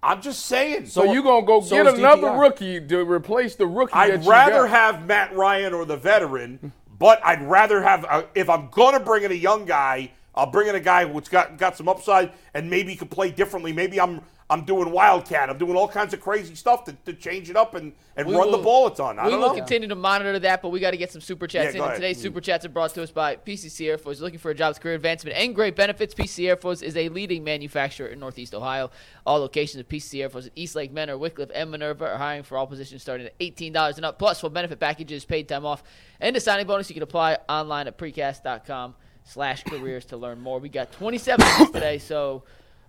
[SPEAKER 2] I'm just saying.
[SPEAKER 3] So, you gonna go
[SPEAKER 1] so
[SPEAKER 3] get
[SPEAKER 1] is
[SPEAKER 3] another
[SPEAKER 1] DTR.
[SPEAKER 3] rookie to replace the rookie? that
[SPEAKER 2] I'd
[SPEAKER 3] you
[SPEAKER 2] rather
[SPEAKER 3] got.
[SPEAKER 2] have Matt Ryan or the veteran, but I'd rather have a, if I'm gonna bring in a young guy, I'll bring in a guy who's got got some upside and maybe can play differently. Maybe I'm I'm doing wildcat. I'm doing all kinds of crazy stuff to, to change it up and, and
[SPEAKER 4] We
[SPEAKER 2] run the
[SPEAKER 4] will-
[SPEAKER 2] ball a ton. I
[SPEAKER 4] we
[SPEAKER 2] don't
[SPEAKER 4] will
[SPEAKER 2] know.
[SPEAKER 4] continue to monitor that, but we got to get some super
[SPEAKER 2] Yeah,
[SPEAKER 4] chats
[SPEAKER 2] go
[SPEAKER 4] in. And
[SPEAKER 2] ahead. Mm.
[SPEAKER 4] today's super chats are brought to us by PCC Air Force. Looking for a job's career advancement and great benefits. PCC Air Force is a leading manufacturer in Northeast Ohio. All locations of PCC Air Force at Eastlake, Menor, Wickliffe, and Minerva are hiring for all positions starting at $18 and up, plus full benefit packages, paid time off, and a signing bonus. You can apply online at precast.com slash careers to learn more. We got 27 minutes today, so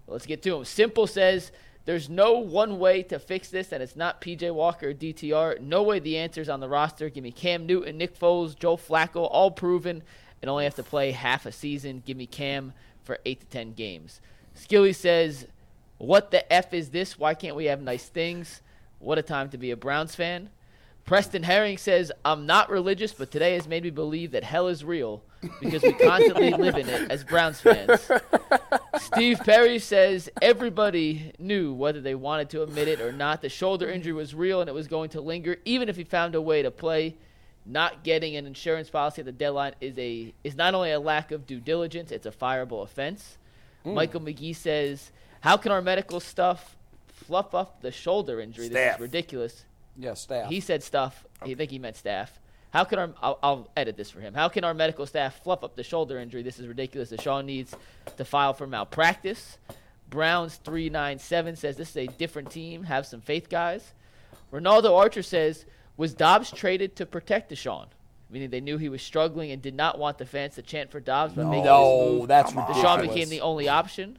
[SPEAKER 4] let's get to them. Simple says there's no one way to fix this, and it's not PJ Walker or DTR. No way the answer's on the roster. Give me Cam Newton, Nick Foles, Joe Flacco, all proven, and only have to play half a season. Give me Cam for eight to ten games. Skilly says, "What the f is this? Why can't we have nice things? What a time to be a Browns fan." Preston Herring says, I'm not religious, but today has made me believe that hell is real because we constantly live in it as Browns fans. Steve Perry says, everybody knew, whether they wanted to admit it or not, the shoulder injury was real and it was going to linger, even if he found a way to play. Not getting an insurance policy at the deadline is a is not only a lack of due diligence, it's a fireable offense. Michael McGee says, How can our medical stuff fluff up the shoulder injury? This
[SPEAKER 2] Staff.
[SPEAKER 4] is ridiculous.
[SPEAKER 1] Yeah, staff.
[SPEAKER 4] He said stuff. He think he meant staff. How can our I'll, I'll edit this for him? How can our medical staff fluff up the shoulder injury? This is ridiculous. The Shaw needs to file for malpractice. Browns three nine seven says this is a different team. Have some faith, guys. Ronaldo Archer says was Dobbs traded to protect Deshaun, meaning they knew he was struggling and did not want the fans to chant for Dobbs, but making this
[SPEAKER 1] no,
[SPEAKER 4] move,
[SPEAKER 1] that's
[SPEAKER 4] Deshaun
[SPEAKER 1] ridiculous.
[SPEAKER 4] became the only option.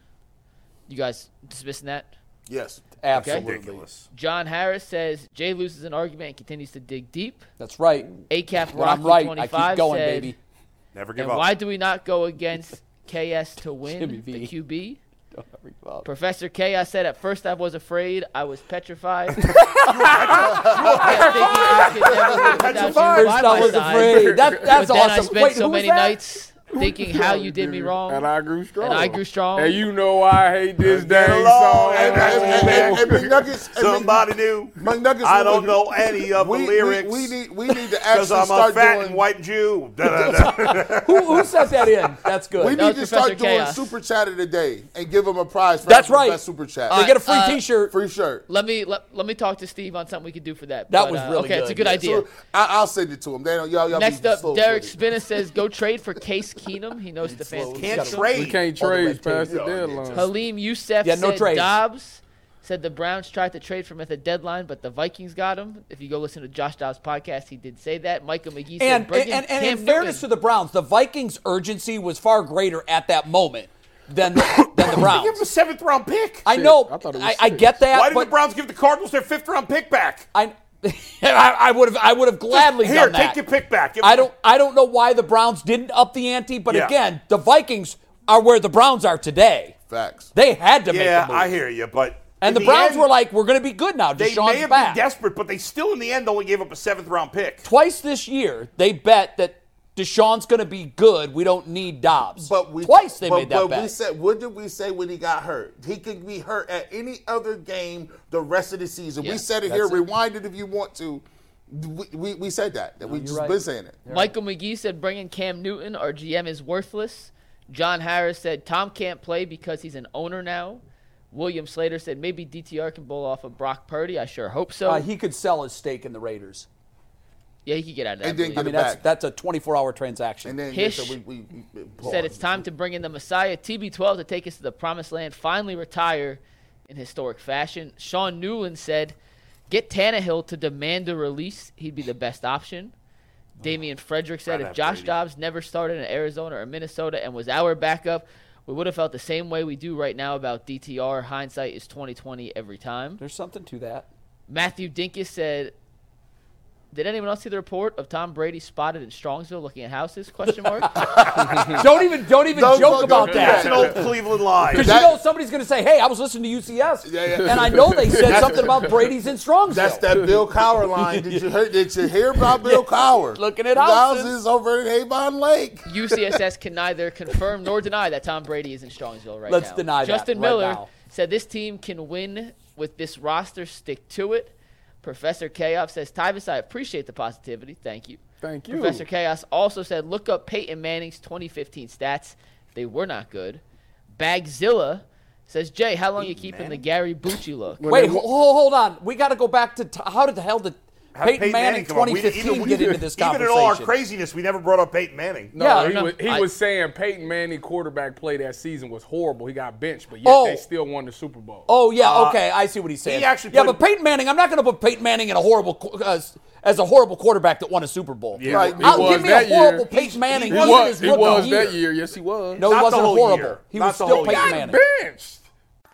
[SPEAKER 4] You guys dismissing that?
[SPEAKER 5] Yes.
[SPEAKER 1] Absolutely.
[SPEAKER 2] Ridiculous.
[SPEAKER 4] John Harris says Jay loses an argument and continues to dig deep.
[SPEAKER 1] That's right.
[SPEAKER 4] ACAP
[SPEAKER 1] When
[SPEAKER 4] Rocky
[SPEAKER 1] I'm right, I
[SPEAKER 4] 25
[SPEAKER 1] keep going,
[SPEAKER 4] said,
[SPEAKER 1] baby.
[SPEAKER 2] Never give
[SPEAKER 4] And
[SPEAKER 2] up.
[SPEAKER 4] why do we not go against KS to win
[SPEAKER 1] Jimmy
[SPEAKER 4] the
[SPEAKER 1] V.
[SPEAKER 4] QB?
[SPEAKER 1] Well,
[SPEAKER 4] Professor K, I said at first I was afraid. I was petrified. I kept thinking I could never live without you
[SPEAKER 1] First,
[SPEAKER 4] by
[SPEAKER 1] I
[SPEAKER 4] my
[SPEAKER 1] was
[SPEAKER 4] side.
[SPEAKER 1] afraid. That, that's
[SPEAKER 4] but then I
[SPEAKER 1] awesome.
[SPEAKER 4] spent
[SPEAKER 1] Wait,
[SPEAKER 4] so
[SPEAKER 1] who was
[SPEAKER 4] many
[SPEAKER 1] that?
[SPEAKER 4] nights thinking how you did me wrong.
[SPEAKER 3] And I grew strong.
[SPEAKER 4] And I grew strong.
[SPEAKER 3] And you know I hate this
[SPEAKER 2] Get
[SPEAKER 3] dang
[SPEAKER 2] along,
[SPEAKER 3] song.
[SPEAKER 2] and-
[SPEAKER 5] And, and, and, and McNuggets. and Mc-
[SPEAKER 2] Somebody knew.
[SPEAKER 5] McNuggets.
[SPEAKER 2] I don't know any of the
[SPEAKER 5] we,
[SPEAKER 2] lyrics.
[SPEAKER 5] We, we need. We need to
[SPEAKER 2] Because
[SPEAKER 5] actually
[SPEAKER 2] I'm a
[SPEAKER 5] start
[SPEAKER 2] fat
[SPEAKER 5] doing.
[SPEAKER 2] and white Jew. Da, da, da.
[SPEAKER 1] Who, who sent that in? That's good.
[SPEAKER 5] We
[SPEAKER 4] That
[SPEAKER 5] need
[SPEAKER 4] was
[SPEAKER 5] to start
[SPEAKER 4] Professor
[SPEAKER 5] doing
[SPEAKER 4] Chaos.
[SPEAKER 5] super chat of the day and give them a prize for
[SPEAKER 1] That's
[SPEAKER 5] having the
[SPEAKER 1] right.
[SPEAKER 5] best super chat.
[SPEAKER 1] they get a free
[SPEAKER 4] Uh,
[SPEAKER 1] T-shirt.
[SPEAKER 5] free shirt.
[SPEAKER 4] let me let, let me talk to Steve on something we could do for that.
[SPEAKER 1] That
[SPEAKER 4] But,
[SPEAKER 1] was
[SPEAKER 4] uh,
[SPEAKER 1] really
[SPEAKER 4] okay. It's a
[SPEAKER 1] good.
[SPEAKER 4] good
[SPEAKER 1] Yeah,
[SPEAKER 4] idea.
[SPEAKER 5] So I, I'll send it to them. They don't. Y'all, y'all be
[SPEAKER 4] Next up,
[SPEAKER 5] slow
[SPEAKER 4] Derek
[SPEAKER 5] with it.
[SPEAKER 4] Spinner says go trade for Case Keenum. He knows the fans
[SPEAKER 1] slow.
[SPEAKER 4] can't
[SPEAKER 2] Can't
[SPEAKER 1] gotta-
[SPEAKER 3] We
[SPEAKER 2] trade.
[SPEAKER 3] can't trade past the deadline.
[SPEAKER 4] Halim Youssef
[SPEAKER 1] Yeah, no
[SPEAKER 4] said
[SPEAKER 1] trades.
[SPEAKER 4] Dobbs said the Browns tried to trade for him at the deadline, but the Vikings got him. If you go listen to Josh Dobbs' podcast, he did say that. Michael McGee
[SPEAKER 1] And,
[SPEAKER 4] said
[SPEAKER 1] and,
[SPEAKER 4] bring in
[SPEAKER 1] and, and
[SPEAKER 4] Cam
[SPEAKER 1] in fairness to
[SPEAKER 4] Newton.
[SPEAKER 1] the Browns, the Vikings' urgency was far greater at that moment than the, than the
[SPEAKER 2] They Give him a
[SPEAKER 1] Browns.
[SPEAKER 2] seventh round pick.
[SPEAKER 1] I know.
[SPEAKER 3] I thought it was
[SPEAKER 1] I, I
[SPEAKER 3] six.
[SPEAKER 1] get that.
[SPEAKER 2] Why did
[SPEAKER 1] but
[SPEAKER 2] the Browns give the Cardinals their fifth round pick back?
[SPEAKER 1] I, I would have. I would have gladly
[SPEAKER 2] Here,
[SPEAKER 1] done that.
[SPEAKER 2] take your pick back. Give
[SPEAKER 1] I
[SPEAKER 2] him-
[SPEAKER 1] don't. I don't know why the Browns didn't up the ante, but
[SPEAKER 2] Yeah.
[SPEAKER 1] again, the Vikings are where the Browns are today.
[SPEAKER 5] Facts.
[SPEAKER 1] They had to make
[SPEAKER 2] Yeah,
[SPEAKER 1] a move.
[SPEAKER 2] I hear you, but in
[SPEAKER 1] And the, Browns
[SPEAKER 2] end,
[SPEAKER 1] were like, "We're going to be good now."
[SPEAKER 2] they
[SPEAKER 1] Deshaun's
[SPEAKER 2] may have
[SPEAKER 1] back.
[SPEAKER 2] been desperate, but they still in the end only gave up a seventh round pick.
[SPEAKER 1] Twice this year, they bet that Deshaun's going to be good. We don't need Dobbs.
[SPEAKER 5] But we
[SPEAKER 1] twice they
[SPEAKER 5] but,
[SPEAKER 1] made that
[SPEAKER 5] but
[SPEAKER 1] bet.
[SPEAKER 5] we said, what did we say when he got hurt? He could be hurt at any other game the rest of the season.
[SPEAKER 4] Yeah,
[SPEAKER 5] we said it here.
[SPEAKER 1] that's it.
[SPEAKER 5] Rewind it if you want to. We, we, we said that. That we just
[SPEAKER 1] right.
[SPEAKER 5] been saying it.
[SPEAKER 4] Michael McGee said bring in Cam Newton. Our GM is worthless. John Harris said Tom can't play because he's an owner now. William Slater said maybe DTR can bowl off of Brock Purdy. I sure hope so.
[SPEAKER 1] Uh, he could sell his stake in the Raiders.
[SPEAKER 4] yeah, he could get out of that.
[SPEAKER 5] And then
[SPEAKER 4] I believe.
[SPEAKER 5] get
[SPEAKER 1] I mean,
[SPEAKER 5] it
[SPEAKER 1] that's
[SPEAKER 5] back.
[SPEAKER 1] that's a 24-hour transaction.
[SPEAKER 5] And then
[SPEAKER 4] Hish
[SPEAKER 5] so we, we, we
[SPEAKER 4] said it's time to bring in the Messiah TB12 to take us to the promised land, finally retire in historic fashion. Sean Newland said, get Tannehill to demand a release. He'd be the best option. Damian Frederick said, if Josh Dobbs never started in Arizona or Minnesota and was our backup, we would have felt the same way we do right now about DTR. Hindsight is 2020 every time.
[SPEAKER 1] There's something to that.
[SPEAKER 4] Matthew Dinkus said, Did anyone else see the report of Tom Brady spotted in Strongsville looking at houses? Question mark.
[SPEAKER 1] don't even don't even
[SPEAKER 5] Don't
[SPEAKER 1] joke
[SPEAKER 5] fuck
[SPEAKER 1] about
[SPEAKER 5] up.
[SPEAKER 2] That's an
[SPEAKER 1] that.
[SPEAKER 2] old Cleveland lie.
[SPEAKER 1] Because
[SPEAKER 5] That-
[SPEAKER 1] you know somebody's going to say, "Hey, I was listening to UCS,
[SPEAKER 5] Yeah, yeah.
[SPEAKER 1] and I know they said something about Brady's in Strongsville."
[SPEAKER 5] That's that Bill Cower line. Did you hear? Did you hear about Bill Cower?
[SPEAKER 1] Looking at
[SPEAKER 5] The
[SPEAKER 1] houses.
[SPEAKER 5] over at Avon Lake.
[SPEAKER 4] UCSS can neither confirm nor deny that Tom Brady is in Strongsville right
[SPEAKER 1] Let's
[SPEAKER 4] now.
[SPEAKER 1] deny that
[SPEAKER 4] Justin
[SPEAKER 1] right
[SPEAKER 4] Miller
[SPEAKER 1] now.
[SPEAKER 4] said this team can win with this roster. Stick to it. Professor Chaos says, Tyvis, I appreciate the positivity. Thank you.
[SPEAKER 3] Thank you.
[SPEAKER 4] Professor Chaos also said, look up Peyton Manning's 2015 stats. They were not good. Bagzilla says, Jay, how long you keeping the Gary Bucci look?
[SPEAKER 1] Wait, ho- ho- hold on. We got to go back to t- how did the hell did
[SPEAKER 2] Have
[SPEAKER 1] Peyton,
[SPEAKER 2] Peyton
[SPEAKER 1] Manning
[SPEAKER 2] come on. We-
[SPEAKER 1] 2015
[SPEAKER 2] even-
[SPEAKER 1] get into this
[SPEAKER 2] Even in
[SPEAKER 1] conversation?
[SPEAKER 2] all our craziness, we never brought up Peyton Manning.
[SPEAKER 3] No,
[SPEAKER 1] Yeah,
[SPEAKER 3] he,
[SPEAKER 4] no,
[SPEAKER 3] was, he
[SPEAKER 4] I-
[SPEAKER 3] was saying Peyton Manning quarterback play that season was horrible. He got benched, but yet
[SPEAKER 1] Oh.
[SPEAKER 3] they still won the Super Bowl.
[SPEAKER 1] Oh yeah, okay, I see what he's saying.
[SPEAKER 2] actually
[SPEAKER 1] yeah,
[SPEAKER 2] put-
[SPEAKER 1] but Peyton Manning, I'm not going to put Peyton Manning in a horrible qu- uh, s- as a horrible quarterback that won a Super Bowl.
[SPEAKER 2] Yeah. Right, he
[SPEAKER 1] I'll
[SPEAKER 3] was
[SPEAKER 1] Oh, give me a
[SPEAKER 3] that year.
[SPEAKER 1] horrible
[SPEAKER 2] He
[SPEAKER 1] Peyton Manning.
[SPEAKER 3] he
[SPEAKER 2] wasn't
[SPEAKER 1] even
[SPEAKER 3] was,
[SPEAKER 1] his
[SPEAKER 3] he
[SPEAKER 1] rookie
[SPEAKER 3] was that year. Yes, he was.
[SPEAKER 1] No,
[SPEAKER 2] Not
[SPEAKER 1] he
[SPEAKER 2] the
[SPEAKER 1] wasn't
[SPEAKER 2] whole
[SPEAKER 1] horrible.
[SPEAKER 2] year.
[SPEAKER 1] He
[SPEAKER 2] Not
[SPEAKER 1] was
[SPEAKER 2] the
[SPEAKER 1] still
[SPEAKER 2] whole
[SPEAKER 1] Peyton
[SPEAKER 2] year.
[SPEAKER 1] Manning.
[SPEAKER 3] benched.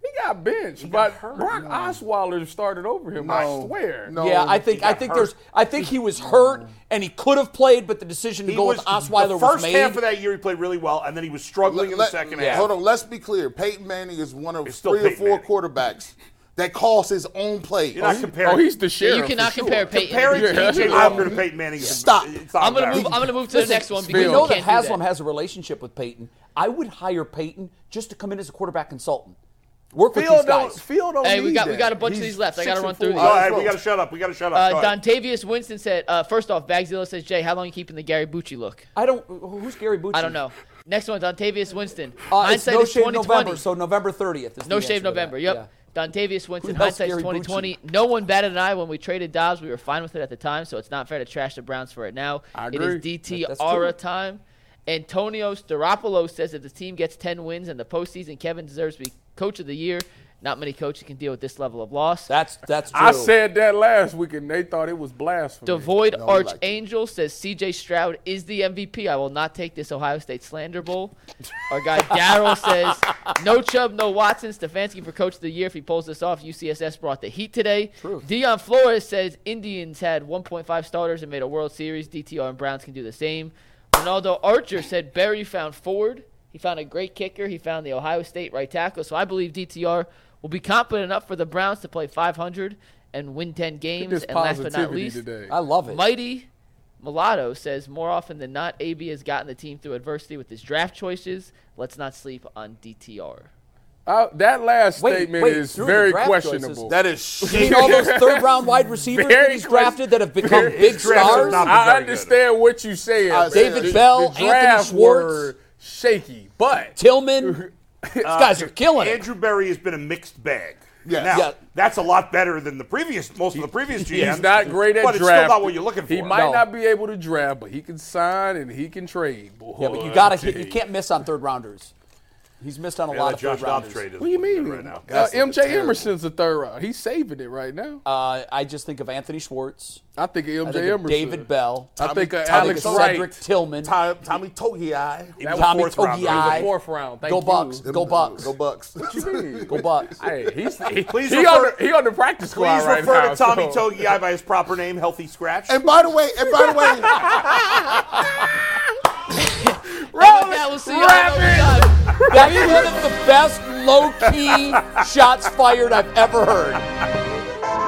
[SPEAKER 3] He got benched, but Brock Osweiler started over him. I
[SPEAKER 5] No.
[SPEAKER 3] swear.
[SPEAKER 5] No.
[SPEAKER 1] Yeah, I think I
[SPEAKER 2] got
[SPEAKER 1] think
[SPEAKER 2] hurt.
[SPEAKER 1] there's I think he was hurt and he could have played, but the decision to
[SPEAKER 2] He
[SPEAKER 1] go
[SPEAKER 2] was
[SPEAKER 1] with Osweiler
[SPEAKER 2] the
[SPEAKER 1] was
[SPEAKER 2] first
[SPEAKER 1] made.
[SPEAKER 2] half of that year. He played really well, and then he was struggling in the
[SPEAKER 5] Let-
[SPEAKER 2] second
[SPEAKER 5] yeah.
[SPEAKER 2] half.
[SPEAKER 5] Hold on, let's be clear. Peyton Manning is one of
[SPEAKER 2] It's still
[SPEAKER 5] three or
[SPEAKER 2] Peyton
[SPEAKER 5] four
[SPEAKER 2] Manning.
[SPEAKER 5] quarterbacks that calls his own play.
[SPEAKER 2] You're not comparing.
[SPEAKER 3] Oh, he's the
[SPEAKER 4] Yeah,
[SPEAKER 3] sheriff.
[SPEAKER 4] you cannot
[SPEAKER 3] for
[SPEAKER 4] compare
[SPEAKER 3] sure.
[SPEAKER 4] Peyton.
[SPEAKER 2] comparing
[SPEAKER 3] Yeah.
[SPEAKER 2] T.J. Walker to Peyton Manning. is-
[SPEAKER 1] Stop.
[SPEAKER 2] it's not
[SPEAKER 4] I'm gonna move.
[SPEAKER 2] embarrassing.
[SPEAKER 4] I'm gonna move to the
[SPEAKER 1] Listen,
[SPEAKER 4] next one because
[SPEAKER 1] We
[SPEAKER 3] Phil.
[SPEAKER 1] know
[SPEAKER 4] you
[SPEAKER 1] that
[SPEAKER 4] can't do
[SPEAKER 1] Haslam
[SPEAKER 4] that.
[SPEAKER 1] has a relationship with Peyton. I would hire Peyton just to come in as a quarterback consultant. Work with
[SPEAKER 3] Phil
[SPEAKER 1] these
[SPEAKER 3] don't.
[SPEAKER 1] guys.
[SPEAKER 3] Phil don't.
[SPEAKER 4] Hey, we
[SPEAKER 3] need
[SPEAKER 4] got- we
[SPEAKER 3] that.
[SPEAKER 4] got a bunch of
[SPEAKER 3] He's
[SPEAKER 4] these left. I gotta
[SPEAKER 3] six
[SPEAKER 4] run
[SPEAKER 3] and
[SPEAKER 4] through
[SPEAKER 3] four.
[SPEAKER 4] these.
[SPEAKER 2] All right, we got to shut up. We got to shut up. Go
[SPEAKER 4] Uh,
[SPEAKER 2] ahead.
[SPEAKER 4] Dontavius Winston said, uh, first off, Bagzilla says, Jay, how long you keeping the Gary Bucci look?
[SPEAKER 1] I don't. Who's Gary Bucci?
[SPEAKER 4] I don't know. Next one, Dontavius Winston.
[SPEAKER 1] Uh, it's
[SPEAKER 4] Hindsight
[SPEAKER 1] no
[SPEAKER 4] is
[SPEAKER 1] shave
[SPEAKER 4] 2020.
[SPEAKER 1] November, so November 30th. Is
[SPEAKER 4] no
[SPEAKER 1] the
[SPEAKER 4] shave
[SPEAKER 1] answer to
[SPEAKER 4] November.
[SPEAKER 1] that.
[SPEAKER 4] Yep. Dontavious Winston.
[SPEAKER 1] the hell's
[SPEAKER 4] Hindsight's
[SPEAKER 1] Gary
[SPEAKER 4] 2020. No one batted an eye when we traded Dobbs. We were fine with it at the time, so it's not fair to trash the Browns for it now.
[SPEAKER 3] I
[SPEAKER 4] It
[SPEAKER 3] agree.
[SPEAKER 4] is DT
[SPEAKER 1] That's
[SPEAKER 4] Aura
[SPEAKER 1] true.
[SPEAKER 4] time. Antonio Staropoulos says if the team gets 10 wins in the postseason, Kevin deserves to be coach of the year. Not many coaches can deal with this level of loss.
[SPEAKER 1] That's that's true.
[SPEAKER 3] I said that last week, and they thought it was blasphemy.
[SPEAKER 4] Devoid
[SPEAKER 5] No, we like it.
[SPEAKER 4] Archangel says CJ Stroud is the MVP. I will not take this Ohio State slander bowl. Our guy Daryl says no Chubb, no Watson. Stefanski for coach of the year if he pulls this off. UCSS brought the heat today. True. Dion Flores says Indians had 1.5 starters and made a World Series. DTR and Browns can do the same. Ronaldo Archer said Barry found Ford. He found a great kicker. He found the Ohio State right tackle. So I believe DTR will be competent enough for the Browns to play 500 and win 10 games.
[SPEAKER 3] this
[SPEAKER 4] And last but not
[SPEAKER 3] positivity
[SPEAKER 4] least,
[SPEAKER 3] today.
[SPEAKER 1] I love it.
[SPEAKER 4] Mighty Mulatto says more often than not, AB has gotten the team through adversity with his draft choices. Let's not sleep on DTR.
[SPEAKER 3] Uh, that last
[SPEAKER 1] Wait,
[SPEAKER 3] statement
[SPEAKER 1] wait,
[SPEAKER 3] is
[SPEAKER 1] through the
[SPEAKER 3] very
[SPEAKER 1] draft
[SPEAKER 3] questionable.
[SPEAKER 1] choices,
[SPEAKER 5] That is shit.
[SPEAKER 1] Seen all those third round wide receivers that
[SPEAKER 3] Very
[SPEAKER 1] he's
[SPEAKER 3] crazy.
[SPEAKER 1] drafted that have become
[SPEAKER 3] Very-
[SPEAKER 1] big
[SPEAKER 2] his draft has
[SPEAKER 1] stars.
[SPEAKER 2] not been
[SPEAKER 3] I
[SPEAKER 2] very good.
[SPEAKER 3] understand what you saying.
[SPEAKER 5] Uh,
[SPEAKER 3] man.
[SPEAKER 5] David
[SPEAKER 3] The-
[SPEAKER 1] Bell,
[SPEAKER 3] the
[SPEAKER 1] Anthony
[SPEAKER 3] draft
[SPEAKER 1] Schwartz.
[SPEAKER 3] were shaky, but
[SPEAKER 1] Tillman. These guys are killing it.
[SPEAKER 2] Andrew Berry has been a mixed bag.
[SPEAKER 5] Yes.
[SPEAKER 2] Now,
[SPEAKER 1] Yeah.
[SPEAKER 2] that's a lot better than the previous, most of the previous GMs.
[SPEAKER 3] He's not great at
[SPEAKER 2] but
[SPEAKER 3] draft.
[SPEAKER 2] it's still not what you're looking for.
[SPEAKER 3] He might
[SPEAKER 1] No.
[SPEAKER 3] not be able to draft, but he can sign and he can trade. Boy,
[SPEAKER 1] Yeah, but you gotta hit. You can't miss on third rounders. He's missed on a
[SPEAKER 2] Yeah,
[SPEAKER 1] lot
[SPEAKER 2] that
[SPEAKER 1] of
[SPEAKER 2] Josh
[SPEAKER 1] third
[SPEAKER 2] Dobbs
[SPEAKER 1] rounders.
[SPEAKER 2] trade is
[SPEAKER 3] What do you
[SPEAKER 2] looking
[SPEAKER 3] mean?
[SPEAKER 2] good right now.
[SPEAKER 3] Uh,
[SPEAKER 5] That's
[SPEAKER 3] MJ
[SPEAKER 5] terrible.
[SPEAKER 3] Emerson's the third round. He's saving it right now.
[SPEAKER 1] Uh, I just think of Anthony Schwartz.
[SPEAKER 3] I think of MJ
[SPEAKER 1] I think of
[SPEAKER 3] Emerson.
[SPEAKER 1] David Bell.
[SPEAKER 3] I think of
[SPEAKER 1] I think
[SPEAKER 3] Alex
[SPEAKER 1] of
[SPEAKER 3] Wright.
[SPEAKER 1] Cedric Tillman.
[SPEAKER 5] Tommy, Tommy Togiai.
[SPEAKER 2] He was a
[SPEAKER 1] Tommy
[SPEAKER 2] fourth rounder. He was a
[SPEAKER 1] Togiai.
[SPEAKER 3] Fourth round. Thank
[SPEAKER 1] Go
[SPEAKER 3] you.
[SPEAKER 1] Bucks.
[SPEAKER 5] Them
[SPEAKER 1] Go
[SPEAKER 5] dudes.
[SPEAKER 1] Bucks.
[SPEAKER 5] Go Bucks.
[SPEAKER 1] Go Bucks.
[SPEAKER 3] Hey, he's he,
[SPEAKER 2] Please
[SPEAKER 3] he
[SPEAKER 2] refer-
[SPEAKER 3] on the, he on the practice squad
[SPEAKER 2] Please
[SPEAKER 3] right
[SPEAKER 2] refer
[SPEAKER 3] now.
[SPEAKER 2] to Tommy
[SPEAKER 3] so-
[SPEAKER 2] Togiai by his proper name, Healthy Scratch.
[SPEAKER 5] and by the way, and by the way,
[SPEAKER 4] Roll that, we'll see you
[SPEAKER 3] wrap
[SPEAKER 4] on the other side.
[SPEAKER 1] That's one of the best low key shots fired I've ever heard.